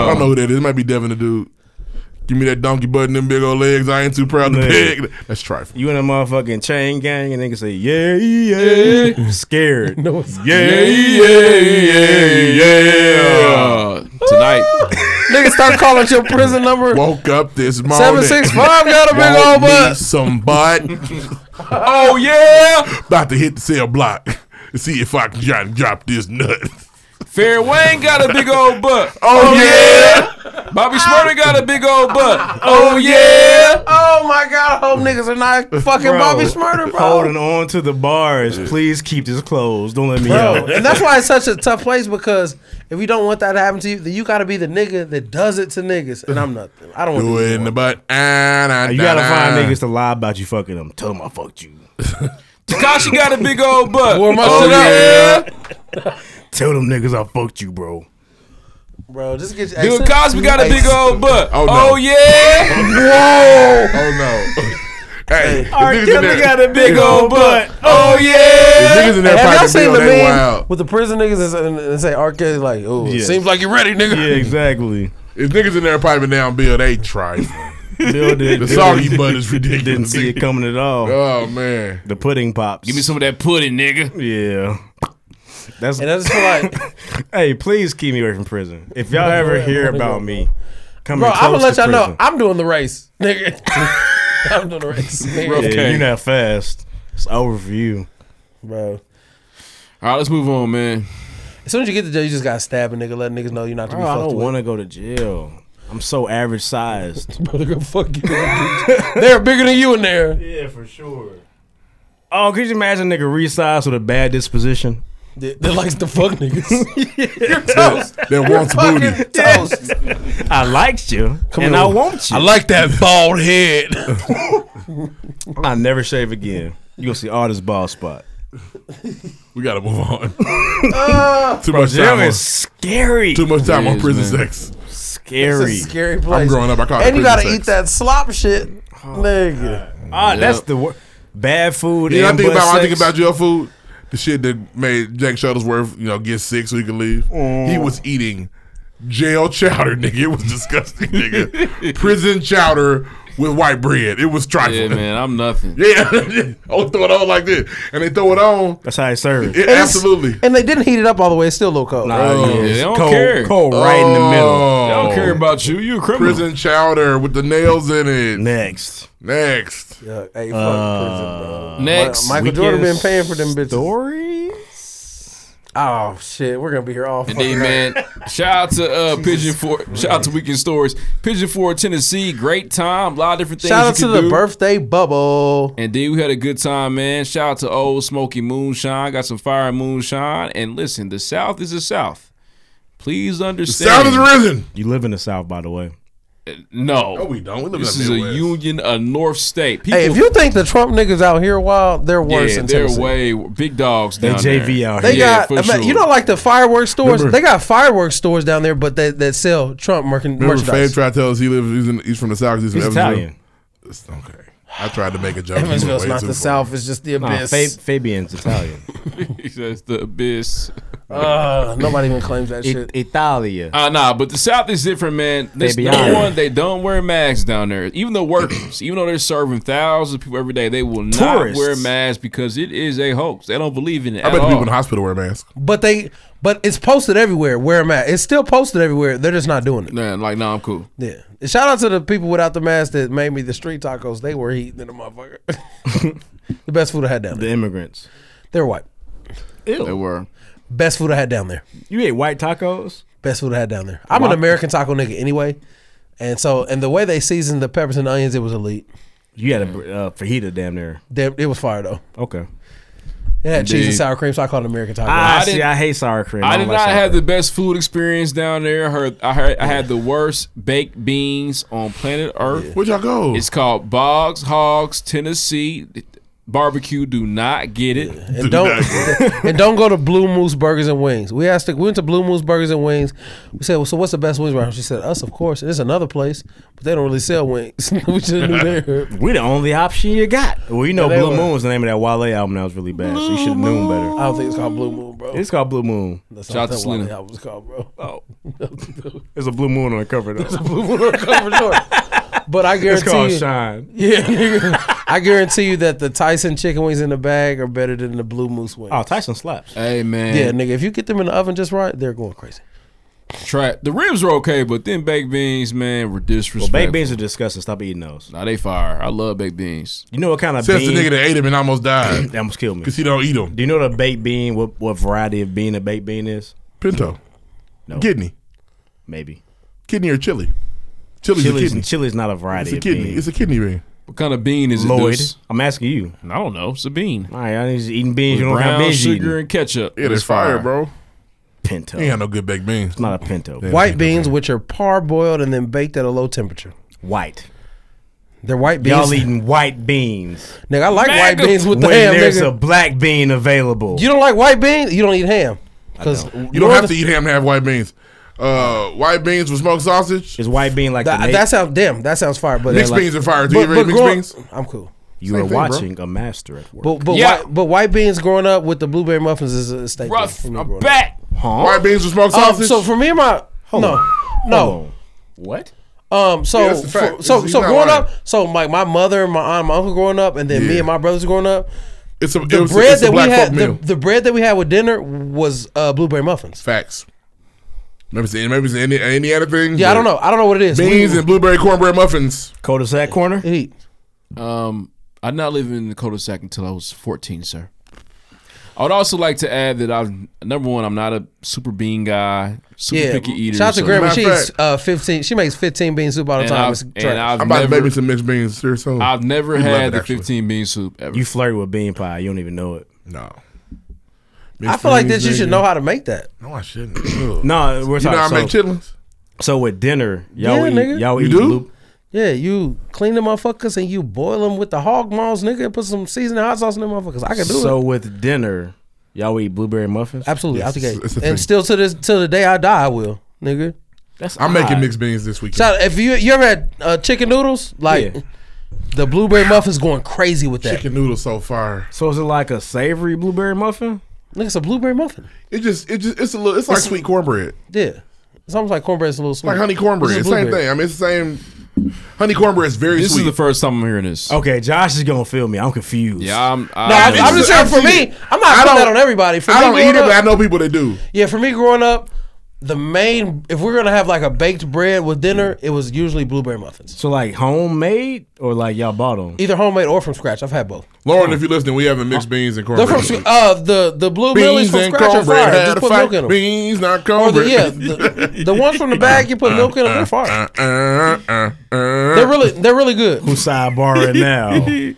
I don't know who that is. It might be Devin the dude. Give me that donkey butt and them big old legs. I ain't too proud to
Man.
pick. That's trifling.
You in a motherfucking chain gang and they can say, yeah, yeah. Scared. no,
Yeah, yeah, yeah, yeah. Uh, Tonight.
Nigga, start calling your prison number.
Woke up this morning.
765 got a big
Want
old
me
butt.
Some butt.
oh yeah.
About to hit the cell block and see if I can try and drop this nut.
Fair Wayne got a big old butt.
Oh,
yeah. Bobby Smurda got a big old butt. Oh yeah.
Oh my god, I hope niggas are not fucking Bobby Smurder, bro.
Holding on to the bars. Please keep this closed. Don't let me
Bro,
out.
and that's why it's such a tough place because if you don't want that to happen to you, then you got to be the nigga that does it to niggas. And I'm not. I don't want
Do
to
it in the butt. Ah, nah,
You gotta
nah,
find
nah.
niggas to lie about you fucking them. Tell them I fucked you.
Takashi got a big old butt.
Warm my shit
oh yeah.
Tell them niggas I fucked you, bro.
bro. Just get your
Bill Cosby got a big old butt.
Oh,
Oh,
no.
yeah.
Oh no. Hey, the
R.
niggas in
Kelly
there-
got a big
Yeah.
old butt. Oh yeah.
The niggas in there
Have y'all
probably
seen
been
the
on that
meme
wild.
with the prison niggas is- and, and say R. Kelly like, oh,
Yes.
seems like you're ready, nigga.
Yeah, exactly.
If niggas in there probably been down Bill, they tried.
Bill did.
The
Bill
soggy butt is ridiculous.
Didn't see it coming at all.
Oh man.
The pudding pops.
Give me some of that pudding, nigga.
Yeah. That's
and I just feel like,
hey, please keep me away from prison. If y'all ever hear about me, come
Bro,
in
I'm gonna
close
let
to
y'all know
prison.
I'm doing the race, nigga. I'm doing the race, nigga.
Yeah, you're not fast. It's over for you,
bro.
All right, let's move on, man.
As soon as you get to jail, you just gotta stab a nigga, let niggas know you're not to
Bro,
be
I
fucked
don't
with.
want to go to jail. I'm so average sized.
Bro, they're gonna fuck you. They're bigger than you in there.
Yeah, for sure. Oh, could you imagine a nigga resized with a bad disposition?
That, that likes to fuck niggas. You're
toast.
That wants
fucking
booty.
Toast.
I liked you,
Come
and
here.
I want you.
I like that bald head.
I never shave again. You gonna see all this bald spot.
We gotta move on.
Ah.
too
Bro,
much
jail
time. on-
is scary.
Too much time
It
on
is,
prison
man.
sex.
Scary.
It's a scary place.
I'm growing up. I call it
And you
prison
gotta
sex.
eat that slop shit, nigga.
Ah,
Yeah.
that's the wor- bad food.
You know, I
and
think
butt
about when I
sex.
think about your food. The shit that made Jack Shuttlesworth, you know, get sick so he could leave. He was eating jail chowder, nigga. It was disgusting, nigga. Prison chowder with white bread. It was
Yeah,
trifling.
man, I'm nothing.
Yeah, I'll throw it on like this, and they throw it on.
That's how it serves.
It,
it's-
absolutely.
And they didn't heat it up all the way. It's still a little cold.
Oh,
yeah,
yeah,
they don't
cold,
care.
cold right in the middle.
They don't care about you. You a criminal.
Prison chowder with the nails in it.
Next,
Next.
Yeah, hey, fuck prison, bro.
Oh. Next
Mi- Michael Jordan been
weekend's
paying for them bitches.
story.
Oh shit, we're gonna be here all
And
fucking
then, man, shout out to uh, Pigeon Four. Shout out to Weekend Stories, Pigeon Four, Tennessee. Great time, a lot of different things.
Shout
you
out to
can
the
do.
birthday bubble.
And then we had a good time, man. Shout out to old Smoky Moonshine. Got some fire moonshine. And listen, the South is the South. Please understand.
Sound is risen.
You live in the South, by the way.
No,
No, we don't. We live in
this
the
is a
Midwest.
union, a North state. People,
hey, if you think the Trump niggas out here wild, they're worse
yeah,
than
they're
Tennessee.
way big dogs.
They
down
JV
there.
out
They
yeah,
got,
for
I mean,
sure.
you know, like the fireworks stores.
Remember-
they got fireworks stores down there, but they that sell Trump merchan-
Remember, Fave
merchandise.
tried to tell us he lives. He's, in, he's from the South. He's, from
He's
Evansville.
Italian.
It's okay. I tried to make a joke. You went
Evansville's
way
not
too
the
far.
South; it's just the
Nah,
abyss.
Fab- Fabian's Italian.
He says the abyss.
Uh, nobody even claims that
It-
shit.
Italia.
Uh, nah, but the South is different, man. This,
They
number
beyond.
one, they don't wear masks down there. Even the workers, even though they're serving thousands of people every day, they will not
Tourists.
wear masks because it is a hoax. They don't believe in it.
I bet
at
the
all.
people in the hospital wear masks.
But they, but it's posted everywhere. Where I'm at, it's still posted everywhere. They're just not doing it.
Nah, like, nah, I'm cool.
Yeah. And Shout out to the people without the mask that made me the street tacos. They were heating than a motherfucker. the best food I had down there.
The immigrants.
They were white.
They were.
Best food I had down there.
You ate white tacos?
Best food I had down there. I'm an
Wow.
American taco nigga anyway, and so and the way they seasoned the peppers and onions, it was elite.
You had a uh, fajita damn near.
Damn, it was fire though.
Okay.
It had cheese and
Indeed.
sour cream, so I called it American taco.
I, see. I hate sour cream.
I did
don't like
not
sour
have
cream.
the best food experience down there. I heard, I, heard, I had the worst baked beans on planet Earth.
Where'd y'all go?
It's called Boggs Hogs, Tennessee. Barbecue, do not get it.
and don't and don't go to Blue Moose Burgers and Wings. We asked, we went to Blue Moose Burgers and Wings. We said, well, so what's the best wings around? She said, us, of course. And it's another place, but they don't really sell wings. we should have knew there.
We the only option you got. Well, you know,
Yeah, they
Blue
were-
Moon was the name of that Wale album that was really bad, so you should have known better.
I don't think it's called Blue Moon, bro.
It's called Blue Moon.
That's not that Wally album was called, bro. Oh,
There's a blue moon on the cover. Though. There's a
blue moon on the cover. Sure. But I guarantee
It's called
you,
Shine.
Yeah, nigga. I guarantee you that the Tyson chicken wings in the bag are better than the Blue Moose wings.
Oh, Tyson slaps.
Hey man,
Yeah, nigga, if you get them in the oven just right, they're going crazy.
Try the ribs were okay, but then baked beans, man, were disrespectful.
Well, baked beans are disgusting. Stop eating those.
Nah, they fire. I love baked beans.
You know what kind of
Says
bean?
the nigga that ate him and almost died.
that almost killed me.
'Cause he don't eat them.
Do you know what a baked bean? What what variety of bean a baked bean is?
Pinto.
No.
Kidney.
Maybe.
Kidney or chili. Chili's, a
Chili's,
kidney.
chili's not a variety
It's a
of
kidney.
bean.
It's a kidney ring.
What kind of bean is it?
Lloyd.
Deuce?
I'm asking you.
I don't know. It's a bean.
All right, I just eating beans. You
With
don't have
brown
beans. you
sugar
eating.
and ketchup.
It is fire, bro.
Pinto.
He ain't got no good baked beans.
It's not a pinto.
white beans, which are parboiled and then baked at a low temperature.
White.
They're white beans.
Y'all eating white beans.
Nigga, I like white beans with the
when
ham,
there's
nigga.
a black bean available.
You don't like white beans? You don't eat ham. Because
You don't have to eat ham to have white beans. Uh, white beans with smoked sausage.
Is white bean like
That, that sounds damn. That sounds fire. But
Mixed
like-
beans are fire. Do
but-
you ever
but
eat mixed
growing-
beans?
I'm cool.
You
Same
are
thing, bro.
watching a master at work.
But but
Yeah.
white but white beans growing up with the blueberry muffins is a staple.
Rough.
for me
I'm
growing
back.
Huh?
White beans with
up.
smoked
Um,
sausage.
so for me and my no no
What?
Um. So,
Yeah, that's the
for-
fact.
so,
He's
so
not
growing
lying.
up, so my my mother and my aunt, and my uncle growing up, and then me
Yeah.
and my brothers growing up.
it's a,
The
it was,
bread
it's a
that we
black
had,
folk
the,
meal.
the bread that we had with dinner was uh, blueberry muffins.
Facts. Maybe it's, maybe it's Indi- Indiana thing.
Yeah, I don't know. I don't know what it is.
Beans
We-
and blueberry cornbread muffins.
Cul-de-sac corner.
Eat.
Um, I did not live in the cul-de-sac until I was 14, sir. I would also like to add that I'm number one. I'm not a super bean guy, super
yeah.
picky eater.
Shout out to
so-
Grandma. She's uh, fifteen. She makes fifteen bean soup all the
And
time.
I've-
It's
and
trash.
I've
I'm about
never-
to baby some mixed beans here soon.
I've never
We love
had
it,
the
actually.
15 bean soup ever.
You flirt with bean pie. You don't even know it.
No.
I feel like that you should know how to make that.
No, I shouldn't. Ugh.
No, we're
You know
talking.
how I
so,
make chitlins?
So with dinner, y'all
Yeah,
eat,
nigga.
y'all
You
eat
do?
blue-
Yeah, you clean them motherfuckers and you boil them with the hog maws, nigga, and put some seasoning hot sauce in them motherfuckers. I can do
so
it.
with dinner, y'all eat blueberry muffins.
Absolutely,
Yes,
out the gate.
it's a
And
thing.
still to this till the day I die, I will, nigga.
That's
I'm
odd.
making mixed beans this weekend.
Shout out, if you you ever had uh, chicken noodles, like
Yeah.
the blueberry muffin's going crazy with that.
Chicken noodles so fire.
So is it like a savory blueberry muffin?
Look, it's a blueberry muffin.
It just, it just, it's a little, it's like
It's-
sweet cornbread.
Yeah, it's almost like cornbread's a little
It's
sweet.
like honey cornbread.
This is
Same
blueberry.
thing. I mean, it's the same. Honey cornbread is very
This
sweet.
is the first time I'm hearing this.
Okay, Josh is gonna feel me. I'm confused.
Yeah, I'm. I,
No, I'm,
mean,
I'm just saying. For
I've
me,
seen it.
I'm not
I
putting that on
don't-
everybody. For
I
me
don't
growing
eat it,
up-
but I know people that do.
Yeah, for me growing up, the main if we're gonna have like a baked bread with dinner, it was usually blueberry muffins,
So like homemade or like y'all bought them?
either homemade or from scratch. I've had both.
Lauren, if you're listening, we having mixed beans and
They're
cornbread.
from sc- uh the the blueberries
beans
from
and
scratch are fire.
cornbread had
Just
a
put milk in
fight.
them.
Beans, not
Or
cornbread. Uh,
the, yeah, the, the ones from the bag you put milk in them, they're fire. They're really they're really good.
Who's sidebarring now?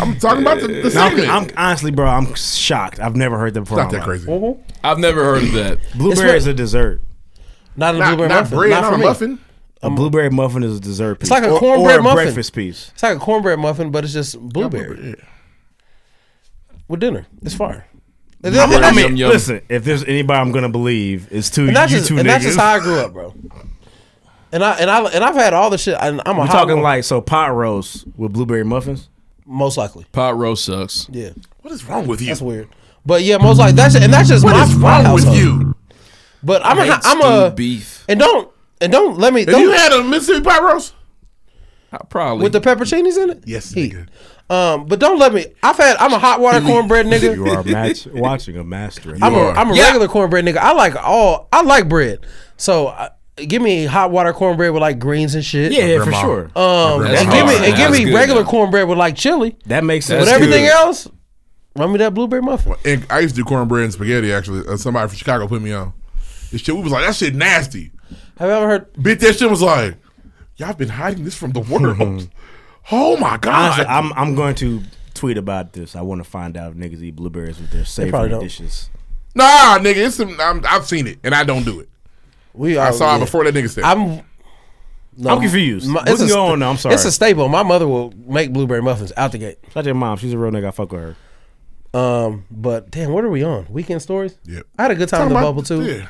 I'm talking about the, the
Now, I'm,
segment.
I'm honestly, bro, I'm shocked. I've never heard that before.
not
in
that
my life.
crazy.
I've never heard of that.
Blueberry is a dessert.
Not in a
Not,
blueberry
not
muffin.
bread,
not
not,
for
a
me.
muffin.
A blueberry muffin is a dessert piece.
like a
Or-
cornbread
or a
muffin.
breakfast piece.
It's like a cornbread muffin, but it's just blueberry with dinner. It's fire. And that-
I mean,
and that's-
yum, yum.
listen, if there's anybody I'm gonna believe, it's two
and
you
that's just
two
and that's just
niggas.
how I grew up, bro. And I and I and I've had all the shit. And I'm a
We're
hot
talking
one,
like so pot roast with blueberry muffins.
most likely.
Pot roast sucks.
Yeah,
What is wrong with you?
that's weird. But yeah, most
Mm.
like that's and that's just
What
my,
is
my
wrong with
household.
you?
But I'm
I
a
hate
I'm a
stewed beef.
and don't and don't let me.
Have
Don't,
you had a Mississippi pot roast?
probably
with the pepperoncinis in it.
Yes,
Heat. Um, but don't let me. I've had. I'm a hot water cornbread nigga.
You are match, watching a master.
I'm a, I'm a regular cornbread nigga. I like all. I like bread. So uh, give me hot water cornbread with like greens and shit.
Yeah, yeah, for Grandma. sure.
Uh,
Um,
That's
and give me
Oh,
hard.
and give
That's
me
good,
regular
though.
cornbread with like chili.
That makes
But everything else, run me that blueberry muffin.
And I used to do cornbread and spaghetti. Actually, Uh, somebody from Chicago put me on. This shit, we was like, that shit nasty.
Have you ever heard?
Bitch, that shit was like, y'all been hiding this from the world. oh my god!
Honestly, I'm I'm going to tweet about this. I want to find out if niggas eat blueberries with
probably
their savory
don't.
dishes.
nah, nigga, it's some. I'm, I've seen it, and I don't do it.
We
I
are-
saw it
Oh, yeah.
before that nigga said.
I'm.
I'm confused.
My-
What's
a
going
sta-
on now? I'm sorry.
It's a staple. My mother will make blueberry muffins out the gate.
Shout out to your mom. She's a real nigga. I fuck with her.
Um, but damn, what are we on? Weekend stories.
Yep.
I had a good time in the
Talking
bubble
about-
too.
yeah.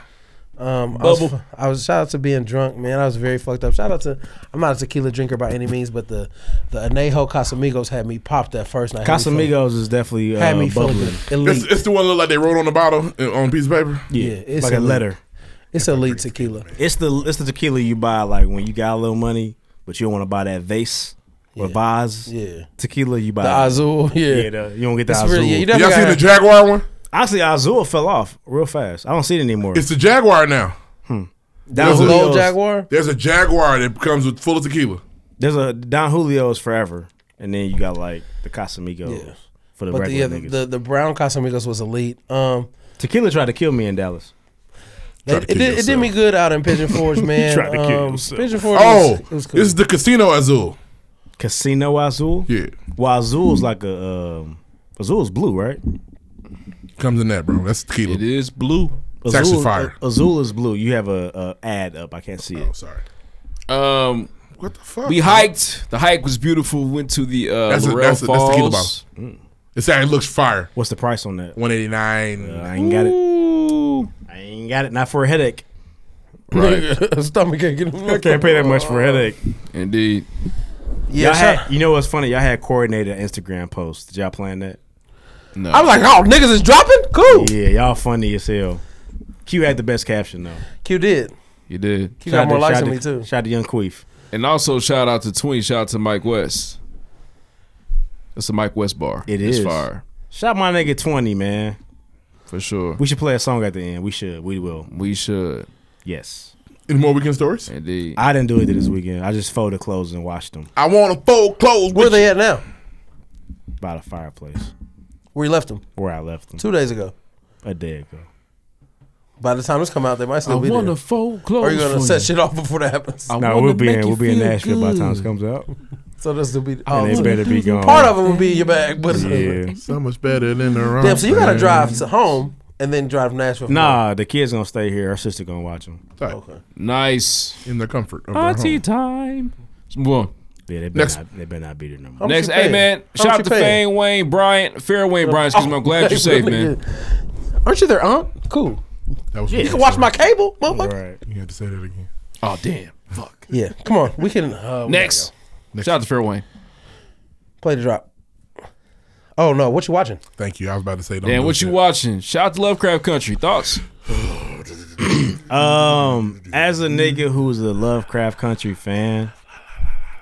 Um, I was,
Bubble.
I was shout out to being drunk, man. I was very fucked up. Shout out to I'm not a tequila drinker by any means, but the the Anejo Casamigos had me popped that first night. Had me feeling-
Casamigos is definitely uh,
had me feeling
bubbling.
It's,
elite.
it's the one that look like they wrote on the bottle uh, on a piece of paper.
Yeah, it's like a
elite.
letter.
It's elite tequila.
It's the it's the tequila you buy like when you got a little money, but you don't want to buy that vase or vase.
Yeah,
tequila you buy
The Azul, yeah.
the- you don't get the
It's
Azul.
really- yeah, you definitely Y'all seen gotta- the
Jaguar one?
Honestly, Azul fell off real fast. I don't see it anymore.
It's the Jaguar now.
Hmm.
There's a-
Julio's-
There's a Jaguar that comes with full of tequila.
There's a Don Julio's forever, and then you got like the Casamigos for the
but the, yeah,
regular
the,
niggas.
the the brown Casamigos was elite. Um,
tequila tried to kill me in Dallas.
They- it, did, it did me good out in Pigeon Forge, man. Um, Pigeon Forge.
Oh,
was- it was cool.
this is the Casino Azul.
Casino Azul.
Yeah.
Well, Azul's like a um, Azul's blue, right?
Comes in that, bro. That's tequila.
It is blue.
It's actually fire.
Azul is blue. You have a, a ad up. I can't see it. Oh,
sorry.
Um,
what the fuck?
We hiked. The hike was beautiful. Went to the uh,
that's, a,
Laurel
that's, a, that's tequila
Falls.
bottle. It's that. It looks fire.
What's the price on that?
One eighty nine. I
ain't got it. I ain't got it. Not for a headache.
Nigga, stomach ache.
I can't pay that much for a headache.
Indeed.
Yeah,
y'all
shout-
had, you know what's funny? Y'all had coordinated Instagram posts. Did y'all plan that? No.
I'm like, oh, niggas is dropping. Cool.
Yeah, y'all funny as hell. Q had the best caption though.
Q did.
You did.
Q got more likes than me too.
Shout out to Young Queef.
And also shout out to Tween. Shout out to Mike West. That's a Mike West bar.
It
it's
is.
fire
Shout my nigga twenty man.
for sure.
We should play a song at the end. We should. We will.
We should.
Yes.
Any more weekend stories?
Indeed.
I didn't do it this weekend. I just folded clothes and washed them
I want to fold clothes.
Where they at now?
by the fireplace
Where you left them?
where I left them
Two days ago.
a day ago.
By the time this come out, they might still
I
be
wanna
there.
fold
Or you gonna
clothes for
set
you.
shit off before that happens?
No, we'll be in we'll be in Nashville by the time this comes out.
So this will be.
And they
so
better be gone.
Oh, Part of it will be in your bag, but uh,
Yeah.
So much better than the wrong.
damn. So you gotta
thing.
drive to home and then drive to Nashville. for
Nah, the kids gonna stay here. Our sister gonna watch them.
Okay.
Nice.
In the comfort of
Auntie time. Well,
yeah, they better
Next.
not they better not be there no more.
How much
Next,
you
hey
paying?
man,
How
shout
much
out to
you paying?
Fane Wayne Bryant, Fair Wayne Bryant. Excuse me, I'm glad you're safe, man.
Aren't you their aunt? Cool.
That was
you can watch my cable, motherfucker.
You had to say that again.
Oh damn! Fuck.
Yeah, come on. We can. Uh, we
Next.
gotta
shout out to Fair Wayne.
go. play the drop. Oh no, what you watching?
Thank you. I was about to say. Don't
Dan,
do
what you watching? Shout out to Lovecraft Country. Thoughts?
Um, as a nigga who's a Lovecraft Country fan,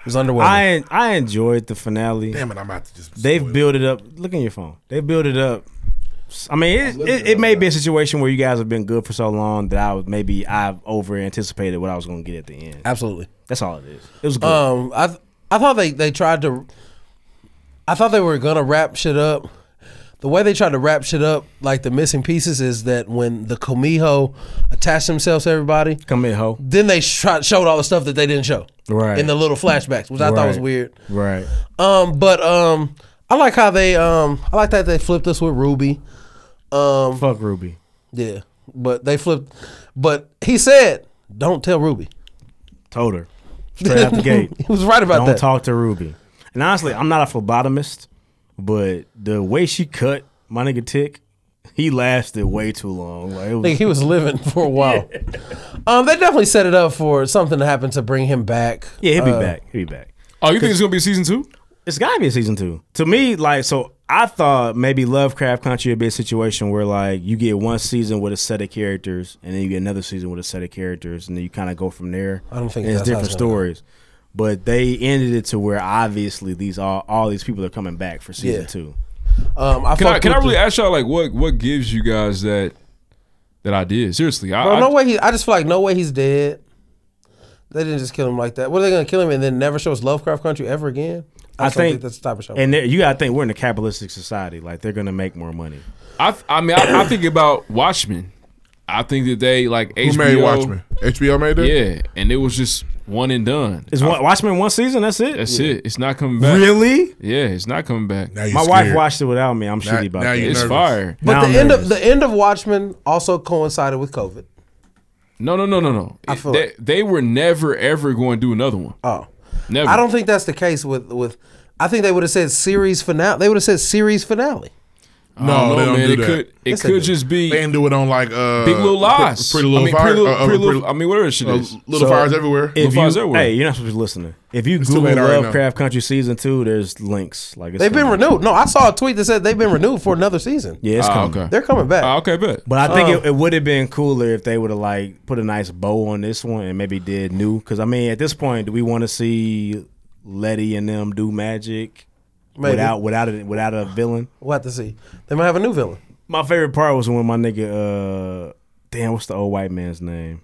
it was underwhelming.
I I enjoyed the finale.
Damn it, I'm about to just.
They've built it up. Look in your phone. They built it up. I mean, it, it, it may be a situation where you guys have been good for so long that I was maybe I've over anticipated what I was going to get at the end.
Absolutely.
That's all it is. It was good.
Um, I th- I thought they they tried to. I thought they were gonna wrap shit up. The way they tried to wrap shit up, like the missing pieces, is that when the Comijo attached themselves to everybody,
Comijo,
then they tried, showed all the stuff that they didn't show,
Right.
In the little flashbacks, which I thought was
Right.
weird.
Right.
Um, but um, I like how they um, I like that they flipped us with Ruby. Um,
Fuck Ruby.
Yeah, but they flipped. But he said, "Don't tell Ruby."
Told her straight out the gate.
he was right about
Don't
that.
talk to Ruby. And honestly, I'm not a phlebotomist, but the way she cut my nigga Tick, he lasted way too long. Like, it
I think he was living for a while. Um, they definitely set it up for something to happen to bring him back.
Yeah, he'll be
Uh,
back. He'll be back.
Oh, you think it's gonna be season two?
It's gotta be a season two. To me, like, so I thought maybe Lovecraft Country would be a situation where like you get one season with a set of characters, and then you get another season with a set of characters, and then you kind of go from there.
I don't think
And it's
that's how it's
different
gonna go.
stories. But they ended it to where obviously these all all these people are coming back for season
Yeah.
two.
Um, I
can I,
fucked
can I
with
really
the-
ask y'all like what what gives you guys that that idea? Seriously, I,
Bro,
I
Oh, no way. He, I just feel like no way he's dead. They didn't just kill him like that. What are they gonna kill him and then never show us Lovecraft Country ever again?
I,
just don't
think,
that's the type of show.
And there- you gotta think we're in a capitalistic society. Like they're gonna make more money.
I, I mean I, I think about Watchmen. I think that they like
Who
HBO,
made Watchmen?
HBO made
that?
uh, Yeah, and it was just one and done.
Is
I-
one, Watchmen one season? That's it.
That's it. It's not coming back.
Really?
Yeah, it's not coming back.
My wife watched it without me. I'm
Now-
shitty about
now
that.
you're It's nervous. fire.
But
Now
the
I'm
end of the end of Watchmen also coincided with COVID.
No, no, no, no, no.
I feel
they, they were never ever going to do another one.
Oh,
never.
I don't think that's the case with with. I think they would have said series finale. They would have said series finale.
I don't know, man. it could it
Yes, they
could
do.
just be
They didn't do it on like uh,
Big Little Lies.
Pretty Little
I mean,
Fire.
Pretty Little,
uh, uh,
Pretty Little- I mean, whatever shit
uh,
is.
Little
So,
Fires everywhere.
If
Fires
you,
everywhere.
Hey, you're not supposed to be listening. If you
It's too
Google
late already now.
Lovecraft Country season two, there's links. Like it's
They've been
coming.
renewed. No, I saw a tweet that said they've been renewed for another season.
Yeah, it's coming.
They're coming back.
Ah, okay, bet.
But I think
Um,
it, it would have been cooler if they would have like put a nice bow on this one and maybe did new. Because I mean, at this point, do we want to see Letty and them do magic
Maybe.
without without a, without a villain?
We'll have to see. They might have a new villain.
My favorite part was when my nigga, uh, damn, what's the old white man's name?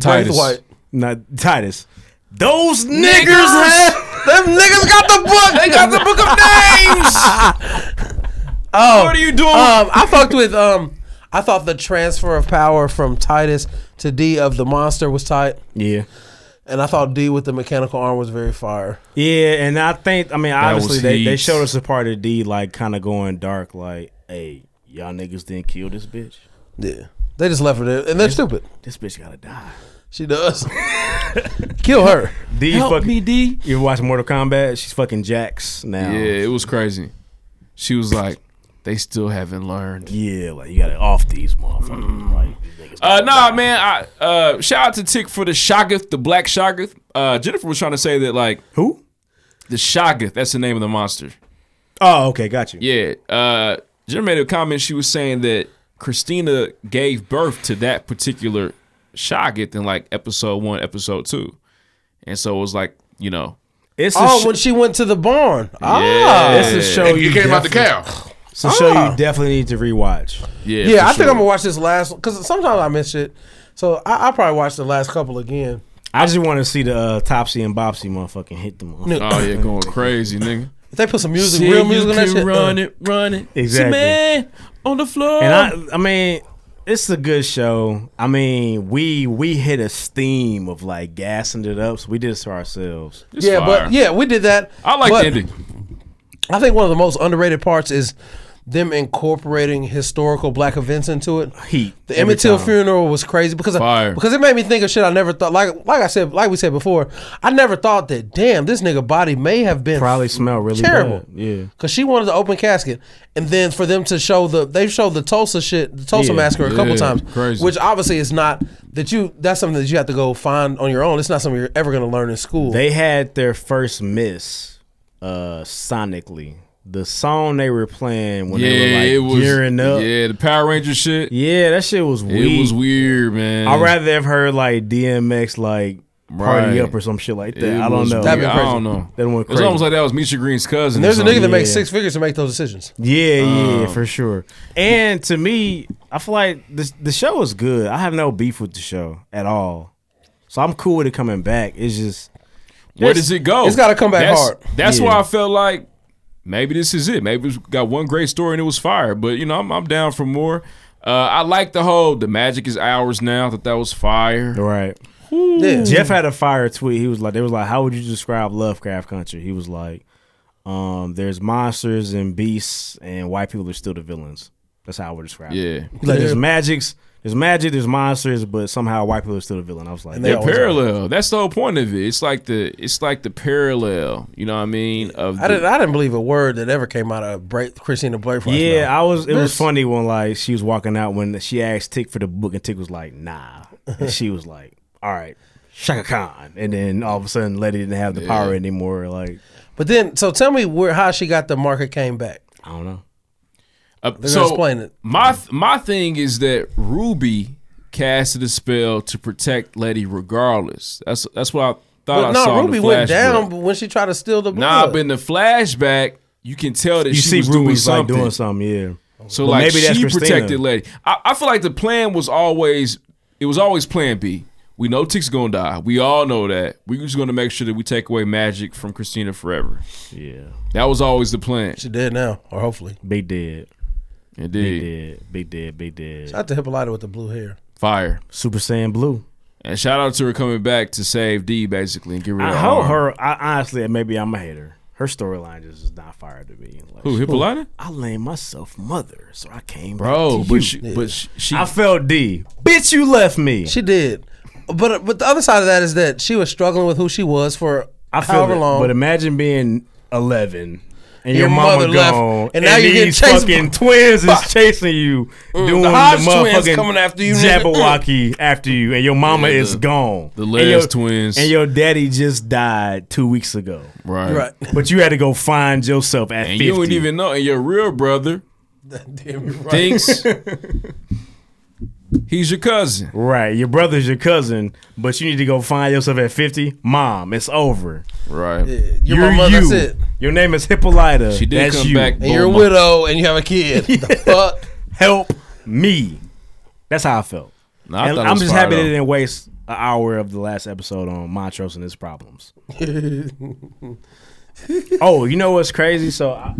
Titus. White.
Not Titus. Those
Niggers,
niggers have
them niggas got the book. They got the book of names. oh,
what are you doing?
Um, I fucked with. Um, I thought the transfer of power from Titus to D of the monster was tight,
Yeah.
and I thought D with the mechanical arm was very fire.
Yeah, and I think I mean obviously
was
they, they
heat.
showed us a part of D like kind of going dark, like, hey, y'all niggas didn't kill this bitch.
Yeah, they just left her there, and they're
This-
stupid.
This bitch gotta die.
She does. Kill her.
D
Help
fucking
me,
D. You watch Mortal Kombat? She's fucking Jax now.
Yeah, it was crazy. She was like, they still haven't learned.
Yeah, like you gotta off these motherfuckers.
Mm.
Like
Uh, nah, man. I, uh, shout out to Tick for the Shoggoth, the Black Shoggoth. Uh, Jennifer was trying to say that, like,
who?
The Shoggoth. That's the name of the monster.
Oh, okay, got you.
Yeah. Uh, Jennifer made a comment. She was saying that Christina gave birth to that particular Shoggoth in like episode one, episode two, and so it was like, you know,
It's
oh, when she went to the barn. Ah,
Yeah. It's a show
And you came out the
definitely-
cow.
It's a show
Ah.
you definitely need to rewatch.
Yeah,
Yeah, I think I'm gonna watch this last because sometimes I miss shit, so I, I'll probably watch the last couple again.
I just want to see the uh, Topsy and Bopsy motherfucking hit them.
No. Oh, yeah,
going crazy, nigga.
If they put some music,
Uh, See,
real
you
music on that
can
shit,
run
uh,
it, run it.
Exactly.
Cement on the floor.
And I, I mean, it's a good show. I mean, we we hit a steam of like gassing it up, so we did this to ourselves.
yeah, but yeah, we did that.
I like
but
the ending.
I think one of the most underrated parts is them incorporating historical black events into it.
Heat.
The
every
Emmett Till
time.
funeral was crazy because
Fire.
because it made me think of shit I never thought. Like like I said, like we said before, I never thought that. Damn, this nigga body may have been
probably smell really
terrible.
bad. Yeah,
Cause she wanted the open casket, and then for them to show the they showed the Tulsa shit, the Tulsa
Yeah.
massacre a couple
Yeah,
times,
crazy.
which obviously is not that you. That's something that you have to go find on your own. It's not something you're ever gonna learn in school.
they had their first miss, uh, sonically. The song they were playing when they were like
it was-
gearing up.
Yeah, the Power Ranger shit.
Yeah, that shit was weird.
It was weird, man.
I'd rather have heard like DMX like party
Right.
up or some shit like that.
It
I don't
was
know.
weird. I don't know.
That went
It's
crazy.
almost like that was Misha Green's cousin.
and there's
or
a nigga that
something.
makes six figures to make those decisions.
Yeah, yeah,
Um,
for sure. And to me, I feel like the the show is good. I have no beef with the show at all, so I'm cool with it coming back. It's just
Where does it go?
it's gotta come back
that's,
hard.
That's
Yeah.
why I felt like maybe this is it. Maybe it's got one great story and it was fire. But you know, I'm, I'm down for more. Uh, I like the whole the magic is ours now. That that was fire.
Right.
Yeah.
Jeff had a fire tweet. He was like, they was like, how would you describe Lovecraft Country? He was like, um, there's monsters and beasts, and white people are still the villains. That's how I would describe it.
Yeah.
Like, there's magics, there's magic, there's monsters, but somehow white people are still the villain. I was like,
They're
that was-
parallel. That's the whole point of it. It's like the it's like the parallel. You know what I mean? Of
I
the-
didn't I didn't believe a word that ever came out of Bra- Christina Blake.
Yeah, I was. It was
Bitch.
funny when like she was walking out when she asked Tick for the book, and Tick was like, "Nah," and she was like, "All right, Shaka Khan," and then all of a sudden, Letty didn't have the power anymore. Like,
But then, so tell me where how she got the market came back.
I don't know.
Uh,
gonna explain it.
My th- my thing is that Ruby casted a spell to protect Letty regardless. That's that's what I thought I
But
saw.
no,
in
Ruby
the
went
flashback.
down when she tried to steal the
Nah,
blood.
but in the flashback, you can tell that
You
she
see,
was
Ruby's
doing
like
something.
doing something, yeah.
So
But
like
maybe that's
she
Christina.
protected Letty. I, I feel like the plan was always it was always Plan B. We know Tick's gonna die. We all know that. We just gonna make sure that we take away magic from Christina forever.
Yeah,
that was always the plan. She
dead now, or hopefully
big dead.
Indeed,
big dead, big dead, big dead.
Shout out to Hippolyta with the blue hair.
fire.
Super Saiyan Blue.
And shout out to her coming back to save D basically and get rid of
I hope
Arm.
her. I honestly, maybe I'm a hater. Her storyline just is not fire to me. Like,
Who, Hippolyta?
I named myself mother, so I came.
Bro,
back to
but
you.
she- but she-
I felt D. Bitch, you left me.
She did, but but the other side of that is that she was struggling with who she was for
I feel
however
that,
long.
But imagine being 11 and your,
Your
mama
mother left,
gone,
and now you're getting
these
chased
fucking
by-
twins is chasing you,
Mm,
doing
the
the,
Hodge
motherfucking
twins coming after you, nigga. Mm.
Jabberwocky after you, and your mama
Yeah,
is
the-
gone.
the
And
Les
your-
twins.
and your daddy just died two weeks ago.
Right. Right.
But you had to go find yourself at
And
50.
you don't even know. And your real brother thinks he's your cousin.
Right. Your brother's your cousin, but you need to go find yourself at 50. Mom, it's over.
Right.
you're my mother, that's it.
Your name is Hippolyta.
She did
that's
come
you.
back,
and you're a widow and you have a kid. The fuck?
Help me. That's how I felt.
Nah, I
and
thought it
I'm
was
just
fire,
happy
though.
they didn't waste an hour of the last episode on Montrose and his problems. oh, you know what's crazy? So I,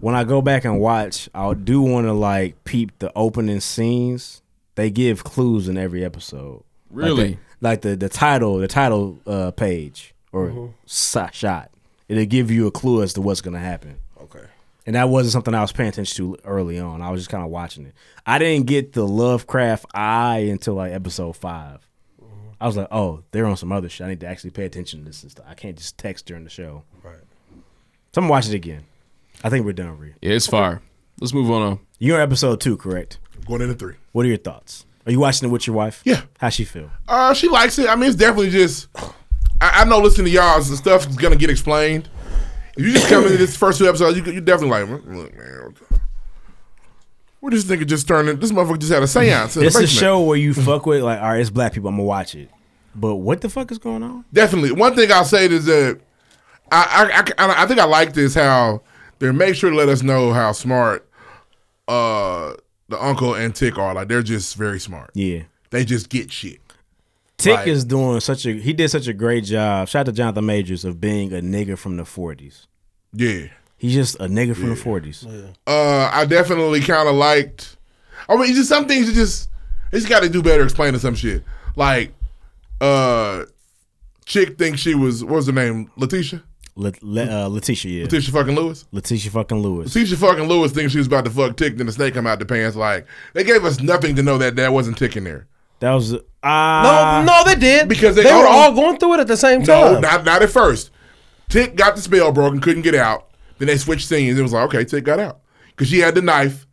when I go back and watch, I do want to like peep the opening scenes. They give clues in every episode. Like
Really?
the- Like the, the title, the title uh, page or
Mhm.
si- shot. It'll give you a clue as to what's gonna happen. Okay. And that wasn't something I was paying attention to early on. I was just kind of watching it. I didn't get the Lovecraft eye until like episode five. I was like, oh, they're on some other shit. I need to actually pay attention to this and stuff. I can't just text during the show. Right. So I'm gonna watch it again. I think we're done, Reed.
Yeah, it's fire. Let's move on. on.
You're on episode two, correct?
Going into three.
What are your thoughts? Are you watching it with your wife? Yeah. How she feel?
Uh, she likes it. I mean, it's definitely just. I, I know listening to y'all's the stuff is gonna get explained. If you just come into this first two episodes, you could- you definitely like, look, man. What this nigga just turned? in- This motherfucker just had a seance. in the
It's a
basement."
show where you fuck with like, all right, it's black people. I'm gonna watch it. But what the fuck is going on?
Definitely. One thing I'll say is that I I, I, I think I like this how they make sure to let us know how smart uh the uncle and Tick are. Like they're just very smart.
Yeah.
They just get shit.
Tick
Like-
is doing such a he did such a great job. Shout out to Jonathan Majors of being a nigga from the forties.
Yeah.
He's just a nigga from the forties.
Uh, I definitely kind of liked. I mean, just some things you just you just got to do better explaining some shit. Like, uh, chick thinks she was what was her name Letitia.
La- La- uh, Letitia, yeah.
Letitia fucking Lewis.
Letitia fucking Lewis.
Letitia fucking Lewis thinks she was about to fuck Tick. Then the snake come out the pants. Like they gave us nothing to know that that wasn't Tick in there.
That was Ah.
no, no, they did because
they-
they were
hold on.
all going through it at the same
No,
time.
not not at first. Tick got the spell broken, couldn't get out. Then they switched scenes. It was like okay, Tick got out because she had the knife.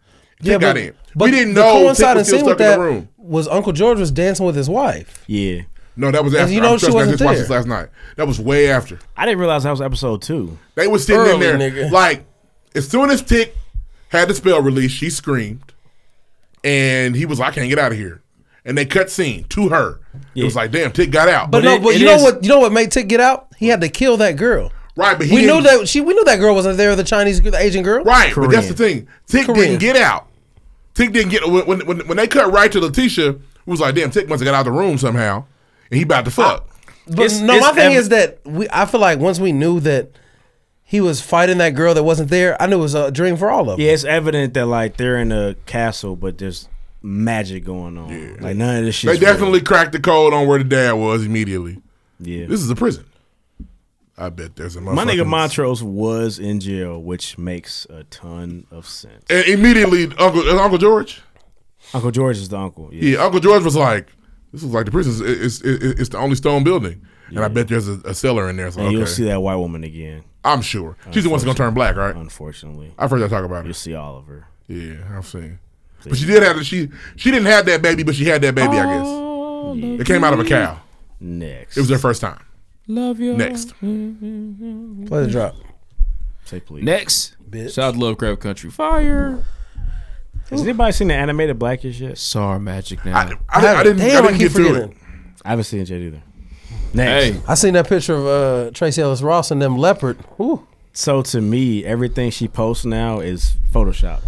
Yeah,
Tick got
but-
in.
but
we didn't
the
know Tick was
coinciding
still
scene with
stuck in
that
the room.
was Uncle George was dancing with his wife.
Yeah.
No, that was
And
after.
you know
I'm
she
trust me, I
wasn't
just watched
there.
this last night. That was way after.
I didn't realize that was episode two.
They were sitting
Early,
in there
nigga.
like as soon as Tick had the spell released, she screamed, and he was like, "I can't get out of here." And they cut scene to her. It was like, "Damn, Tick got out."
But, no, but you know what? You know what made Tick get out? He had to kill that girl.
Right, but he
we knew
didn't-
that she. We knew that girl wasn't there. The Chinese, the Asian girl.
Right, but that's the thing. Tick
Korean.
didn't get out. Tick didn't get when when when, when they cut right to Letitia, who was like, "Damn, Tick must have got out of the room somehow," and he about to fuck.
But no, my thing is that we. I feel like once we knew that he was fighting that girl that wasn't there, I knew it was a dream for all of them.
Yeah, it's evident that like they're in a castle, but there's magic going on. Like none of this shit.
They definitely cracked the code on where the dad was immediately.
Yeah,
this is a prison. I bet there's a
My nigga
motherfucking-
Montrose was in jail, which makes a ton of sense.
And immediately, Uncle uh, Uncle George.
Uncle George is the uncle. Yeah.
Yeah. Uncle George was like, "This is like the prison. It's it's, it's the only stone building, and I bet there's a, a cellar in there." So
And
okay.
you'll see that white woman again.
I'm sure she's the one that's gonna turn black, right?
Unfortunately,
I've heard y'all talk about it.
You'll see Oliver.
Yeah, I've seen. But she did have she she didn't
Oh,
have that baby, but she had that baby. I guess it came out of a cow.
Next,
it was their first time.
Love you. Next.
Mm-hmm.
Play the drop.
Say please.
Next.
Bitch.
Shout out to Lovecraft Country. Fire.
Has anybody seen the animated Blackish yet?
Sar Magic now.
I
I,
haven't. didn't- I Damn, didn't I keep get through it. forgetting.
I haven't seen it yet either.
Hey.
I seen that picture of uh, Tracy Ellis Ross and them leopard. Ooh.
So to me, everything she posts now is photoshopped.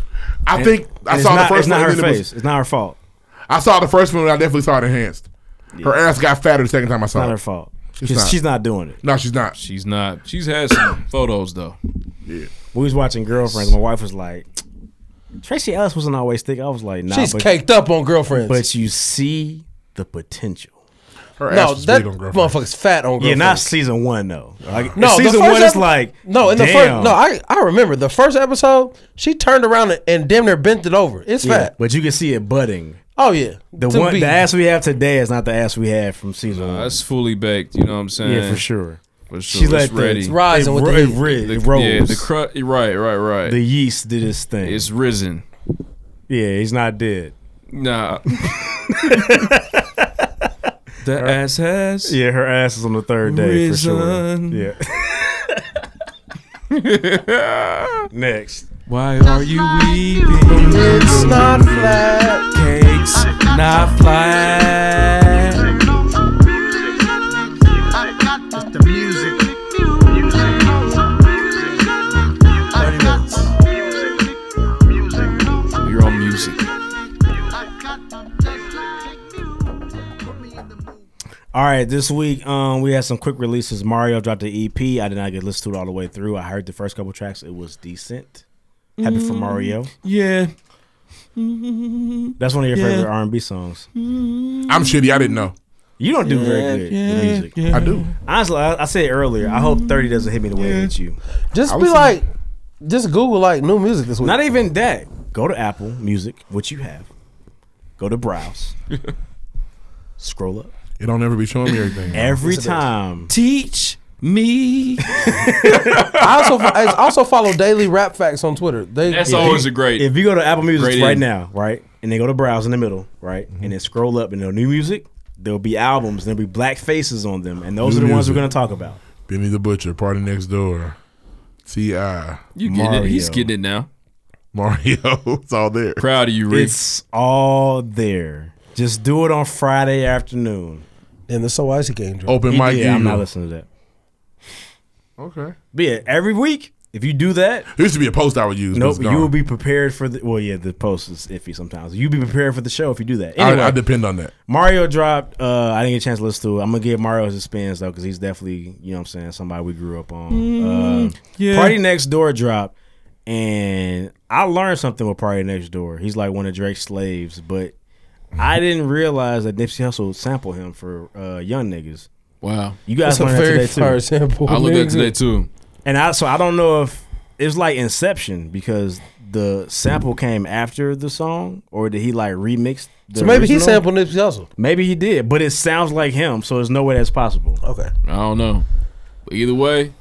I think I
it's
saw the
not-
first
It's not
one
her
and then it
face.
was-
it's not her fault.
I saw the first one and I definitely saw it enhanced. Her ass got fatter the second time I saw
not
it.
her fault.
It's
'Cause she's not doing it.
No, she's not.
She's not. She's had some photos though.
Yeah.
We was watching Girlfriends. My wife was like, Tracy Ellis wasn't always thick. I was like, nah.
She's
but-
caked up on girlfriends.
But you see the potential.
Her
No, ass was that big on Girlfriends. motherfucker's fat on
Yeah, not
Girlfriends.
season one though. Like,
No, the
season
first
one is
epi-
like
no. In the
damn.
first, no, I I remember the first episode. She turned around and, and damn near bent it over. It's
Yeah,
fat.
but you can see it budding.
Oh yeah,
The
To
one
be-
the ass we have today is not the ass we had from season one.
That's Uh, fully baked. You know what I'm saying?
Yeah, for sure.
For sure.
She
It's
let the-
ready.
it's rising It with the ro- it heat. ri- it rose.
Yeah, the cru- Right, right, right.
The yeast did its thing.
It's risen.
Yeah, he's not dead.
Nah. the ass has.
Yeah, her ass is on the third day
Risen.
for sure. Yeah. Next.
Why are you weeping?
It's not flat.
Cakes not flat. You're on music.
All right, this week um, we had some quick releases. Mario dropped the EP. I did not get listened to it all the way through. I heard the first couple tracks. It was decent. Happy for
Mm.
Mario.
Yeah.
That's one of your
Yeah.
favorite R and B songs.
I'm shitty. I didn't know.
You don't do very good
yeah,
with music.
yeah. I do.
Honestly, I, I said earlier. I hope thirty doesn't hit me the way it hits you.
Just
I
be
was-
like, just Google like new music this week.
Not even that. Go to Apple Music, which you have. Go to browse. Scroll up.
It don't ever be showing me everything. bro.
Every time.
Teach me.
I also fo- I also follow Daily Rap Facts on Twitter. They
If you-
a great-
If you go to Apple Music
great
right
end.
now, right, and then go to browse in the middle, right, and then scroll up and there'll new music. There'll be albums. There'll be black faces on them, and those
New
are the ones we're
music.
gonna talk about.
Benny the Butcher, Party Next Door, T.I.
You getting it. He's getting it now.
Mario. It's all there.
Proud of you, Reed.
It's all there. Just do it on Friday afternoon.
And the So Icy game. drop.
Open
He
mic
did. I'm
eagle.
not listening to that.
Okay.
But yeah, every week, if you do that,
there used to be a post I would use.
Nope, you will be prepared for the. Well, yeah, the post is iffy sometimes. You'll be prepared for the show if you do that.
I-
Anyway,
I depend on that.
Mario dropped. Uh, I didn't get a chance to listen to it. I'm gonna give Mario his spins though, because he's definitely, you know, what I'm saying somebody we grew up on.
Mm,
Uh,
yeah.
Party next door dropped, and I learned something with Party next door. He's like one of Drake's slaves, but
Mm-hmm.
I didn't realize that Nipsey Hussle sampled him for uh, young niggas.
Wow,
you
That's
guys
a
learned that
very
today too.
fire sample, I learned that nigga. today
too.
And I so I don't know if it's like Inception because the sample came after the song, or did he like remix? The
So maybe he
original?
sampled Nipsey Hussle.
Maybe he did, but it sounds like him, so there's no way that's possible.
Okay,
I don't know. But either way,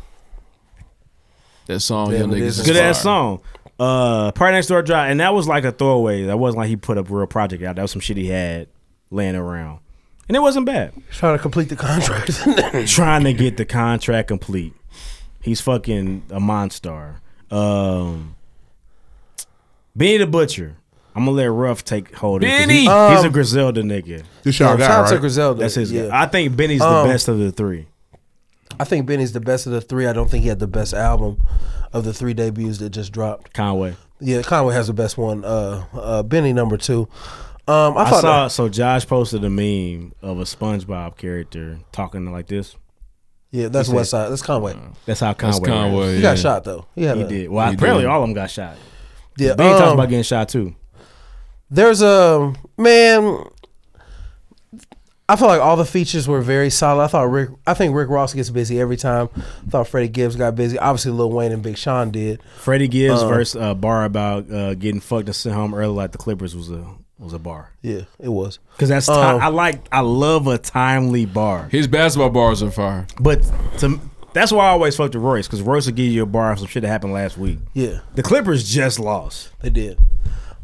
that song,
Damn,
young
it
niggas,
is
is
good ass
fire.
song. Uh, Party Next Door Drop, and that was like a throwaway. That wasn't like he put up a real project out. That was some shit he had laying around, and it wasn't bad.
trying to complete the contract.
trying to get the contract complete. He's fucking a monster. Um, Benny the Butcher. I'm gonna let Ruff take hold of it. 'cause
Benny!
He, he's a
Um,
Griselda nigga.
This
y'all guy, Shout out to right? Griselda,
That's his.
yeah.
guy. I think Benny's the
Um,
best of the three.
I think Benny's the best of the three. I don't think he had the best album of the three debuts that just dropped.
Conway.
Yeah, Conway has the best one. Uh, uh, Benny number two. Um, I,
I,
thought
saw so Josh posted a meme of a SpongeBob character talking like this.
yeah, that's
he said-
West Side. That's Conway.
That's how Conway.
That's Conway,
raps.
He got yeah. shot, though. He
He,
had a-
did. Well,
He
apparently
did.
all of them got shot.
Yeah,
Benny talks
um,
about getting shot too.
There's a man. I feel like all the features were very solid. I thought Rick. I think Rick Ross gets busy every time. I thought Freddie Gibbs got busy. Obviously, Lil Wayne and Big Sean did.
Freddie Gibbs
Um,
verse versus uh, bar about uh, getting fucked and sent home early like the Clippers was a was a bar.
Yeah, it was
Cause that's ti-
Um,
I like I love a timely bar,
His basketball bars are fire.
but to, that's why I always fuck to Royce because Royce will give you a bar of some shit that happened last week.
Yeah,
the Clippers just lost.
They did.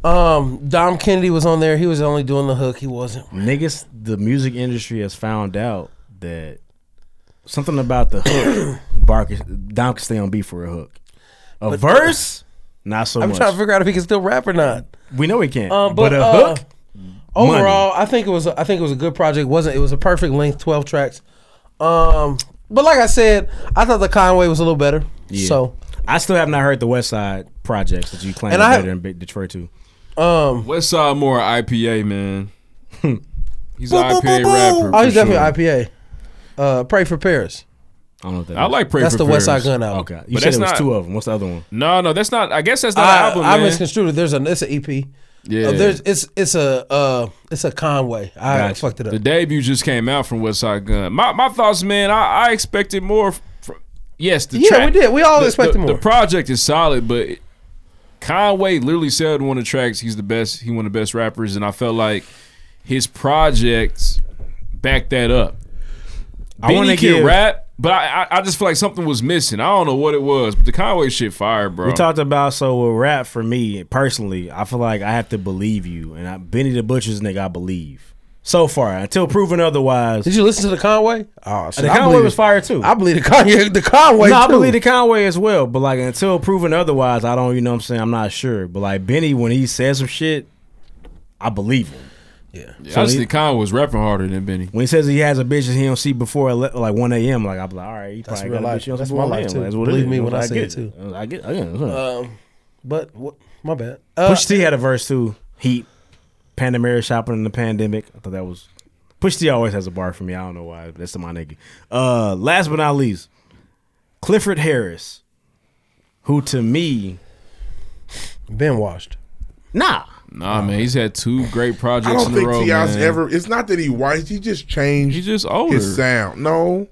Um, Dom Kennedy was on there. He was only doing the hook. He wasn't.
Niggas, the music industry has found out that something about the hook. Bark is- Dom can stay on beat for a hook. A verse, not so
I'm
much.
trying to figure out if he can still rap or not.
we know he can't.
Um, but,
but, a
uh,
hook.
Overall, I think it was I think it was a good project. wasn't It was a perfect length, twelve tracks. Um, but like I said, I thought the Conway was a little better.
Yeah.
So
I still have not heard the West Side projects that you claim
And
are
I-
better than Big Detroit too.
Um,
West Side Moore IPA man. he's an
Boo, boo,
IPA
boo, boo.
rapper.
Oh, he's
for sure.
definitely IPA. Uh, Pray for Paris.
I don't know. What that
I like Pray
That's
for
the West Side
Prayers.
Gun album.
Okay, you said it was two of them. What's the other one?
No, no, that's not. I guess that's not
I,
an album.
I
man.
misconstrued it. There's an it's an EP.
Yeah.
Uh, there's it's it's a uh it's a Conway. I
Gotcha.
fucked it up.
The debut just came out from West Side Gun. My my thoughts, man. I, I expected more. From, yes, the
Yeah,
track-
we did. We all
the-
expected
the-
more.
The project is solid, but it- Conway literally said in one of the tracks he's the best. He one of the best rappers, and I felt like his projects backed that up.
I
I want to
wanna
can
give-
rap, but I, I I just feel like something was missing. I don't know what it was, but the Conway shit fire, bro.
We talked about so with rap for me personally, I feel like I have to believe you, and I, Benny the Butcher's nigga, I believe so far until proven otherwise.
Did you listen to the Conway? Oh, shit,
the
I
Conway
believe
was
it.
fire too.
I believe the Kanye the Conway.
no, I
too.
believe the Conway as well, but like until proven otherwise, I don't. You know what I'm saying? I'm not sure, but like Benny, when he says some shit, I believe him.
Yeah,
So
I just
he-
think Conway was rapping harder than Benny.
When he says he has a bitch that he don't see before ele- like 1 a.m., like I'm like, all right, he
That's
probably
real
got a
life.
bitch he don't see
That's
before
my
1
life,
a.m.
too.
That's what it
Believe
is.
me when I say
get
it, too.
I get, I get it.
Um, but what? My bad. Uh,
Push T had a verse too. Heat, Panamera shopping in the pandemic. I thought that was. Push T always has a bar for me. I don't know why. That's my nigga. Uh, last but not least, Clifford Harris, who to me,
been washed.
Nah.
Nah, man, he's had two great
I
projects
don't
in a
think
row.
T.I.'s
man.
ever. It's not that he white. He just changed. He
just older.
His sound. No.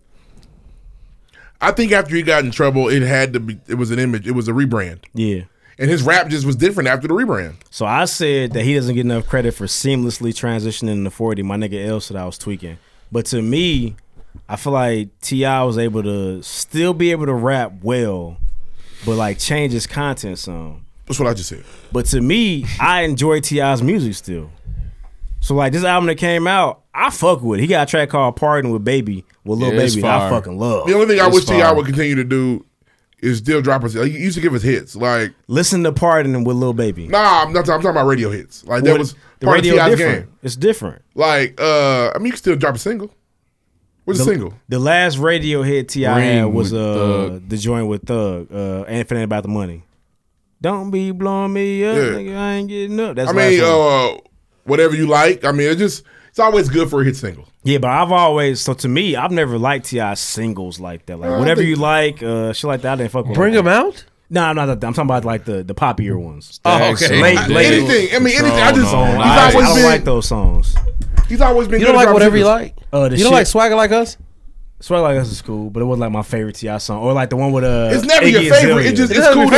I think after he got in trouble, it had to be. It was an image. It was a rebrand,
yeah.
and his rap just was different after the rebrand.
So I said that he doesn't get enough credit for seamlessly transitioning into 40. My nigga L said I was tweaking. But to me, I feel like T.I. was able to still be able to rap well, but like change his content some.
That's what I just said.
But to me, I enjoy T.I.'s music still. So like this album that came out, I fuck with. it. He got a track called Pardon with Baby with Lil
Yeah, it's
Baby. that I
fire.
fucking love.
The only thing I wish Ti would continue to do is still drop us. Like, he used to give us hits. Like
listen to Pardon with Lil Baby.
Nah, I'm not. I'm talking about radio hits. Like that
What-
was
the
part of
radio
Ti's
different.
game.
It's different.
Like uh, I mean, you can still drop a single. What's
the,
a single?
The last radio hit Ti had
Ring
was
with
uh the joint with Thug, uh, ain't finna about the money. Don't be blowing me up,
Yeah.
nigga. I ain't getting up. That's
I mean,
last one.
uh, whatever you like. I mean, it just it's always good for a hit single.
yeah, but I've always so to me, I've never liked Ti singles like that. Like
Uh, I
whatever
think-
you like, uh, shit like that. I didn't fuck with.
Bring 'em out.
No, I'm not. I'm talking about like the the poppier ones.
Oh, okay.
Late, late.
Anything. I mean, anything. I just-
No, no,
he's
I,
always
I don't
been-
like those songs.
He's always been.
You
good
don't
at
like
dropping
whatever you
singles.
like.
Oh,
you don't like swagger like us.
Swagger like us is cool, but it wasn't like my favorite Ti song, or like the one with uh.
It's never your
Iggy
favorite.
Azalea.
It just it's cool.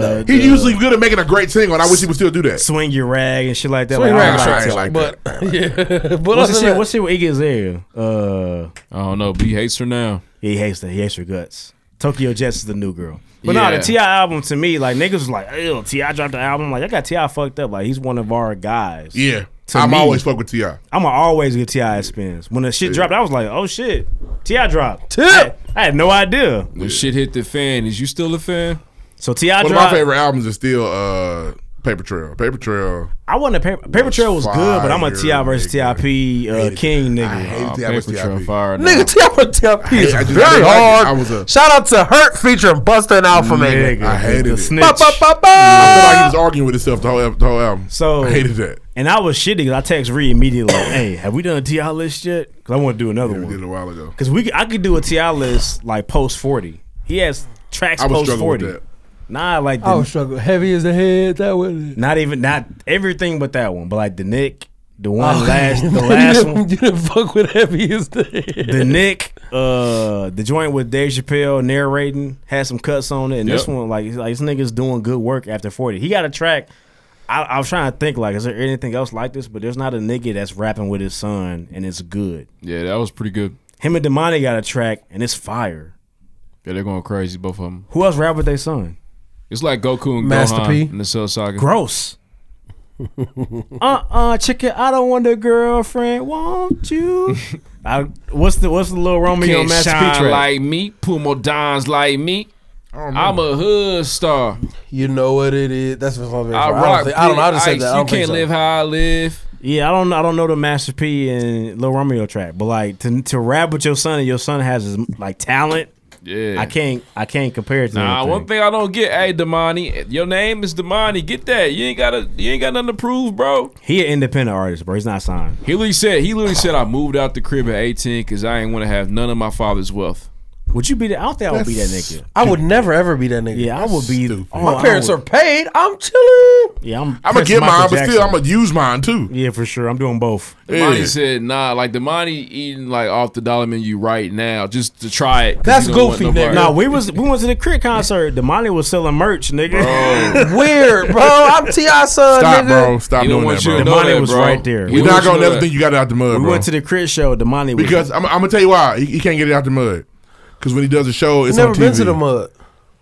that- He's usually good at making a great single, and I wish he would still do that.
Swing your rag and shit like that.
Swing
like, I
rag,
don't
sure, I
like that.
like
But yeah, but
what's
other
the
than
shit?
that-
What's the shit with Iggy Azalea? Uh,
I don't know, but he hates her now.
He hates that. He hates her guts. Tokyo Jets is the new girl. But nah,
Yeah.
the Ti album to me, like niggas was like, "Ew, Ti dropped the album." Like I got Ti fucked up. Like he's one of our guys.
Yeah,
To
I'm
me-
always fuck with Ti.
I'ma always get Ti spins. When the shit
Yeah.
dropped, I was like, "Oh shit, Ti dropped." Tip. I had no idea.
When shit hit the fan, is you still a fan?
So Ti
One
dropped.
of my favorite albums is still uh, Paper Trail. Paper Trail.
I wasn't a paper, paper trail was good, but I'm a Ti versus Tip uh, king nigga.
Oh, T.I. versus Paper Trail T.I.P..
fire.
Nigga, T.I.P. T.I.P. is
I just- I
very
didn't like
hard.
it. I was a-
Shout out to Hurt featuring Busta and Alpha Man.
I hated it.
Ba, ba, ba, ba.
I feel like he was arguing with himself the whole, the whole album.
So
I hated that.
And I was shitty 'cause I text Ree immediately like, "Hey, have we done a Ti list yet? Because I want to do another one." We did
a while ago.
Because we, could- I could do a Ti list like post forty. He has tracks
I would
post
struggle with
forty.
that.
Nah, like the,
I would struggle. Heavy as the head. That was.
not even not everything but that one, but like the Nick, the one
Oh.
last, the
You
last
didn't-
one,
You didn't fuck with heavy as the head.
the Nick, uh, the joint with Dave Chappelle narrating had some cuts on it, and this
Yep.
one like, it's like this nigga's doing good work after forty. He got a track. I, I was trying to think like, is there anything else like this? But there's not a nigga that's rapping with his son and it's good.
Yeah, that was pretty good.
Him and Demani got a track and it's fire.
Yeah, they're going crazy, both of them.
Who else rap with their son?
It's like Goku and
Master
Gohan
P.
in the Cell Saga.
Gross. Uh uh chicken, I don't want a girlfriend. Won't you? I, what's the what's the little Romeo
Can't
Master
shine
P track?
like me. Puma Don's like me.
I'm
a hood star.
You know what it is. That's what's on there.
I
I,
rock
don't think, I don't know. I just said
big
that. I
ice.
don't
You
think
can't
so.
live how I live.
Yeah, I don't I don't know the Master P and Lil Romeo track, but like to to rap with your son and your son has his like talent.
Yeah.
I can't I can't compare it to
Nah,
anything.
one thing I don't get, hey Damani, your name is Damani. Get that. You ain't gotta you ain't got nothing to prove, bro.
He an independent artist, bro. He's not signed.
He literally said he literally said I moved out the crib at 18 because I ain't want to have none of my father's wealth.
Would you be that? I don't think I would be that nigga.
I would never ever be that nigga.
Yeah, I would be. oh,
My
I
parents
would-
are paid. I'm chilling.
Yeah, I'm.
I'ma
Prince
get
Michael
mine, but
Jackson.
still, I'ma use mine too.
Yeah, for sure. I'm doing both.
Damani said, nah, like Damani eating like off the dollar menu right now just to try it. 'cause he don't want no part.
No, we was we went to the Crit concert. Damani was selling merch, nigga.
Weird, bro. I'm T.I. son,
Stop,
nigga.
bro. Stop
He don't doing want that, you to bro. know
Damani
that,
was
bro.
right there.
He We're don't not want you gonna to know never that. think you got it out the mud,
We
bro.
went to the Crit show. Damani was
Because I'm, I'm gonna tell you why he, he can't get it out the mud. Because when he does a show, it's
Never
on TV.
been to the
mud.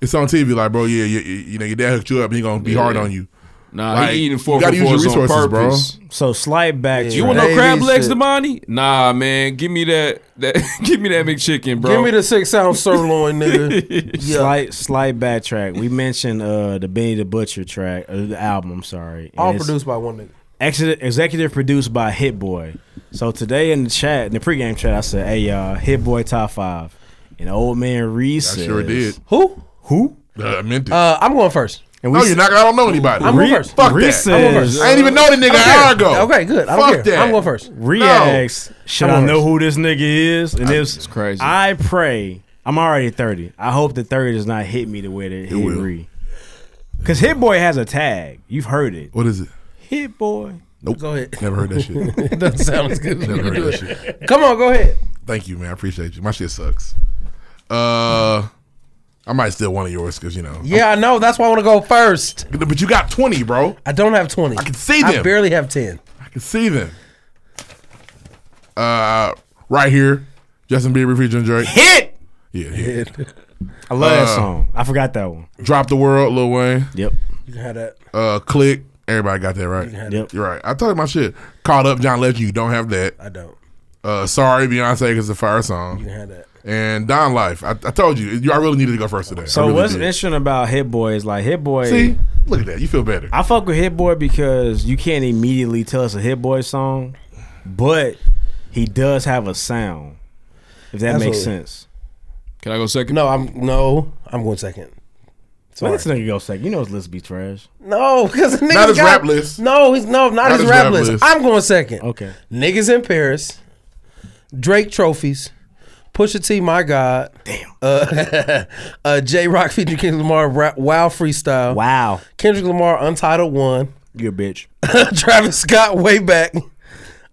It's on TV. Like, bro, yeah, you, you, you know, your dad hooked you up. and He gonna be hard on you.
Nah,
Like,
he eating
you
four for
gotta use your
fours on
resources, bro.
purpose.
So slide back.
You want no crab legs, Damani? Nah, man. Give me that. That give me that McChicken, bro.
Give me the six ounce sirloin, nigga. Yeah.
Slight, slight backtrack. We mentioned uh, the Benny the Butcher track, uh, the album. I'm sorry. And
All
it's
produced by one nigga.
ex- executive produced by Hit Boy. So today in the chat, in the pregame chat, I said, "Hey, y'all, Hit Boy top five. And old man Reese,
I sure did.
Who?
Who?
I meant it.
Uh, I'm going first.
And
no, you're not. I don't know anybody.
I'm going first.
Fuck
Reese
that. I'm going
says-
first. I ain't even know the
I
nigga
don't
an
care.
hour ago.
Okay, good. I don't
Oh. Fuck
care.
that.
I'm going first.
Reacts. Should
I'm going
I know who this nigga is? And it's,
crazy.
I pray. I'm already 30. I hope the 30 does not hit me the way that it, hit Ree. Because Hit Boy has a tag. You've heard it.
What is it?
Hit Boy.
Nope.
Go ahead.
Never heard that shit.
It doesn't sound as good as
Never
you
heard
do
that
it.
shit.
Come on, go ahead.
Thank you, man. I appreciate you. My shit sucks. Uh, I might steal one of yours because you know.
Yeah, I know. That's why I want to go first.
But you got 20, bro.
I don't have 20. I can
see
I
them.
barely have 10.
I can see them. Uh, right here, Justin Bieber featuring Drake.
Hit.
Yeah, hit.
I love that
Uh,
song. I forgot that one.
Drop the world, Lil Wayne.
Yep.
You can have that.
Uh, click. Everybody got that right.
Yep.
You're right. I told you my shit. Caught up, John Legend. You don't have that.
I don't.
Uh, sorry, Beyonce, because the fire song. You
can have that.
And Don Life. I, I told you, you. I really needed to go first today.
So
I really
what's
did.
interesting about Hit Boy is like Hit Boy.
See, look at that. You feel better.
I fuck with Hit Boy because you can't immediately tell us a Hit Boy song, but he does have a sound. If that makes
Absolutely.
sense.
Can I go second?
No, I'm no. I'm going second.
Let
Sorry.
this nigga go second. You know his list be trash.
No, because the nigga
Not his
got,
rap list.
No, he's no, not, his, rap, list. I'm going second.
Okay.
Niggas in Paris, Drake trophies, Pusha T, my God, damn, uh, uh, J Rock featuring Kendrick Lamar, rap, Wow freestyle,
Wow,
Kendrick Lamar, Untitled One,
you a bitch,
Travis Scott, way back,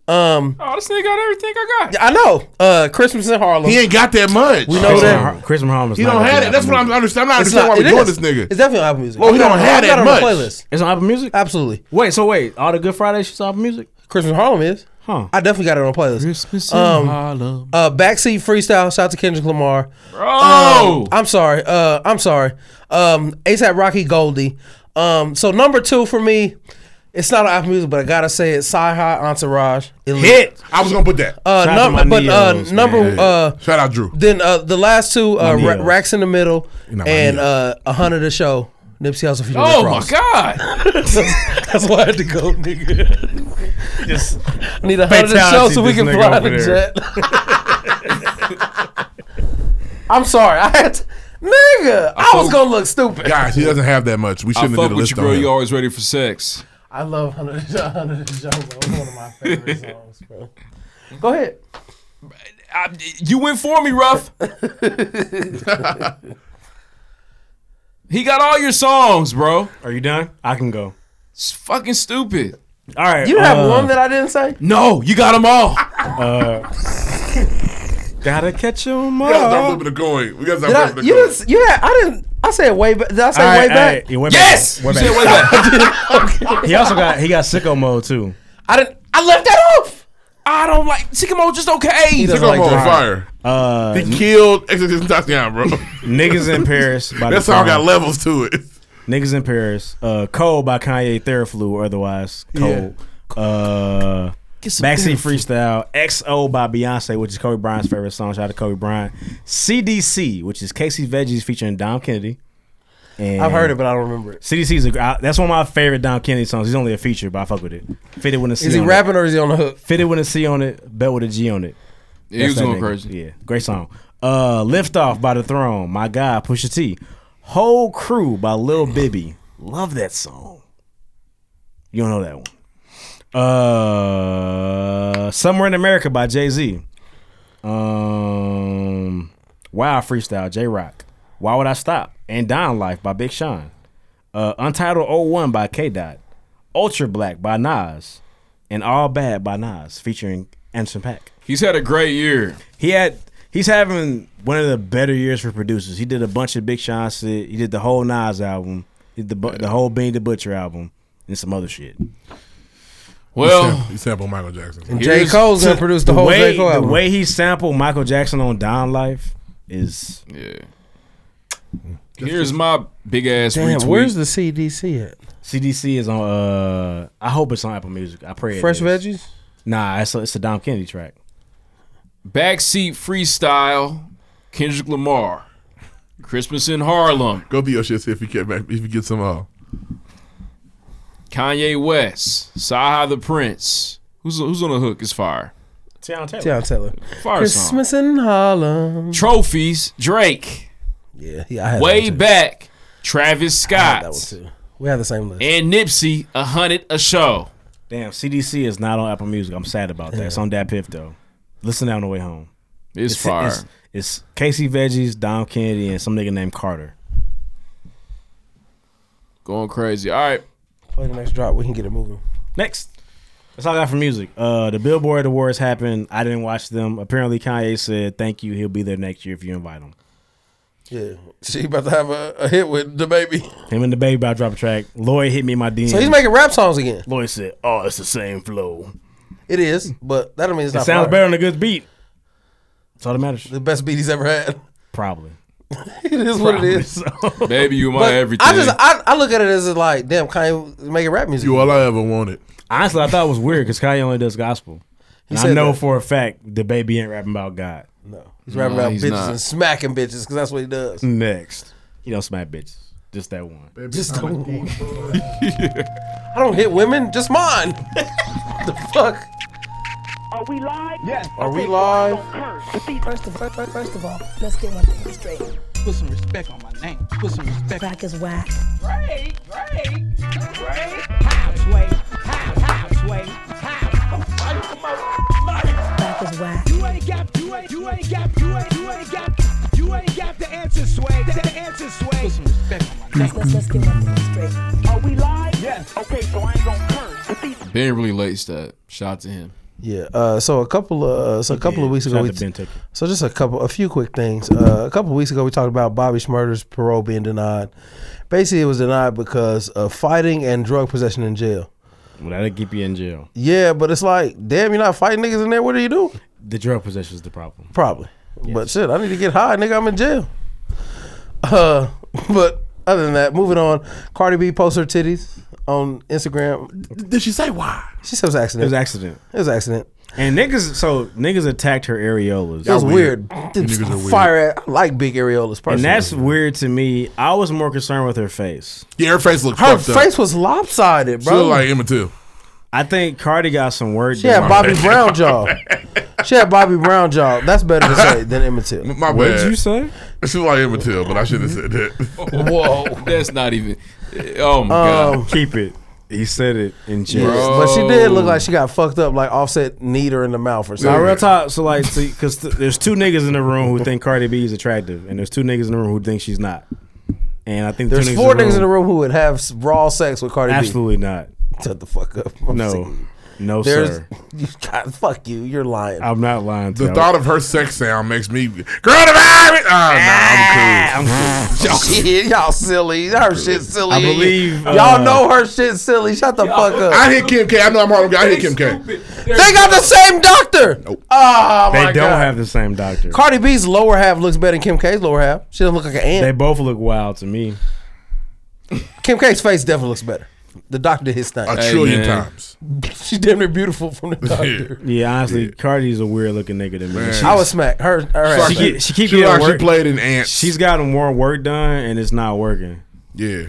um,
Oh, this nigga got everything I got.
I know, uh, Christmas in Harlem.
He ain't got that much.
We know that.
Chris Muhammad's
He
not
don't
gonna
have
be
it. That's
on
what
the
I'm. I understand. I'm not
It's
understanding why we
it
doing
is.
this nigga.
It's definitely on Apple Music.
Well, he
I've got
don't
it on-
have
I've got it
that
on
much.
The playlist.
It's on Apple Music.
Absolutely.
Wait, so wait, all the Good Friday shit's on Apple Music?
Christmas in Harlem is.
Huh. Um,
I definitely got it on playlist.
Christmas
in
Harlem.
Uh, backseat freestyle. Shout out to Kendrick Lamar.
Bro.
Um, I'm sorry. Uh, I'm sorry. Um, ASAP Rocky Goldie. Um, so number two for me, it's not on Apple Music, but I gotta say it. Sci High Entourage. Elite.
Hit. I was gonna put that.
Uh,
Shout out
number,
to my
but
Neos,
uh, number
man.
uh,
shout out Drew.
Then uh, the last two uh,
My
Ra-
Neos.
racks in the middle
You're not my
and
Neo.
uh, a hundred a show. Nipsey Hussle. featuring
Oh
Rick
my
Ross.
god.
That's why I had to go, nigga.
Just
I need a hundred a show
fatality
so we
this
can
nigga
fly
over
the
there.
jet. I'm sorry. I had to, nigga. I, was gonna look stupid.
Guys, he doesn't have that much. We
I
shouldn't have
fuck
did a
with you,
list on
bro. You
him.
always ready for sex.
I love hundred hundred shows. That was one of my favorite songs, bro. Go ahead.
I, you went for me, Ruff. he got all your songs, bro.
Are you done? I can go.
It's fucking stupid.
All right.
You have one that I didn't say.
No, you got them all.
Uh, gotta catch them all.
We gotta stop flipping the coin. We gotta
Did
stop
I,
flipping the
you
coin.
didn't. s- You had. I didn't. I said way back. Did I say
All right,
way
all
back?
right, yeah, way back.
yes.
Way You said back. way
back.
He also got he got sicko mode too.
I didn't. I left that off.
I don't like Sycamore. Just okay.
He doesn't
Sycamore
like
on
Drake.
fire.
Uh,
He killed Exorcist Tatiana, bro.
Niggas in Paris.
That
By the
song got
Clown.
levels to it.
Niggas in Paris. Uh, Cold by Kanye Theraflu, otherwise Cold. Uh, Backseat Freestyle, XO by Beyonce, which is Kobe Bryant's favorite song. Shout out to Kobe Bryant. CDC, which is Casey's Veggies featuring Dom Kennedy. And
I've heard it, but I don't remember it.
CDC is a, I, that's one of my favorite Dom Kennedy songs. He's only a feature, but I fuck with it. Fitted with a C.
Is he
on it.
rapping or is he on the hook?
Fitted with a C on it, belt with a G on it.
Yeah, he
That's
was
that
going
nigga.
crazy.
Yeah, great song. Uh, Lift off by the throne. My God, Pusha T. Whole crew by Lil Bibby. Love that song. You don't know that one. Uh, Somewhere in America by Jay Z. Um, Wow Freestyle, J Rock. Why Would I Stop? And Down Life by Big Sean. Uh, Untitled 01 by K Dot. Ultra Black by Nas. And All Bad by Nas featuring Anderson Pack.
He's had a great year.
He had he's having one of the better years for producers. He did a bunch of Big Sean shit. He did the whole Nas album. He did the bu- the whole Bean the Butcher album and some other shit.
Well-
He sampled Michael Jackson.
Here's-
gonna produce the whole
way,
J. Cole
the
album.
way he sampled Michael Jackson on Down Life is
yeah. Here's my big ass
Damn,
retweet.
where's the CDC at?
CDC is on. uh I hope it's on Apple Music. I pray. it
Fresh
is.
Veggies?
Nah, it's a, it's a Dom Kennedy track.
Backseat freestyle, Kendrick Lamar, Christmas in Harlem,
Go through your shit. See if you get back. If you get some. Uh,
Kanye West, Saha the Prince. Who's who's on the hook? Is fire.
Tiana Taylor.
Tiana Taylor.
Fire song.
Christmas in Harlem.
Trophies, Drake.
Yeah, yeah. I had that
Way
one too.
back, Travis Scott
We have the same list.
and Nipsey. A hundred a show.
Damn, CDC is not on Apple Music. I'm sad about that. It's on that Piff though. Listen to that on the way home.
It's fire.
It's, it's Casey Veggies, Don Kennedy, and some nigga named Carter.
Going crazy. All right.
Play the next drop. We can get it moving.
Next. That's all I got for music. Uh, the Billboard Awards happened. I didn't watch them. Apparently, Kanye said thank you. He'll be there next year if you invite him.
Yeah. She about to have a, a hit with the baby.
Him and the baby about to drop a track. Lloyd hit me in my DM.
So he's making rap songs again.
Lloyd said, "Oh, it's the same flow."
It is, but that don't mean it's
It
not.
sounds
fire.
better on a good beat. That's all that matters. The
best beat he's ever had.
Probably.
it is what it is.
Baby, you my
But
everything.
I just I, I look at it as like, damn, Kanye is making rap music.
you all I ever wanted.
Honestly, I thought it was weird because Kanye only does gospel.
He
And I
said
know
that.
for a fact the baby ain't rapping about God.
No. He's rapping about bitches and smacking bitches because that's what he does.
Next, he don't smack bitches. Just that one.
Just don't. I don't hit women, just mine. the fuck?
Are we live? Yes.
Are we live?
First of, first, first, first of all, let's get one thing straight. Put some respect on my name. Put some respect. Crack is whack.
Great, great, great. Halfway, half, halfway, half. Back is whack. You ain't got, you ain't, you ain't got, you ain't, you ain't got, you ain't got the answer, Sway. The, the answer, Sway. Put some respect on my name. Let's, let's get one thing straight. Are we live? Yes. Okay, so I ain't gonna curse.
Ben really laced that. Shout out to him.
Yeah. Uh, so a couple of so a couple of weeks
Shout
ago,
out
we
to Ben Tucker.
so just a couple, a few quick things. Uh, a couple of weeks ago, we talked about Bobby Schmurder's parole being denied. Basically, it was denied because of fighting and drug possession in jail.
Well, that'll keep you in jail.
Yeah, but it's like, damn, you're not fighting niggas in there. What are you doing?
The drug possession is the problem.
Probably. But shit, I need to get high, nigga. I'm in jail. Uh, but other than that, moving on. Cardi B posts her titties on Instagram. Did she say why? She said it was an accident.
It was an accident.
It was an accident.
And niggas, so niggas attacked her areolas.
That was weird. Fire at, I like big areolas. Personally.
And that's weird to me. I was more concerned with her face.
Yeah, her face looked.
her
fucked up.
face was lopsided,
She
bro.
looked like Emma too.
I think Cardi got some work.
she had Bobby Brown jaw. She had Bobby Brown jaw. That's better to say than Emmett Till.
My bad.
say?
She looked like Emma Till, but I shouldn't have said
Oh,
that.
Whoa, that's not even. Oh my
Um,
god.
Keep it. He said it in jail.
Yeah, but she did look like she got fucked up, like offset need her in the mouth or
Now,
something.
real talk. So, like, because th- there's two niggas in the room who think Cardi B is attractive, and there's two niggas in the room who think she's not. And I think
There's
two
four niggas in the room who would have s- raw sex with Cardi
Absolutely not.
Shut the fuck up. I'm
No,
sick.
no,
There's-
sir.
You God, fuck you. You're lying.
I'm not lying.
The thought of her sex sound makes me girl the virus. Oh, nah, I'm cool.
Shit, y'all silly. Her shit silly.
I believe,
y'all
uh,
know her shit silly. Shut the fuck up.
I hit Kim K. I know I'm Harlem. Guy. I hit Kim K.
They got the same doctor. Oh
they
my
don't
god.
have the same doctor.
Cardi B's lower half looks better than Kim K's lower half. She doesn't look like an
They
ant.
both look wild to me.
Kim K's face definitely looks better. The doctor did his thing.
A Hey, trillion man. times.
She's damn near beautiful from the doctor.
Yeah, honestly, Cardi's a weird looking nigga to me.
Man. I would smack her- her ass.
She, get, she keep
She
getting
actually
work.
played in Ants.
She's gotten more work done, and it's not working.
Yeah.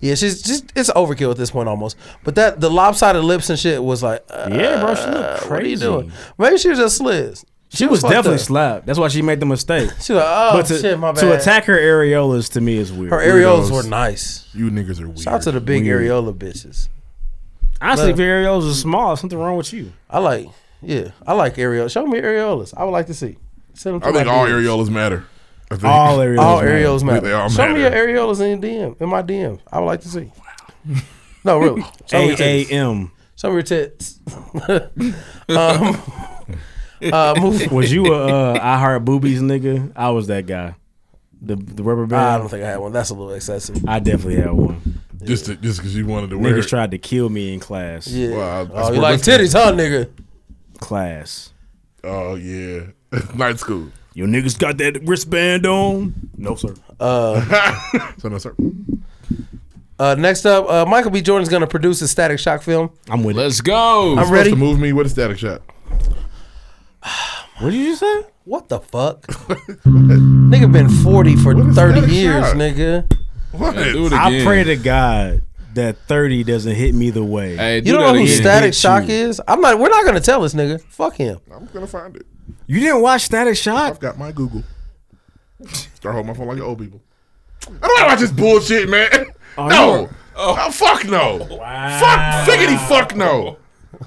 Yeah, she's just it's overkill at this point almost. But that the lopsided lips and shit was like,
Yeah, bro, she looked
uh, What are you
crazy.
doing? Maybe she was just sliz.
She, was
fucked
definitely
up.
slapped. That's why she made the mistake.
She was like, oh,
to,
shit, my
To
bad.
attack her areolas to me is weird.
Her areolas were nice.
You niggas are weird.
Shout out to the big
Weird.
areola bitches.
Honestly,
Look.
if your areolas are small, there's something wrong with you.
I like, yeah, I like areolas. Show me areolas. I would like to see. Send them to
I think
my
all
DMs.
areolas matter. I think.
All areolas
All areolas
I think
matter.
They all
Show me your
matter.
areolas in DM in my DM. I would like to see. No, really. Show me your tits.
AAM.
Show me your tits. um, uh, move.
Was you a uh, I Heart Boobies nigga? I was that guy. The the rubber band.
I don't think I had one. That's a little excessive.
I definitely had one.
Just to, just because you wanted to wear
Niggas
it.
tried to kill me in class.
Yeah.
Wow, that's
oh, you
where
like
this is.
titties, huh, nigga?
Class.
Oh yeah, night school.
Your niggas got that wristband on? No sir.
Uh,
so no sir.
Uh, next up, uh, Michael B. Jordan's going to produce a Static Shock film.
I'm with
Let's go.
I'm ready.
To move me with a static shot.
What did you say?
What the fuck? nigga been 40 for 30
Static
years,
Shock?
nigga.
What?
do it
I
again.
pray to God that 30 doesn't hit me the way.
Hey, do
You don't
that
know who
again.
Static Shock is? I'm not. We're not gonna tell this nigga. Fuck him.
I'm gonna find it.
You didn't watch Static Shock?
I've got my Google. Start holding my phone like old people. I don't want to watch this bullshit, man. no. Oh, fuck no. Fuck figgity fuck no.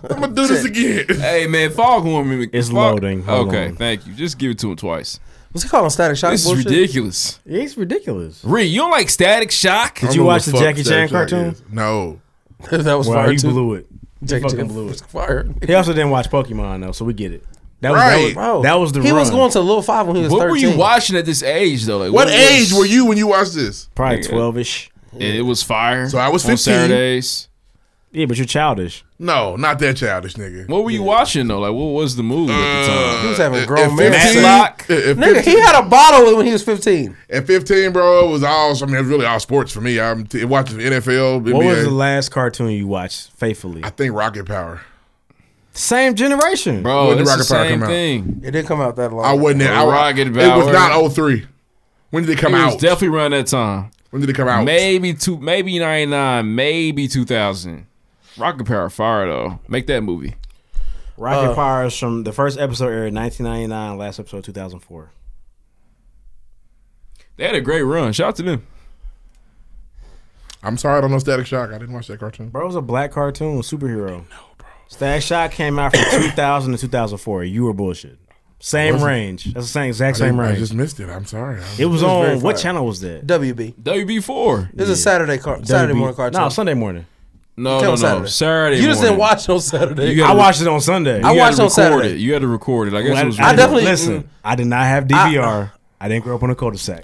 I'm gonna do this again.
Hey man, fog on me.
It's
Fog-
loading. Hold
Okay,
on.
thank you. Just give it to him twice.
What's he calling Static Shock?
This is
bullshit?
ridiculous.
It's ridiculous.
Ree, you don't like Static Shock?
Did you watch the Jackie Chan
Static Shock
cartoon?
is. No.
that was
Wow,
fire
you
too.
blew it. You
Jackie
fucking
Chan
blew
was
it.
fire.
He also didn't watch Pokemon though, so we get it. That was,
Right.
that, was, that was the
He
run.
was going to Lil Five when he was
What
13.
were you watching at this age though? Like,
What
was-
age were you when you watched this?
probably
Yeah.
twelve ish.
And It was fire.
So I was
on
15.
Saturdays.
Yeah, but you're childish.
No, not that childish nigga.
What were you watching though? Like, what was the movie at the
Uh,
time?
He was having
At
grown man.
15,
Matlock.
at- at
Nigga, he
15
had a bottle when he was 15.
at 15, bro, it was all, I mean, it was really all sports for me. I'm t- watching the NFL,
What was the
NBA.
last cartoon you watched faithfully?
I think Rocket Power.
Same generation,
Bro,
When did
it's the
Rocket Power
same
come out?
thing.
It didn't come out that long.
I wasn't there. I,
Rocket
It was
Power.
not 03. When did it come
it
out?
was definitely around that time.
when did it come out?
Maybe two, maybe ninety nine, maybe two thousand. Rocket Power Fire though. Make that movie.
Rocket
Uh,
Power is from the first episode aired in 1999, last episode 2004.
They had a great run. Shout out to them.
I'm sorry, I don't know Static Shock. I didn't watch that cartoon.
Bro, it was a black cartoon superhero. No, bro. Static Shock came out from 2000 to 2004. You were bullshit. Same
Was it?
range. That's the same exact
I
same
didn't- I
range.
just missed it. I'm sorry. I-
it
was
was,
very
on what
fire.
channel was that?
WB.
WB four.
This is a Saturday car- Saturday
WB.
morning cartoon.
No, Sunday morning.
No,
It
no,
came
no.
on
Saturday.
You just didn't
morning.
watch on Saturday.
You
I
gotta re-
watched it on Sunday.
I
you
watched
gotta
it on
record
Saturday.
It. You had to record it. I guess
Well,
it was.
I,
recorded.
definitely-
listen.
mm.
I did not have DVR. I, didn't grow up on a cul-de-sac.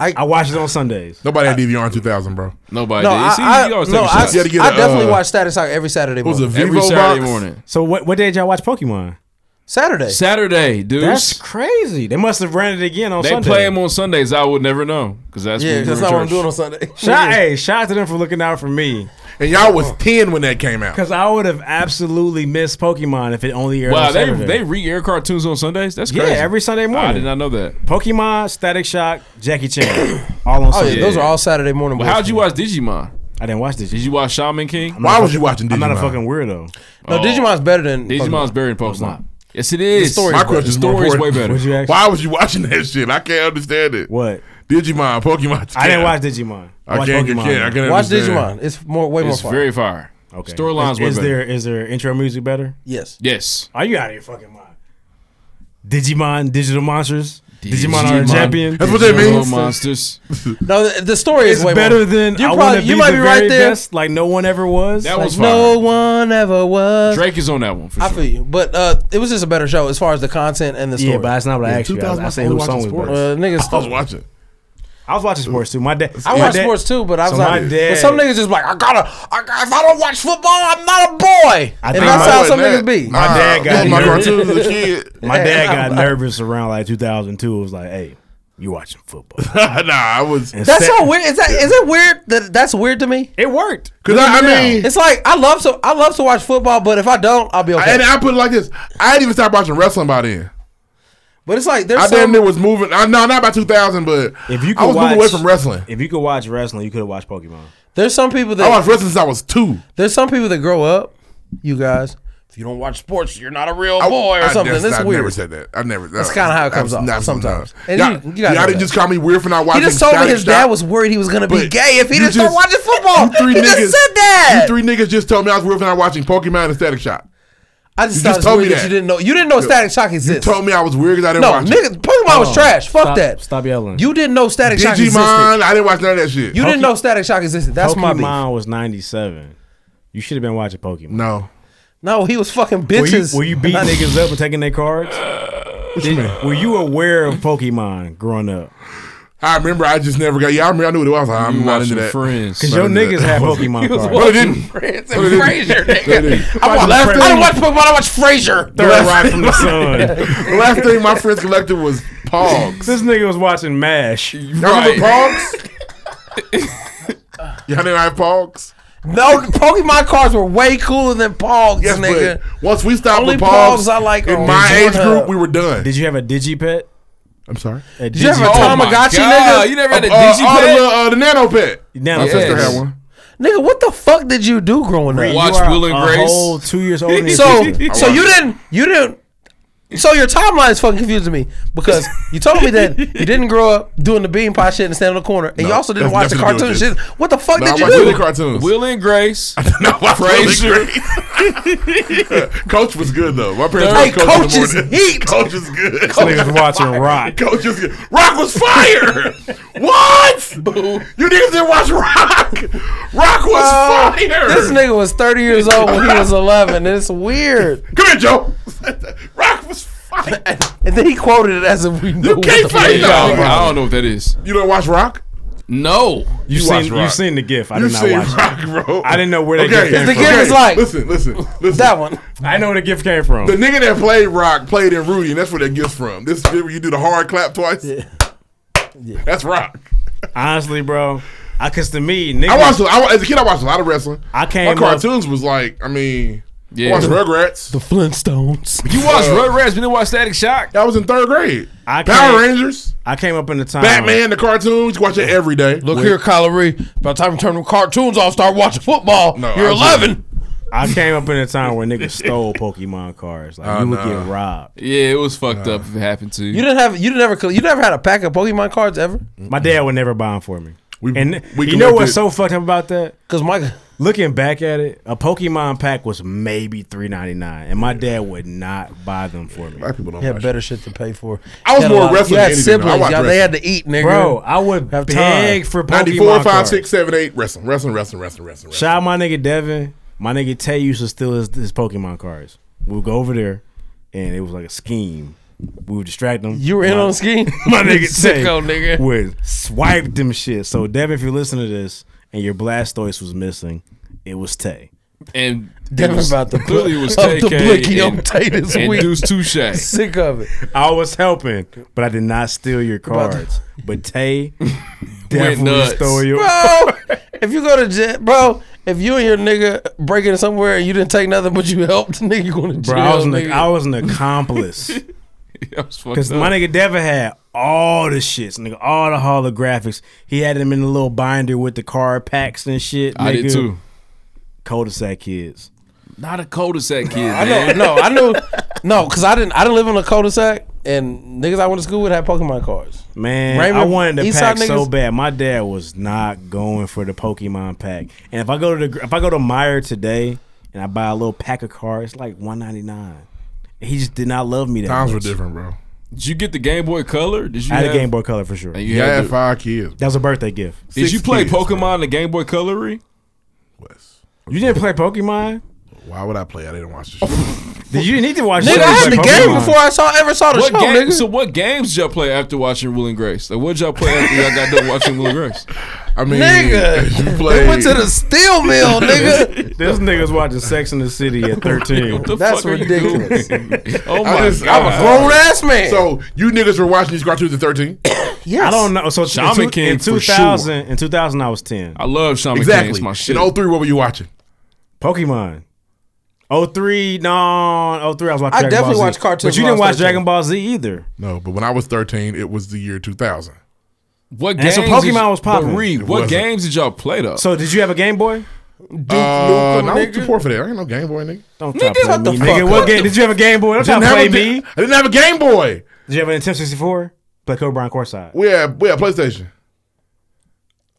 I-
I, watched it on Sundays.
Nobody had DVR in 2000, bro.
Nobody
no,
did. You see,
I, I,
you
no,
always take
I,
shots.
You had to get
I
a,
definitely
uh,
watch Static Shock every Saturday
What was it,
morning.
every
Vivo
Saturday
box?
morning.
So what what day did y'all watch Pokemon?
Saturday.
Saturday, dude.
That's crazy. They must have ran it again on
they
Sunday.
play them on Sundays. I would never know because that's
Yeah,
when we
that's
were
not
in
what I'm
church.
doing on Sunday.
Shout, hey, shout out to them for looking out for me.
And y'all was 10 when that came out.
Because I would have absolutely missed Pokemon if it only aired
Wow,
on
they
Saturday.
they re-air cartoons on Sundays. That's
yeah,
crazy.
every Sunday
I
morning.
did not know that.
Pokemon, Static Shock, Jackie Chan. all on
Oh,
Sunday.
yeah, those are all Saturday morning.
Well,
boys.
how'd you watch Digimon?
I didn't watch this.
Did you watch Shaman King?
Why was you watching Digimon?
I'm not a fucking weirdo.
No, Digimon's better than
Digimon's
Pokemon.
buried in Pokemon. Yes, it is.
story-
My question
the
is more
story is way
important.
better.
What'd you ask?
Why was you watching that shit? I can't understand it.
What?
Digimon, Pokemon.
I didn't watch Digimon.
I
watched
can't, I
Pokemon.
can't, I can't
Watch
understand.
Digimon. It's more way
It's
more fun.
very fire.
Okay.
Storylines
Is-
way
is
better.
there is there intro music better?
yes.
Yes.
Are you out of your fucking mind? Digimon, digital monsters. Digimon, are a
Digimon.
champion.
That's what that
Hello,
means.
monsters.
No, the, the story
It's
is way
better
more.
than
You
I
probably-
want to be
you might
the
be
very
right there.
best, like no one ever was.
That
Like,
was fire.
No one ever was.
Drake is on that one for
I
sure.
feel you, but uh, it was just a better show as far as the content and the story.
Yeah, but that's not what I asked you. I, was-
2000
I said
only
whose song was
watching sports.
better.
uh, niggas,
I was watching.
I was watching sports too. My dad.
I
my
watch
dad-
sports too, but I was
so
like,
my dad-
but some niggas just like, I gotta, I gotta, if I don't watch football, I'm not a boy.
I
and
think
that's
my-
how some
Wasn't
niggas be.
that-
dad
Nah,
got
my
nervous.
cartoons as a kid.
My dad got
I'm-
nervous around like 2002. It was like, hey, You watching football?
nah, I was.
That's so weird. Is that is it weird that that's weird to me?
It worked.
'Cause I- I mean-
it's like I love to I love to watch football, but if I don't, I'll be okay.
And I put it like this: I didn't even start watching wrestling by then.
But it's like there's
I damn
some-
near was moving. I, no, not by 2000, but
If you could
I was
watch,
moving away from wrestling.
If you could watch wrestling, you could have watched Pokemon.
There's some people that
I watched wrestling since I was two.
There's some people that grow up. You guys, if you don't watch sports, you're not a real boy or
I-
something.
that's-
That's
I
weird.
never said that. I never.
That's kinda how it comes
abs-
off
abs-
sometimes.
no.
And
Y'all,
you- you gotta
y'all
know
didn't
that.
just call me weird for not watching.
He just told me
Saturday
his dad
Night-
was worried he was gonna be
But
gay if he
you
didn't start
just-
watching football.
You three
he
niggas
just said that.
You three niggas just told me I was weird for not watching Pokemon and Static Shock.
I just thought it was weird that you didn't know- you didn't know Static Shock exists.
You told me I was weird because I didn't
No,
watch
nigga,
it.
Pokemon was trash. Fuck
Oh, stop,
that.
Stop yelling.
You didn't know Static Shock existed.
Digimon, I didn't watch none of that shit.
You didn't know Static Shock existed. That's my
Pokemon
beef.
was ninety seven. You should have been watching Pokemon.
No.
No, he was fucking
Were you,
bitches.
were you beating niggas up and taking their cards? Did- were you aware of Pokemon growing up?
I remember I just never got. Yeah, I remember I knew what it was. I'm
You
not
watching
into that.
Friends. 'Cause your niggas had Pokemon You was cards.
But it
watching
didn't.
Friends
But it
and
didn't.
Frasier,
But it didn't.
nigga. I watch,
Last
I didn't
thing-
watch Pokemon. I watch Frasier.
Third Rock from the Sun.
The last thing my friends collected was Pogs.
This nigga was watching MASH.
Y'all remember Pogs? Y'all didn't have Pogs?
No, Pokemon cards were way cooler than Pogs,
Yes,
nigga.
but once we stopped
Only
with Pogs,
Pogs I like
in
are
my
Pornhub.
age group, we were done.
Did you have a Digipet?
I'm sorry.
A
Did you ever
Digipet?
Oh
Tamagotchi, nigga?
Uh, uh, all the little, uh, the Nano Pet.
Nano
my
Pet.
sister
Yes.
had one.
Nigga, what the fuck did you do growing up?
You are a whole two years old. than
So,
Digipet.
so you didn't, you didn't. So your timeline is fucking confusing me because you told me that you didn't grow up doing the bean pie shit and stand on the corner, and you
No,
also didn't watch
that's
the
nothing to do
cartoon
with
shit.
this.
What the fuck
No, I
did you
watched
do?
Willie cartoons.
Will and Grace.
no, my
Frasier.
Coach was good though. My parents
Hey,
watched Coach,
Coach is
in the morning.
heat.
Coach is good.
This nigga's watching Rock.
Coach is good. Rock was fire. what? You niggas didn't watch Rock. Rock was
Uh,
fire.
This nigga was 30 years old when he was 11. It's weird.
Come here, Joe. Rock was fire.
And then he quoted it as if we knew.
You can't fight
Yeah, I, don't,
no.
I don't know what that is.
You don't watch Rock?
No.
You
watch
seen you
Rock.
seen the GIF? I
You
did not
seen
watch it.
Rock, bro?
I didn't know where that
Okay,
GIF came
The
from.
gift is like
Listen, listen, listen.
that one.
I know where the GIF came from.
The nigga that played Rock played in Rudy, and that's where that gets from. This is where you do the hard clap twice. That's Rock.
Honestly, bro, I cause to me, nigga,
I watched. I, wa- as a kid, I watched a lot of wrestling.
I came
My
up-
cartoons was like, I mean,
Yeah.
I watched Rugrats.
The Flintstones.
You watched
Uh,
Rugrats, but didn't watch Static Shock?
I was in third grade.
I came,
Power Rangers,
I came up in the time.
Batman, the cartoons. You watch it every day.
Oh. Look here, Kyler Reed. By the time you turn them cartoons off, start watching football.
No,
You're
I'm
11.
I came up in a time where niggas stole Pokemon cards. Like
Oh,
you would
no.
get robbed.
Yeah, it was fucked up if it happened to
You
you.
didn't have you didn't ever you never had a pack of Pokemon cards ever
My dad would never buy them for me.
We,
And
we
you know
collected-
what's so fucked up about that?
because my
Looking back at it, a Pokemon pack was maybe three ninety nine, and my dad would not buy them for me.
Black people don't
he had
watch
better shit to pay for.
I
You
was
had a
more
lot-
wrestling
You had
than anything, though. I
siblings.
watched
Y'all, they had
wrestling.
to eat, nigga.
Bro, I would
Have
beg
time.
for
94,
Pokemon
5,
cards.
6, 7, 8. Wrestling, wrestling, wrestling, wrestling, wrestling. wrestling.
Shout out my nigga Devin. My nigga Tay used to steal his, his Pokemon cards. We'll go over there, and it was like a scheme. We would distract them.
You were in
my,
on scheme,
My nigga Tay
sicko, nigga.
would swipe them shit. So Devin, if you listen to this and your Blastoise was missing, it was Tay.
And
Damn
it was-
about the
clearly it was
of the blicky
TK
on
and,
Tay this
and
week.
Deuce Touche.
Sick of it.
I was helping, but I did not steal your cards. But Tay definitely
nuts.
stole your.
bro. if you go to jail, bro. If you and your nigga break into somewhere and you didn't take nothing, but you helped, nigga, you going to jail.
Bro, I was an
nigga.
I was an accomplice.
I was fucked
Cause
up.
my nigga Devin had all the shits, nigga, all the holographics. He had them in the little binder with the card packs and shit. Nigga.
I did too.
Cul-de-sac kids.
Not a cul-de-sac kid,
I know,
man.
no, I knew, no, cause I didn't, I didn't live in a cul-de-sac, and niggas I went to school with had Pokemon cards.
Man,
Raymond,
I wanted the
Eastside
pack so
niggas-
bad. My dad was not going for the Pokemon pack. And if I go to the if I go to Meyer today and I buy a little pack of cards, it's like one ninety nine. He just did not love me that
Times were
much.
different, bro.
Did you get the Game Boy Color? Did you
I had
have-
a Game Boy Color for sure.
And
That
you
Yeah, I
had
had
the-
five kids.
was a birthday gift.
Did
six
you play
kids,
Pokemon on the Game Boy Colory?
You didn't play Pokemon?
Why would I play? I didn't watch the shit.
Did you need to watch?
Nigga, I
shows
had the
like
game
Pokemon.
before I saw ever saw the
What
show,
game,
nigga.
so what games did y'all play after watching Will and Grace? Like what did y'all play after y'all got done watching Will and Grace?
I mean,
Nigga,
you
They
played.
went to the steel mill, nigga.
This nigga's watching Sex in the City at 13.
What the
That's
fuck are you
ridiculous.
doing? oh my
I, just, I
god!
was
Grown ass man.
So you niggas were watching these cartoons at thirteen?
I don't know. So
Shaman
in, two-
King
in
for
2000, in 2000, I was 10.
I love Shaman King. It's
exactly.
my shit.
In
03, what were you watching?
Pokemon. 03, no. 03, I was watching
I definitely
Dragon Ball Z.
watched cartoons
But you
when I
didn't
was
watch
13.
Dragon Ball Z either.
No, but when I was 13, it was the year 2000.
What
And
games?
so
did-
Pokemon was
but
popping.
Reed,
It
what
wasn't.
games did y'all play though?
So did you have a Game Boy?
Duke uh, no, I was too poor for that. I ain't no Game Boy, nigga.
Don't try to play me, nigga. What game? Did you have a Game Boy? Don't try
Didn't
to
have
play
a di-
me.
I didn't have a Game Boy.
Did you have an Nintendo 64? Play Cobra and Corside.
We had we had PlayStation.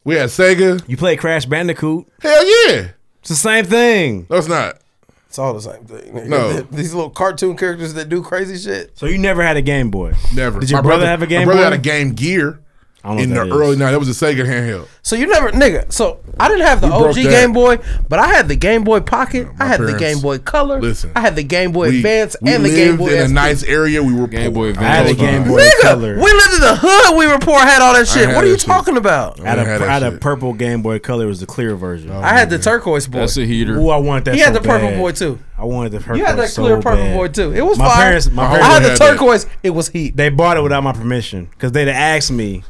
We had Sega.
You played Crash Bandicoot.
Hell yeah.
It's the same thing.
No, it's not.
It's all the same thing. nigga.
No.
These little cartoon characters that do crazy shit.
So you never had a Game Boy?
Never.
Did your
My
brother, have a Game
My brother
Boy?
had a Game Gear
don't know
in
what
the
that
early night. That was a Sega handheld.
So you never, nigga. So I didn't have the
We broke
OG
that.
Game Boy, but I had the Game Boy Pocket. I had the
parents-
Game Boy Color.
Listen.
I had the Game Boy
We-
Advance
we
and the Game
lived
Boy
in a
SP.
nice area. We were Game Boy
I had a Game Boy
nigga,
Color.
we lived in the hood. We were poor. Had all that shit.
had
What are you
that shit.
talking
Oh,
about?
I had, a, I had a purple Game Boy Color. It was the clear version.
I had the turquoise boy.
That's a heater.
Ooh, I wanted that.
He had
so
the purple
bad.
boy, too.
I wanted the purple.
You had that
so
clear purple
bad.
boy, too. It was
my
fire.
Parents, my
I
parents
had the
that.
turquoise. It was heat.
They bought it without my permission because they'd have asked me.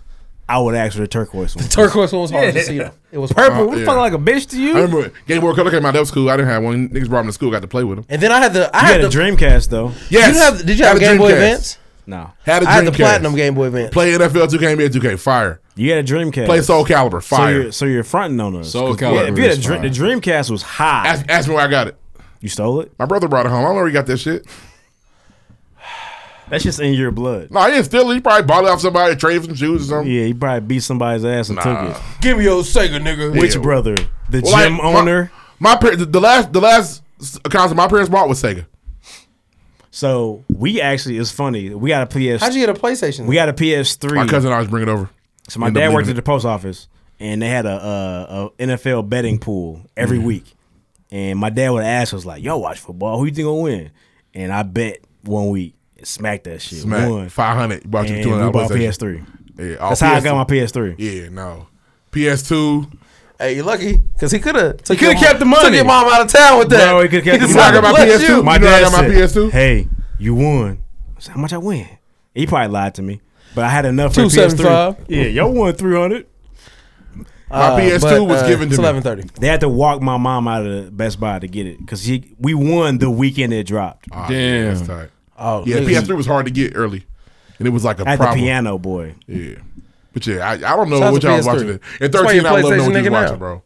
I would ask for the turquoise one. The
turquoise one was hard to see, though. It was
purple.
Uh,
what the
yeah.
fuck like a bitch to you?
I remember when Game Boy Color came out. That was cool. I didn't have one. Niggas brought them to school. Got to play with them.
And then I had the. I
you
had,
had,
the.
a Dreamcast though.
Yes.
Did you have, did you
Had
have
a
Game Boy
Dreamcast.
Advance?
No.
Had a
I had the
Dreamcast.
platinum Game Boy Advance.
Play NFL 2K, NBA 2K. Fire.
You had a Dreamcast.
Play Soul Calibur. Fire.
So you're, so you're fronting on us.
Soul
'Cause- yeah,
Calibur
if you had
is
a dream, the Dreamcast was high.
Ask, ask me where I got it.
You stole it?
My brother brought it home. I don't know where he got that shit.
That's just in your blood.
No, I didn't steal it. He probably bought it off somebody, traded some shoes or something.
Yeah, he probably beat somebody's ass and
Nah.
took it.
Give me your Sega, nigga.
Which
Yeah.
brother? The
Well, like,
gym
my-
owner.
My, par- the, the last the last s- console my parents bought was Sega.
So we actually it's funny. We got a PS.
How'd you get a PlayStation?
We got a PS3.
My cousin always bring it over.
So my
End up
dad worked
leaving
at the post office, and they had a, a, a NFL betting pool
Mm-hmm.
every week. And my dad would ask us like, "Yo, watch football. Who you think gonna win?" And I bet one week, smacked that shit.
Smack.
Won
500. You bought you
And
$200
we bought
PlayStation.
PS3.
Yeah, oh, all
That's how I
PS3.
got my PS3.
Yeah, no. PS2.
Hey, you're lucky because he could have. He
coulda kept the
Took
money.
your mom out of town with that.
Bro, he could
He
kept the
decided
money.
to bless you.
My
You know I
dad
got my
said,
PS2?
Hey, you won. I said, how much I win? He probably lied to me, but I had enough for the PS3.
275.
Yeah, y'all won three hundred.
My Uh, PS2 but, was uh, given to it's me. 11:30.
They had to walk my mom out of the Best Buy to get it because he we won the weekend it dropped.
Oh, Yeah, that's tight. yeah, PS3 was hard to get early, and it was like a
I had Oh, the
problem.
piano, boy.
Yeah, but yeah, I, I don't know
Shout out
what
to
y'all was
PS3.
watching. It. At
That's why you
thirteen, I love know
PlayStation
what you was
nigga now.
watching, bro.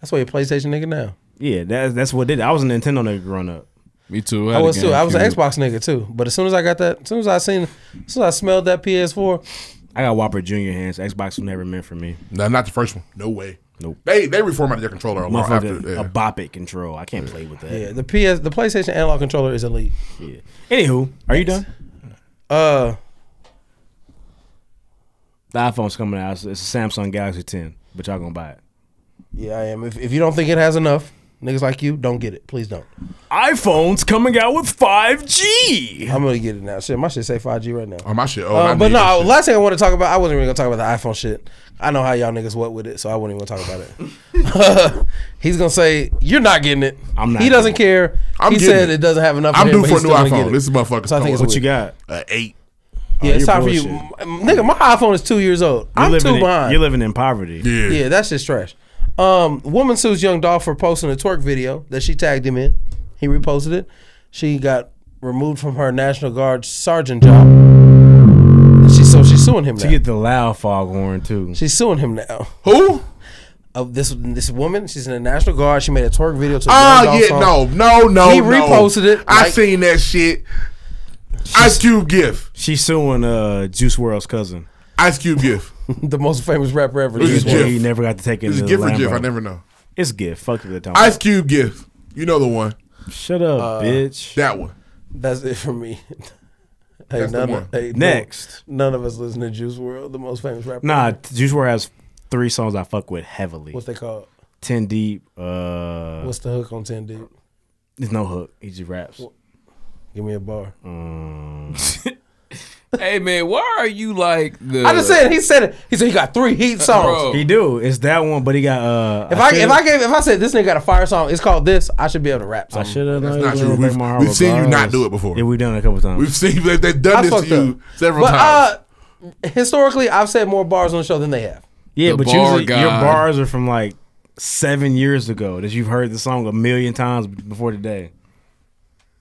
That's why you're a PlayStation nigga now.
Yeah, that's that's what did. it. I was a Nintendo nigga growing up.
Me too.
I was too. I was an Xbox nigga too. But as soon as I got that, as soon as I seen, as soon as I smelled that PS4,
I got Whopper Junior hands. Xbox was never meant for me.
No, not the first one. No way.
Nope.
They they reformatted their controller a lot after.
Motherfucker,
Yeah.
a bop it control. I can't play with that.
yeah, the PS, the PlayStation analog controller is elite.
Yeah. Anywho, are you done?
Uh,
The iPhone's coming out. It's it's a Samsung Galaxy 10, but y'all gonna buy it.
yeah, I am. If, if you don't think it has enough, niggas like you don't get it. Please don't.
iPhone's coming out with 5G.
I'm gonna get it now. Shit, my shit say 5G right now.
Oh, my shit. Oh,
Uh,
I
but
need
no,
this shit.
last thing I want to talk about, I wasn't really gonna talk about the iPhone shit. I know how y'all niggas what with it, so I wouldn't even talk about it. He's gonna say you're not getting it.
I'm not
He doesn't
getting
care.
I'm
he
getting
said
it.
it. doesn't have enough.
I'm
him,
due
but
for a
he's
new
still gonna
iPhone.
get it.
This is motherfucking
So I think it's
stolen.
weird.
An eight.
Yeah,
Oh,
it's
you're
time for you,
bullshit.
M- nigga. My iPhone is two years old. I'm
living
too
in,
behind.
You're living in poverty.
Yeah.
yeah, that's just trash. Um, woman sues young doll for posting a twerk video that she tagged him in. He reposted it. She got removed from her National Guard sergeant job. She so she's suing him
To
now.
get the loud foghorn too.
She's suing him now.
Who?
Of this this woman, she's in the National Guard. She made a twerk video to. a Young
Oh
Dolls
yeah, no,
song.
no, no.
He
no.
reposted it.
I
like-
seen that shit. Ice Cube gift.
She's suing uh, Juice World's cousin.
Ice Cube gift.
the most famous rapper ever.
This is
Well,
Jif.
He never got to take it.
This is
to
gift
the
or Jif?
Lambo.
I never know.
It's gift. Fuck the time.
Ice Cube gift. You know the one.
Shut up, bitch.
Uh, That one.
That's it for me. hey,
That's the
none
one.
of, hey,
Next.
none of us listen to Juice World, the most famous rapper.
Nah, Juice World has three songs I fuck with heavily.
What's they called?
Ten Deep. Uh,
What's the hook on Ten Deep?
There's no hook. He just raps.
Give me a bar.
Um,
hey man, why are you like the?
I just said he said it. He said he got three heat songs.
Bro.
he do. It's that one, but he got. uh
If I, if
feel-
I gave if I said this nigga got a fire song, it's called this. I should be able to rap.
I
Something.
should have.
That's not true. We've, we've seen you not do it before.
Yeah, we've done it a couple times.
We've seen they, they've done
I
this
fucked
to you
up.
several
But
times.
uh, historically, I've said more bars on the show than they have.
Yeah,
The
but
bar
usually your
guy.
bars are from like seven years ago that you've heard the song a million times before today.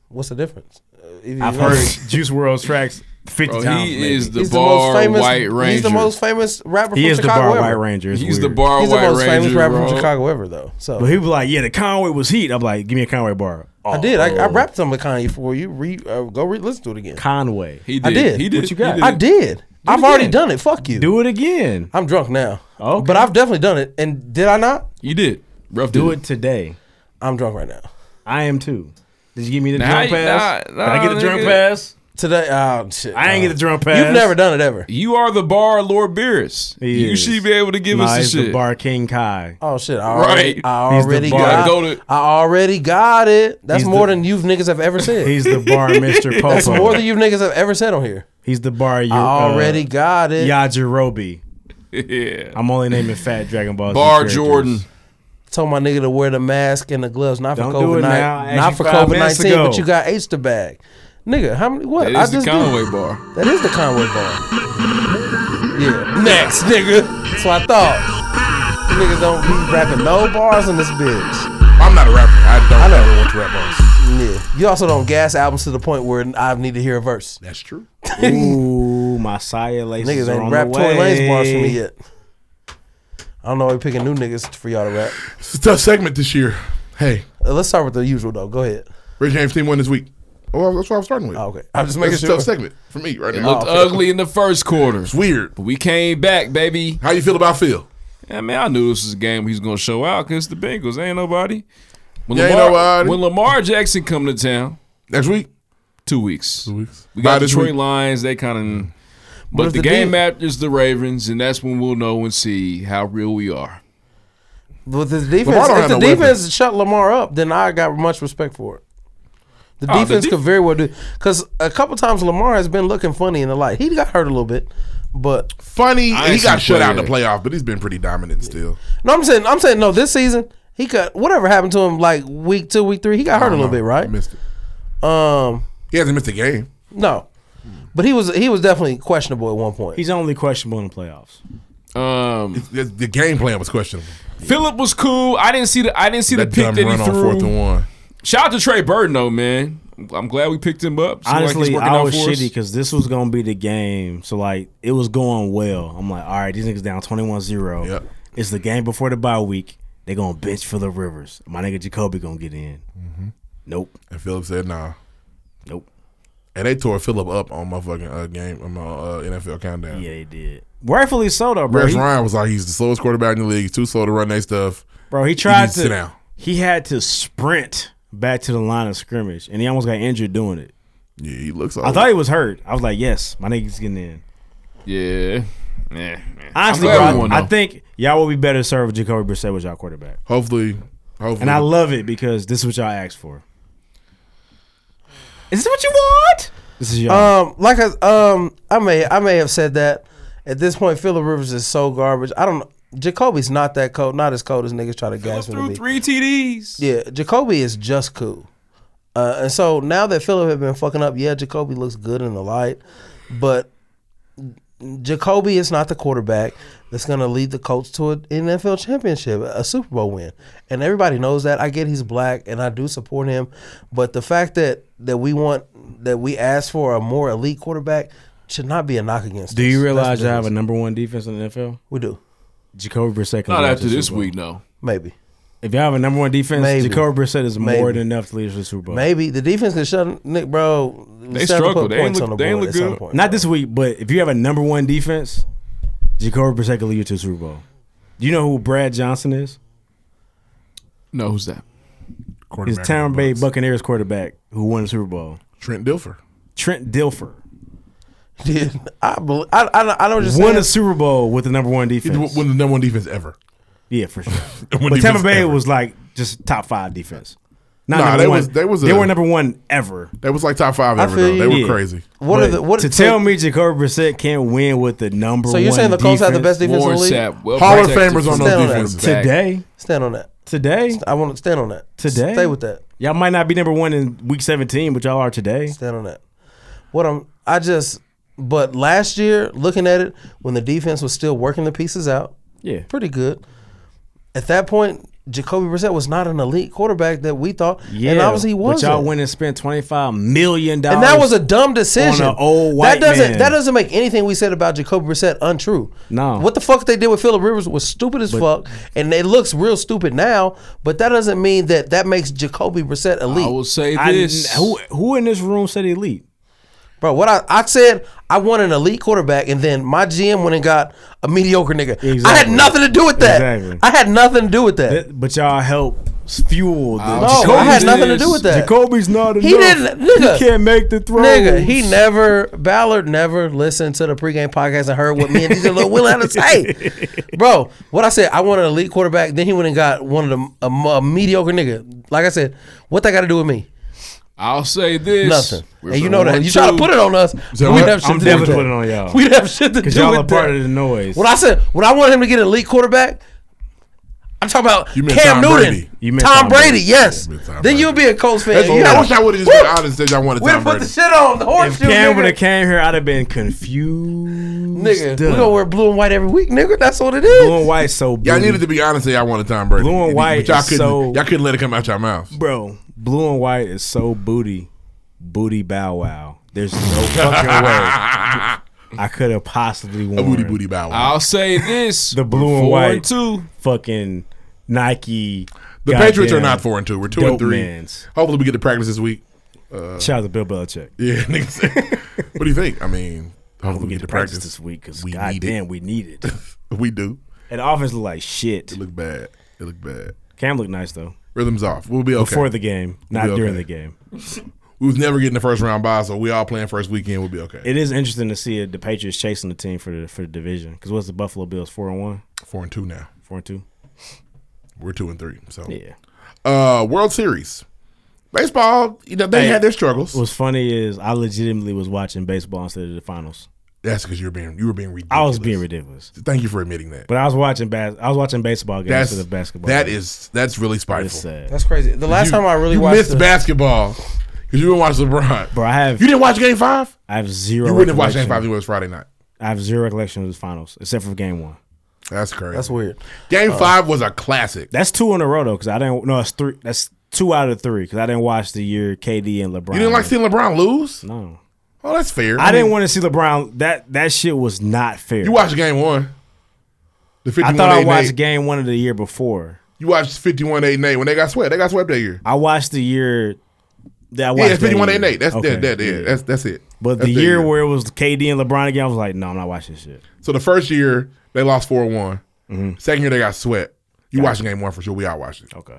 What's the difference? Uh, if you-
I've heard Juice World's tracks fifty
Bro, he
times. maybe.
is the
He's
bar
the most famous,
White Ranger.
He's the most famous rapper.
He
from
is the
Chicago
bar
ever.
White Ranger. It's
He's the
weird.
bar
He's the
White
most famous
Ranger,
rapper
bro.
from Chicago ever, though. So
But he was like, "Yeah, the Conway was heat." I'm like, "Give me a Conway bar."
I did. I,
Oh.
I rapped some of Kanye for you. Re, uh, go re- listen to it again.
Conway. He
I
did.
did.
He did.
What you
He
got?
did.
I did. I've
it
already
again.
done it. Fuck you.
Do it again.
I'm drunk now. Oh, but I've definitely done it. And did I not?
You did. Rough
Do it today.
I'm drunk right now.
I am too. Did you give me the
Nah,
drunk
you-
pass?
nah,
Did I get
nah,
the drunk
nigga.
pass?
Today, oh shit.
I ain't
nah.
get the drunk pass.
You've never done it ever.
You are the bar Lord Beerus. you should be able to give
nah,
us
he's
the shit.
the bar King Kai.
Oh shit! I
Right.
already, I
He's the
already
bar-
got.
Gotta
I already got it. That's
He's
more
the-
than you niggas have ever said.
He's the bar uh, Mr. Popo.
That's more than you uh, niggas have ever said on here.
He's the bar. Your,
I already got it.
Yajirobe.
Yeah.
I'm only naming fat Dragon Ball. Z
Bar
characters.
Jordan. Told my nigga to wear the mask and the gloves, not for
Don't do
COVID
it now. I
nineteen,
asked
not
you
for
five
COVID
minutes
nineteen,
ago.
but you got H the bag, nigga. How many? What?
That
I
is the
just
Conway
did.
bar.
That is the Conway bar. Yeah, next, nigga. That's what I thought. You niggas don't be rapping no bars in this bitch.
I'm not a rapper. I don't
uh, I know.
ever want to rap bars.
Yeah, you also don't gas albums to the point where I need to hear a verse.
That's true.
Ooh, my Saya
Niggas
laces are on
ain't rap
the way.
Tory Lanez bars for me yet. I don't know. We picking new niggas for y'all to rap.
It's a tough segment this year. Hey,
Uh, let's start with the usual though. Go ahead.
Rick James team won this week. Oh, that's what I was starting with. okay,
I'm just making
That's a
sure.
tough segment for me right
It
Oh,
now.
looked ugly in the first quarter. It's
weird.
But we came back, baby.
How you feel about Phil?
Yeah, man, I knew this was a game he's gonna show out because the Bengals ain't nobody. When
Yeah, ain't
Lamar,
nobody.
When Lamar Jackson come to town
next week,
two weeks, two
weeks.
We got
By
the
this
Detroit
week.
Lions. They kind of,
But
but,
if
the,
the
game
de-
after is the Ravens, and that's when we'll know and see how real we are.
But the
Lamar
defense,
don't
if
have
the
no weapons.
defense shut Lamar up, then I got much respect for it. The
Oh, the
defense
def-
could very well do because a couple times Lamar has been looking funny in the light. He got hurt a little bit, but
funny.
I
he
ain't
got shut
seen play
out in the
yet.
playoff, but he's been pretty dominant still.
No, I'm saying I'm saying no. This season he got whatever happened to him like week two, week three. He got hurt a
don't
little
know.
bit, right?
Missed
it. Um,
he hasn't missed a game.
No, but he was he was definitely questionable at one point.
He's only questionable in the playoffs.
Um,
the, the game plan was questionable.
Philip was cool. I didn't see the I didn't see
That
the pick
dumb
that he
run on
threw.
fourth and one.
Shout out to Trey Burton though, man. I'm glad we picked him up. Seemed like he's
Honestly,
working
I
out
was
for us.
shitty because this was gonna be the game. So like, it was going well. I'm like, all right, these niggas down 21-0. It's the game before the bye week. They gonna bench for the Rivers. My nigga Jacoby gonna get in. Nope.
And Philip said, "Nah,
nope."
And they tore Philip up on my fucking uh, game on my uh, NFL countdown.
Yeah, he did. Rightfully so though, bro.
Rex
He,
Ryan was like, he's the slowest quarterback in the league. He's too slow to run that stuff.
bro, he tried
needs
to.
sit down.
He had to sprint back to the line of scrimmage, and he almost got injured doing it.
Yeah, he looks.
I thought he was hurt. I was like, yes, my nigga's getting in.
Yeah. Yeah.
Honestly,
I'm glad we
bro,
won,
I, I
though.
think y'all will be better served with Jacoby Brissett was y'all quarterback.
Hopefully, hopefully.
And I love it because this is what y'all asked for. Is this what you want? This is
Uh,
y'all.
Um, like I um, I may I may have said that at this point. Phillip Rivers is so garbage. I don't. Jacoby's not that cold. Not as cold as niggas try to gas him to
Threw
be.
three TDs.
Yeah, Jacoby is just cool. Uh, and so now that Phillip had been fucking up, yeah, Jacoby looks good in the light, but Jacoby is not the quarterback that's going to lead the Colts to an NFL championship, a Super Bowl win. And everybody knows that. I get he's black and I do support him, but the fact that that we want that we ask for a more elite quarterback should not be a knock against.
Do
us.
you
That's
realize
the
y'all have a
difference.
number one defense in the NFL?
We do.
Jacoby Brissett. can
Not
win
after
the Super
this
Bowl.
week, no.
Maybe.
If y'all have a number one defense,
Maybe.
Jacoby Brissett is more
Maybe.
than enough to lead us to the Super Bowl.
Maybe the defense can shut Nick, bro.
They
seven
struggle.
put
They ain't
points on
look-
the
they ain't
board
look
at some
good.
point.
Not this week, but if you have a number one defense, Jacoby Brissett can lead you to the Super Bowl. Do you know who Brad Johnson is?
No, who's that?
His
Quarterback
Tampa Bay Buccaneers quarterback who won the Super Bowl.
Trent Dilfer.
Trent Dilfer
Yeah, I believe. I, I, I know what you're
won
saying.
a Super Bowl with the number one
He won
defense.
the number one defense ever.
Yeah, for sure.
Won
but Tampa
defense
Bay
ever.
was like just top five defense. Not
Nah,
number
they
one.
was- they was
they
a-
were number one ever.
They was like top five
I
ever. Though.
feel
They
you.
were
Yeah.
crazy.
What are the- what
to
are-
tell me Jacoby Brissett can't win with the number
So
one?
you're saying the Colts have the best defense in the league?
Hall of Famers on
Stand
those
that.
defenses.
today?
Stand on that.
Today?
I want to stand on that.
Today?
Stay with that.
Y'all might not be number one in week 17, but y'all are today.
Stand on that. What I'm I just But last year, looking at it, when the defense was still working the pieces out,
Yeah.
pretty good. At that point, Jacoby Brissett was not an elite quarterback that we thought,
Yeah,
and obviously he wasn't.
But y'all went and spent twenty five million dollars,
and that was a dumb decision.
on an old white
that doesn't
man.
that doesn't make anything we said about Jacoby Brissett untrue.
No.
what the fuck they did with Phillip Rivers was stupid as fuck, and it looks real stupid now. But that doesn't mean that that makes Jacoby Brissett elite. I will
say
this. who who in this room said elite?
Bro, what I, I said, I want an elite quarterback, and then my GM went and got a mediocre nigga. I had
Exactly.
nothing to do with that.
Exactly.
I had nothing to do with that.
But y'all helped fuel the.
No, I had nothing to do with that.
Jacoby's not enough.
He didn't. Nigga,
He can't make the throws.
Nigga, he never. Ballard never listened to the pregame podcast and heard what me and DJ Lil Will had to say. Bro, what I said, I want an elite quarterback. Then he went and got one of the a, a mediocre nigga. Like I said, what that got to do with me?
I'll say this.
Nothing.
We're
and you
from
know that.
one,
You try to
two.
put it on us.
So
we
what?
have shit
I'm
to do
never
with that.
putting it on y'all.
We have shit to
'Cause
do
y'all
with
are part
that.
of the noise.
When I said when I wanted him to get an elite quarterback, I'm talking about
You meant
Cam
Tom
Newton,
Brady. You meant
Tom,
Tom
Brady.
Brady.
Yes.
You meant Tom
then you'll be a Colts fan.
That's-
You
I
know-
wish I would have just
Woo!
been honest and said I wanted
We'd
Tom
have put
Brady.
the shit on the
If
horseshoe,
Cam would
nigga.
have came here, I'd have been confused.
Nigga, we gonna wear blue and white every week, nigga. That's what it is.
Blue and white, so
Y'all
booty.
needed to be honest. and Y'all wanted Tom Brady.
Blue and white
But y'all
is
couldn't.
so-
y'all couldn't let it come out your mouth.
Bro, blue and white is so booty, booty bow wow. There's no fucking way I could have possibly worn a booty
booty bow
I'll say this.
the blue and
Four
white
and two.
fucking Nike.
The Patriots are
goddamn
not four and two. We're two and
dope
three.
mans.
Hopefully, we get to practice this week. Uh,
Shout out to Bill Belichick.
yeah, niggas. what do you think? I mean, hopefully we get to practice
this week because
we need
goddamn,
it.
we need it.
We do.
And the offense look like shit. It
looked bad. It looked bad.
Cam looked nice though.
Rhythm's off. We'll be okay
Before the game,
We'll
not
be
during
okay.
the game.
We was never getting the first round bye, so we all playing first weekend. We'll be okay.
It is interesting to see the Patriots chasing the team for the for the division because what's the Buffalo Bills four and one,
four and two now,
four and two.
We're two and three. So
yeah.
Uh, World Series, baseball. You know they
Hey,
had their struggles.
What's funny is I legitimately was watching baseball instead of the finals.
That's because you're being you were being ridiculous.
I was being ridiculous,
Thank you for admitting that.
but I was watching bas- I was watching baseball games
That's
instead of basketball.
That
games.
is that's really spiteful.
That's crazy. The last
You-
time I really
you
watched
missed
the-
basketball because you didn't watch LeBron.
Bro, I have
You didn't watch Game Five.
I have zero.
You wouldn't have watched Game
recollection.
Five. if It was Friday night.
I have zero recollection of the finals except for game one.
That's crazy.
That's weird.
Game
Uh,
Five was a classic.
That's two in a row though, because I didn't. No, it's three. That's two out of three because I didn't watch the year KD and LeBron.
You didn't like seeing LeBron lose.
No.
Oh, that's fair.
I, didn't
mean,
want to see LeBron. That that shit was not fair.
You watched Game One. The
I thought I
51-8.
watched game one of the year before.
You watched 51 8 and 8 when they got swept. They got swept that year.
I watched the year that I
Yeah,
watched.
it's 51 8 and 8. That's,
Okay,
that, that, yeah,
yeah.
that's, that's it.
But
That's
the year where it was KD and LeBron again, I was like, no, I'm not watching this shit.
So the first year, they lost 4 one Second year, they got swept. You watched game one for sure. We all watched it.
Mm-hmm. Okay.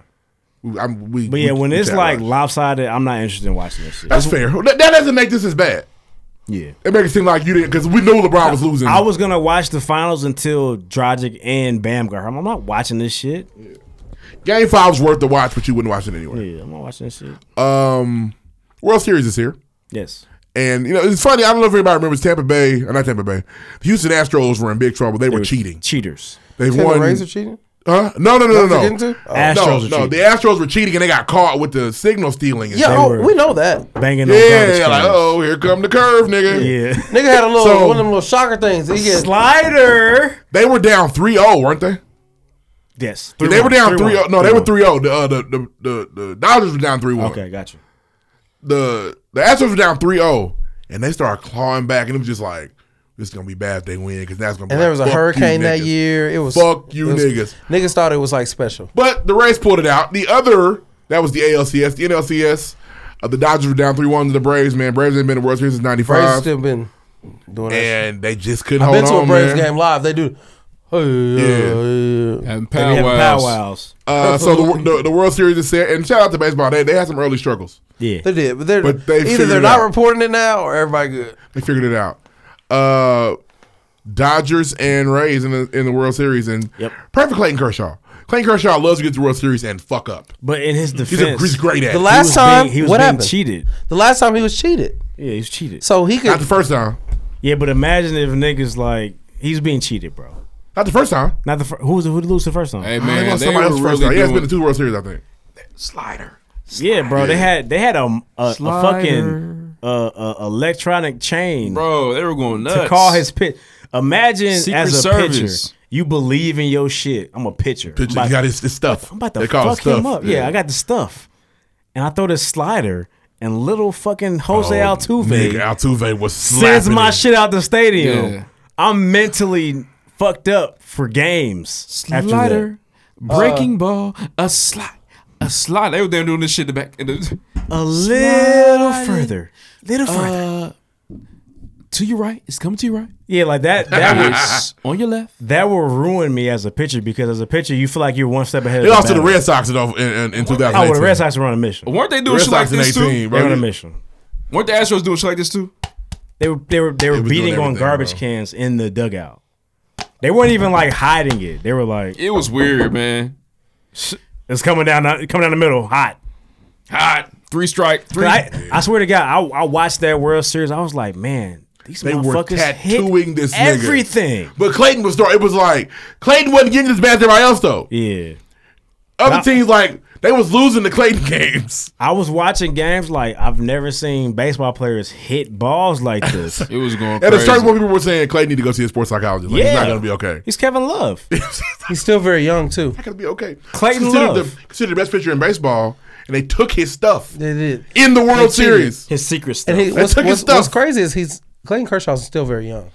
We, I'm, we,
But yeah,
we-
when
we
it's
chat
like
about
lopsided, I'm not interested in watching this
it.
shit.
That's fair. That, that doesn't make this as bad.
Yeah.
It makes it seem like you didn't, because we knew LeBron was losing.
I was gonna watch the finals until Dragic and Bam got hurt. I'm not watching this shit.
Game five was worth the watch, but you wouldn't watch it anyway.
Yeah, I'm not watching this shit.
Um, World Series is here.
Yes.
And you know it's funny. I don't know if anybody remembers Tampa Bay or not Tampa Bay. The Houston Astros were in big trouble. They, were, cheating.
Cheaters.
They
Tampa
won.
Rays are cheating?
Huh? No, no,
That's what
no, no,
you're
no.
getting to? Oh.
Astros
Astros
no,
are
no.
cheating.
The Astros were cheating and they got caught with the signal stealing. And
Yeah,
shit.
oh, we know that.
Banging
yeah, yeah, like oh, here come the curve, nigga.
Yeah,
Nigga had a little
So-
one of them little shocker things. He gets
Slider.
They were down 3-0, weren't they?
Yes.
they were down 3
3-1.
No, they were oh. 3-0. The, uh, the, the, the, the Dodgers were down 3-1.
Okay, gotcha.
The the Astros were down 3-0, and they started clawing back, and it was just like, this is going to be bad if they win, because that's going to be
And
like,
there was a
fuck you,
hurricane that
niggas.
year. It was
Fuck you
it was-
niggas.
Niggas thought it was like special.
But the Rays pulled it out. The other, that was the ALCS. The NLCS, uh, the Dodgers were down 3-1 to the Braves, man. Braves ain't been in the World Series since
Braves
95.
still been doing that.
And they just couldn't
I've
hold
been
on,
to a Braves
man.
game live. They do. uh,
Yeah.
And
They be having powwows. Uh, so the, the the World Series is set, and shout out to baseball. They they had some early struggles.
Yeah,
they did, but they're
But they
either
figured
they're
it
not
out.
reporting it now or everybody good.
They figured it out. Uh, Dodgers and Rays in the in the World Series, and perfect Clayton Kershaw. Clayton Kershaw loves to get to the World Series and fuck up.
But in his
He's a-
defense,
he's great at it.
The
He
last
was
time
being- he was
what
being
happened?
cheated.
The last time he was cheated.
Yeah, he's cheated.
So he could
Not the first time.
Yeah, but imagine if niggas like he's being cheated, bro.
Not the first time.
Not the fir- who was who lose the first time?
Hey
Man,
man, they
somebody else
were
first
really
time. Yeah, it's been
doing-
the two World Series, I think.
Slider.
Yeah, bro. They had they had a a, a fucking uh, uh, electronic chain,
bro. They were going
to
nuts.
call his pitch. Imagine
Secret
as a
Service.
pitcher, you believe in your shit. I'm a pitcher.
Pitcher,
I'm about-
you got his, his stuff.
I'm about to
They call it
fuck him
stuff.
up. Yeah. I got the stuff, and I throw this slider, and little fucking Jose
Oh,
Altuve
Nigga, Altuve was
sends
slapping
my
him.
shit out the stadium.
Yeah.
I'm mentally fucked up for games.
Slider, breaking
ball, a slide.
a slide. They were there doing this shit in the back. In the,
A little further.
little further. to your right, it's coming to your right.
Yeah, like that. That
would on your left.
That will ruin me as a pitcher because as a pitcher, you feel like you're one step ahead.
They
of
lost to the
batter.
Red Sox in, in, in 2018.
Oh, well, the Red Sox were on a mission.
Weren't they doing shit like this too?
They were on a mission.
Weren't the Astros doing shit like this too?
They were they were they were
was
beating
doing
on
everything,
garbage
bro.
cans in the dugout. They weren't even like hiding it. They were like,
It was weird, man.
"It's coming down, the- coming down the middle, hot."
Hot three strike. Three.
I, I swear to God, I, I watched that World Series. I was like, "Man, these
They were
motherfuckers
tattooing
hit
this nigga.
everything."
But Clayton was throwing. It was like Clayton wasn't getting as bad as everybody else though.
Yeah.
Other
Nah.
teams like they was losing the Clayton games.
I was watching games like I've never seen baseball players hit balls like this.
it was going
At a certain point, people were saying Clayton need to go see a sports psychologist. Like, He's not
Yeah.
gonna be okay.
He's Kevin Love.
He's still very young too.
Not gonna be okay.
Clayton
considered
Love.
the, considered the best pitcher in baseball, and they took his stuff.
They did
in the World Series.
His secret
And he,
They
what's,
took his
what's,
stuff.
what's crazy is he's Clayton Kershaw's still very young.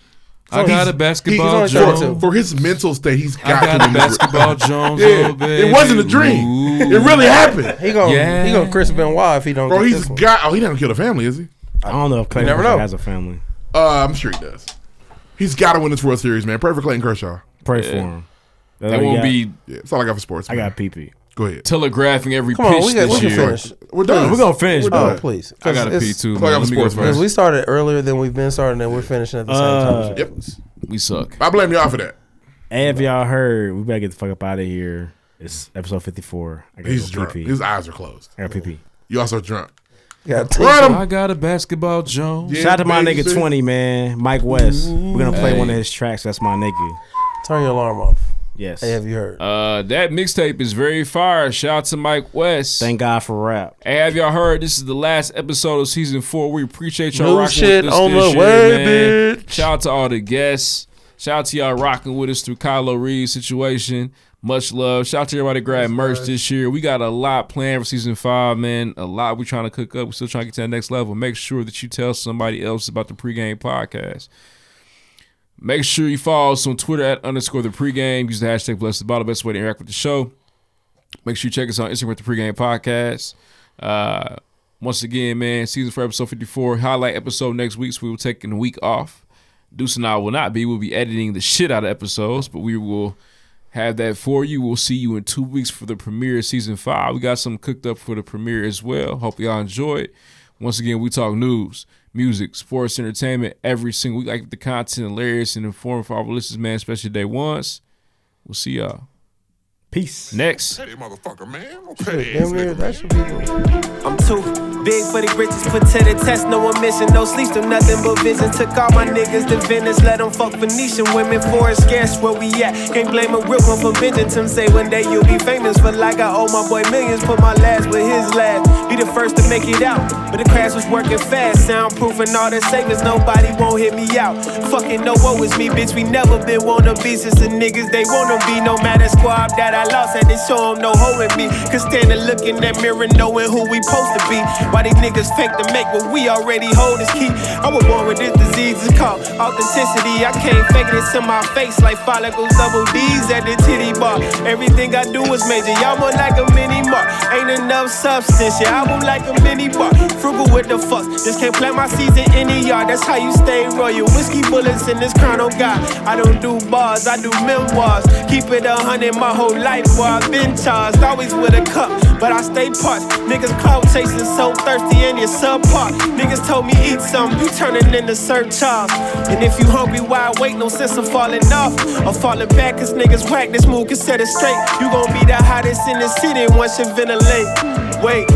I got a basketball
He's only 32.
drum.
For his mental state, he's
I
got,
got
to
a
be-
basketball Jones.
Yeah,
oh, baby.
it wasn't a dream. It really happened.
He gonna
Yeah.
he gonna Chris Benoit if he don't.
Bro,
get
he's
this one.
got. Oh, he doesn't kill a family, is he?
I don't know if Clayton
never
Kershaw
know.
has a family.
Uh, I'm sure he does. He's got to win this World Series, man. Pray for Clayton Kershaw.
Pray for him. That's
That
all you
won't
got.
be
Yeah, that's all I got for sports.
I got PP.
Go ahead.
telegraphing every
Come
pitch
on, we got
this
we can
year.
finish.
We're done.
We're gonna finish,
We're
bro.
done, Oh, please.
I got a
It's-
pee too,
it's-
man. Let me go first.
Because we started earlier than we've been starting, and we're finishing at the same
Uh,
time.
We suck.
I blame y'all for that.
Hey, if y'all heard, we better get the fuck up out of here. It's episode 54. I gotta
He's
go
drunk.
PP.
His eyes are closed.
I got PP.
You also drunk. Run 'em.
I got a basketball Jones.
Yeah,
Shout out to my
baby.
nigga 20, man. Mike West. We're gonna play
Hey.
one of his tracks. That's my nigga.
Turn your alarm off.
Yes.
Hey, have you heard?
Uh, that mixtape is very fire. Shout out to Mike West.
Thank God for rap.
Hey, have y'all heard? This is the last episode of season four. We appreciate y'all
New
rocking
shit
with us
on
this
the
year,
way,
man. Shout out to all the guests. Shout out to y'all rocking with us through Kylo Reed's situation. Much love. Shout out to everybody that grabbed merch this year. We got a lot planned for season five, man. A lot we're trying to cook up. We're still trying to get to that next level. Make sure that you tell somebody else about the pregame podcast. Make sure you follow us on Twitter at underscore the pregame. Use the hashtag bless the bottle. Best way to interact with the show. Make sure you check us out on Instagram at the pregame podcast. Uh, once again, man, season for episode 54. Highlight episode next week, so we will take a week off. Deuce and I will not be. We'll be editing the shit out of episodes, but we will have that for you. We'll see you in two weeks for the premiere of season five. We got some cooked up for the premiere as well. Hope y'all enjoy it. Once again, we talk news, music, sports, entertainment every single week. I keep the content hilarious and informative for our listeners, man, especially day ones. We'll see y'all.
Peace.
Next.
motherfucker, man.
Damn near, that should be the-
I'm too big for the riches, put to the test, no omission, no sleep, no nothing but vision. Took all my niggas to Venice, let them fuck Venetian women, forest scarce where we at. Can't blame a real one for vengeance. Him say one day you'll be famous, but like I owe my boy millions, put my last with his last. Be the first to make it out, but the crash was working fast, soundproof and all that savings, nobody won't hit me out. Fucking no woe is me, bitch, we never been wanna be since the niggas they wanna be. No matter squad that I lost, had to show 'em no hoe in me. Cause standing looking in that mirror, knowing who we supposed to be. Why these niggas fake to make what we already hold is key. I was born with this disease, it's called authenticity. I can't fake this in my face like follicles, double D's at the titty bar. Everything I do is major, y'all more like a mini mark. Ain't enough substance, yeah, I am like a mini bar. Frugal with the fucks, just can't play my season in the yard. That's how you stay royal. Whiskey bullets in this crown, oh God. I don't do bars, I do memoirs. Keep it a hundred my whole life, boy. I've been charged, always with a cup, but I stay parched. Niggas cloud chasing, so thirsty in your subpar. Niggas told me eat some, you turning into Sir Charles. And if you hungry, why wait? No sense of falling off or falling back, cause niggas whack. This move can set it straight. You gon' be the hottest in the city once you ventilate. Wait.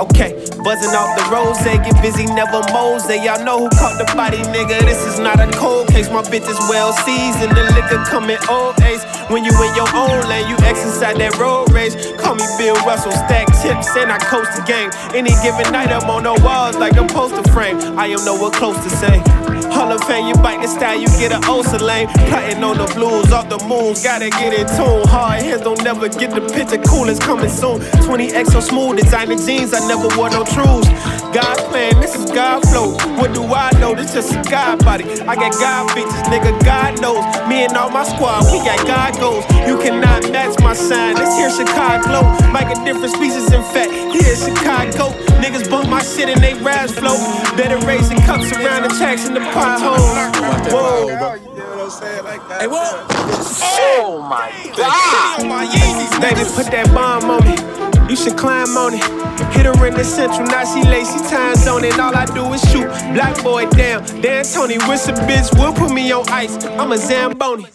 Okay,
Buzzing off the rose, they get busy, never moles. They y'all know who caught the body, nigga. This is not a cold case. My bitch is well seasoned. The liquor coming old ace. When you in your own lane, you exercise that road race. Call me Bill Russell, stack chips, and I coach the game. Any given night, I'm on the walls like a poster frame. I am nowhere close to same. Hall of Fame, you bite the style, you get an ulcer lane. Plotting on the blues, off the moon, gotta get in tune. Hard heads don't never get the picture, cool is coming soon. 20X so smooth, designer jeans, I never wore no trues. God plan, this is God flow. What do I know? This just a God body. I got God features, nigga, God knows. Me and all my squad, we got God goals. You cannot match my sign, this here Chicago. Like a different species, in fact, here is Chicago. Niggas bump my shit and they rise flow. Better raising cups around the tracks in the potholes. Whoa. Hey, whoa. Oh my god. Ah! Baby, put that bomb on me. You should climb on it. Hit her in the central, now she late, she time zone it. All I do is shoot. Black boy down. Dan Tony, wrist a bitch, will put me on ice. I'm a Zamboni.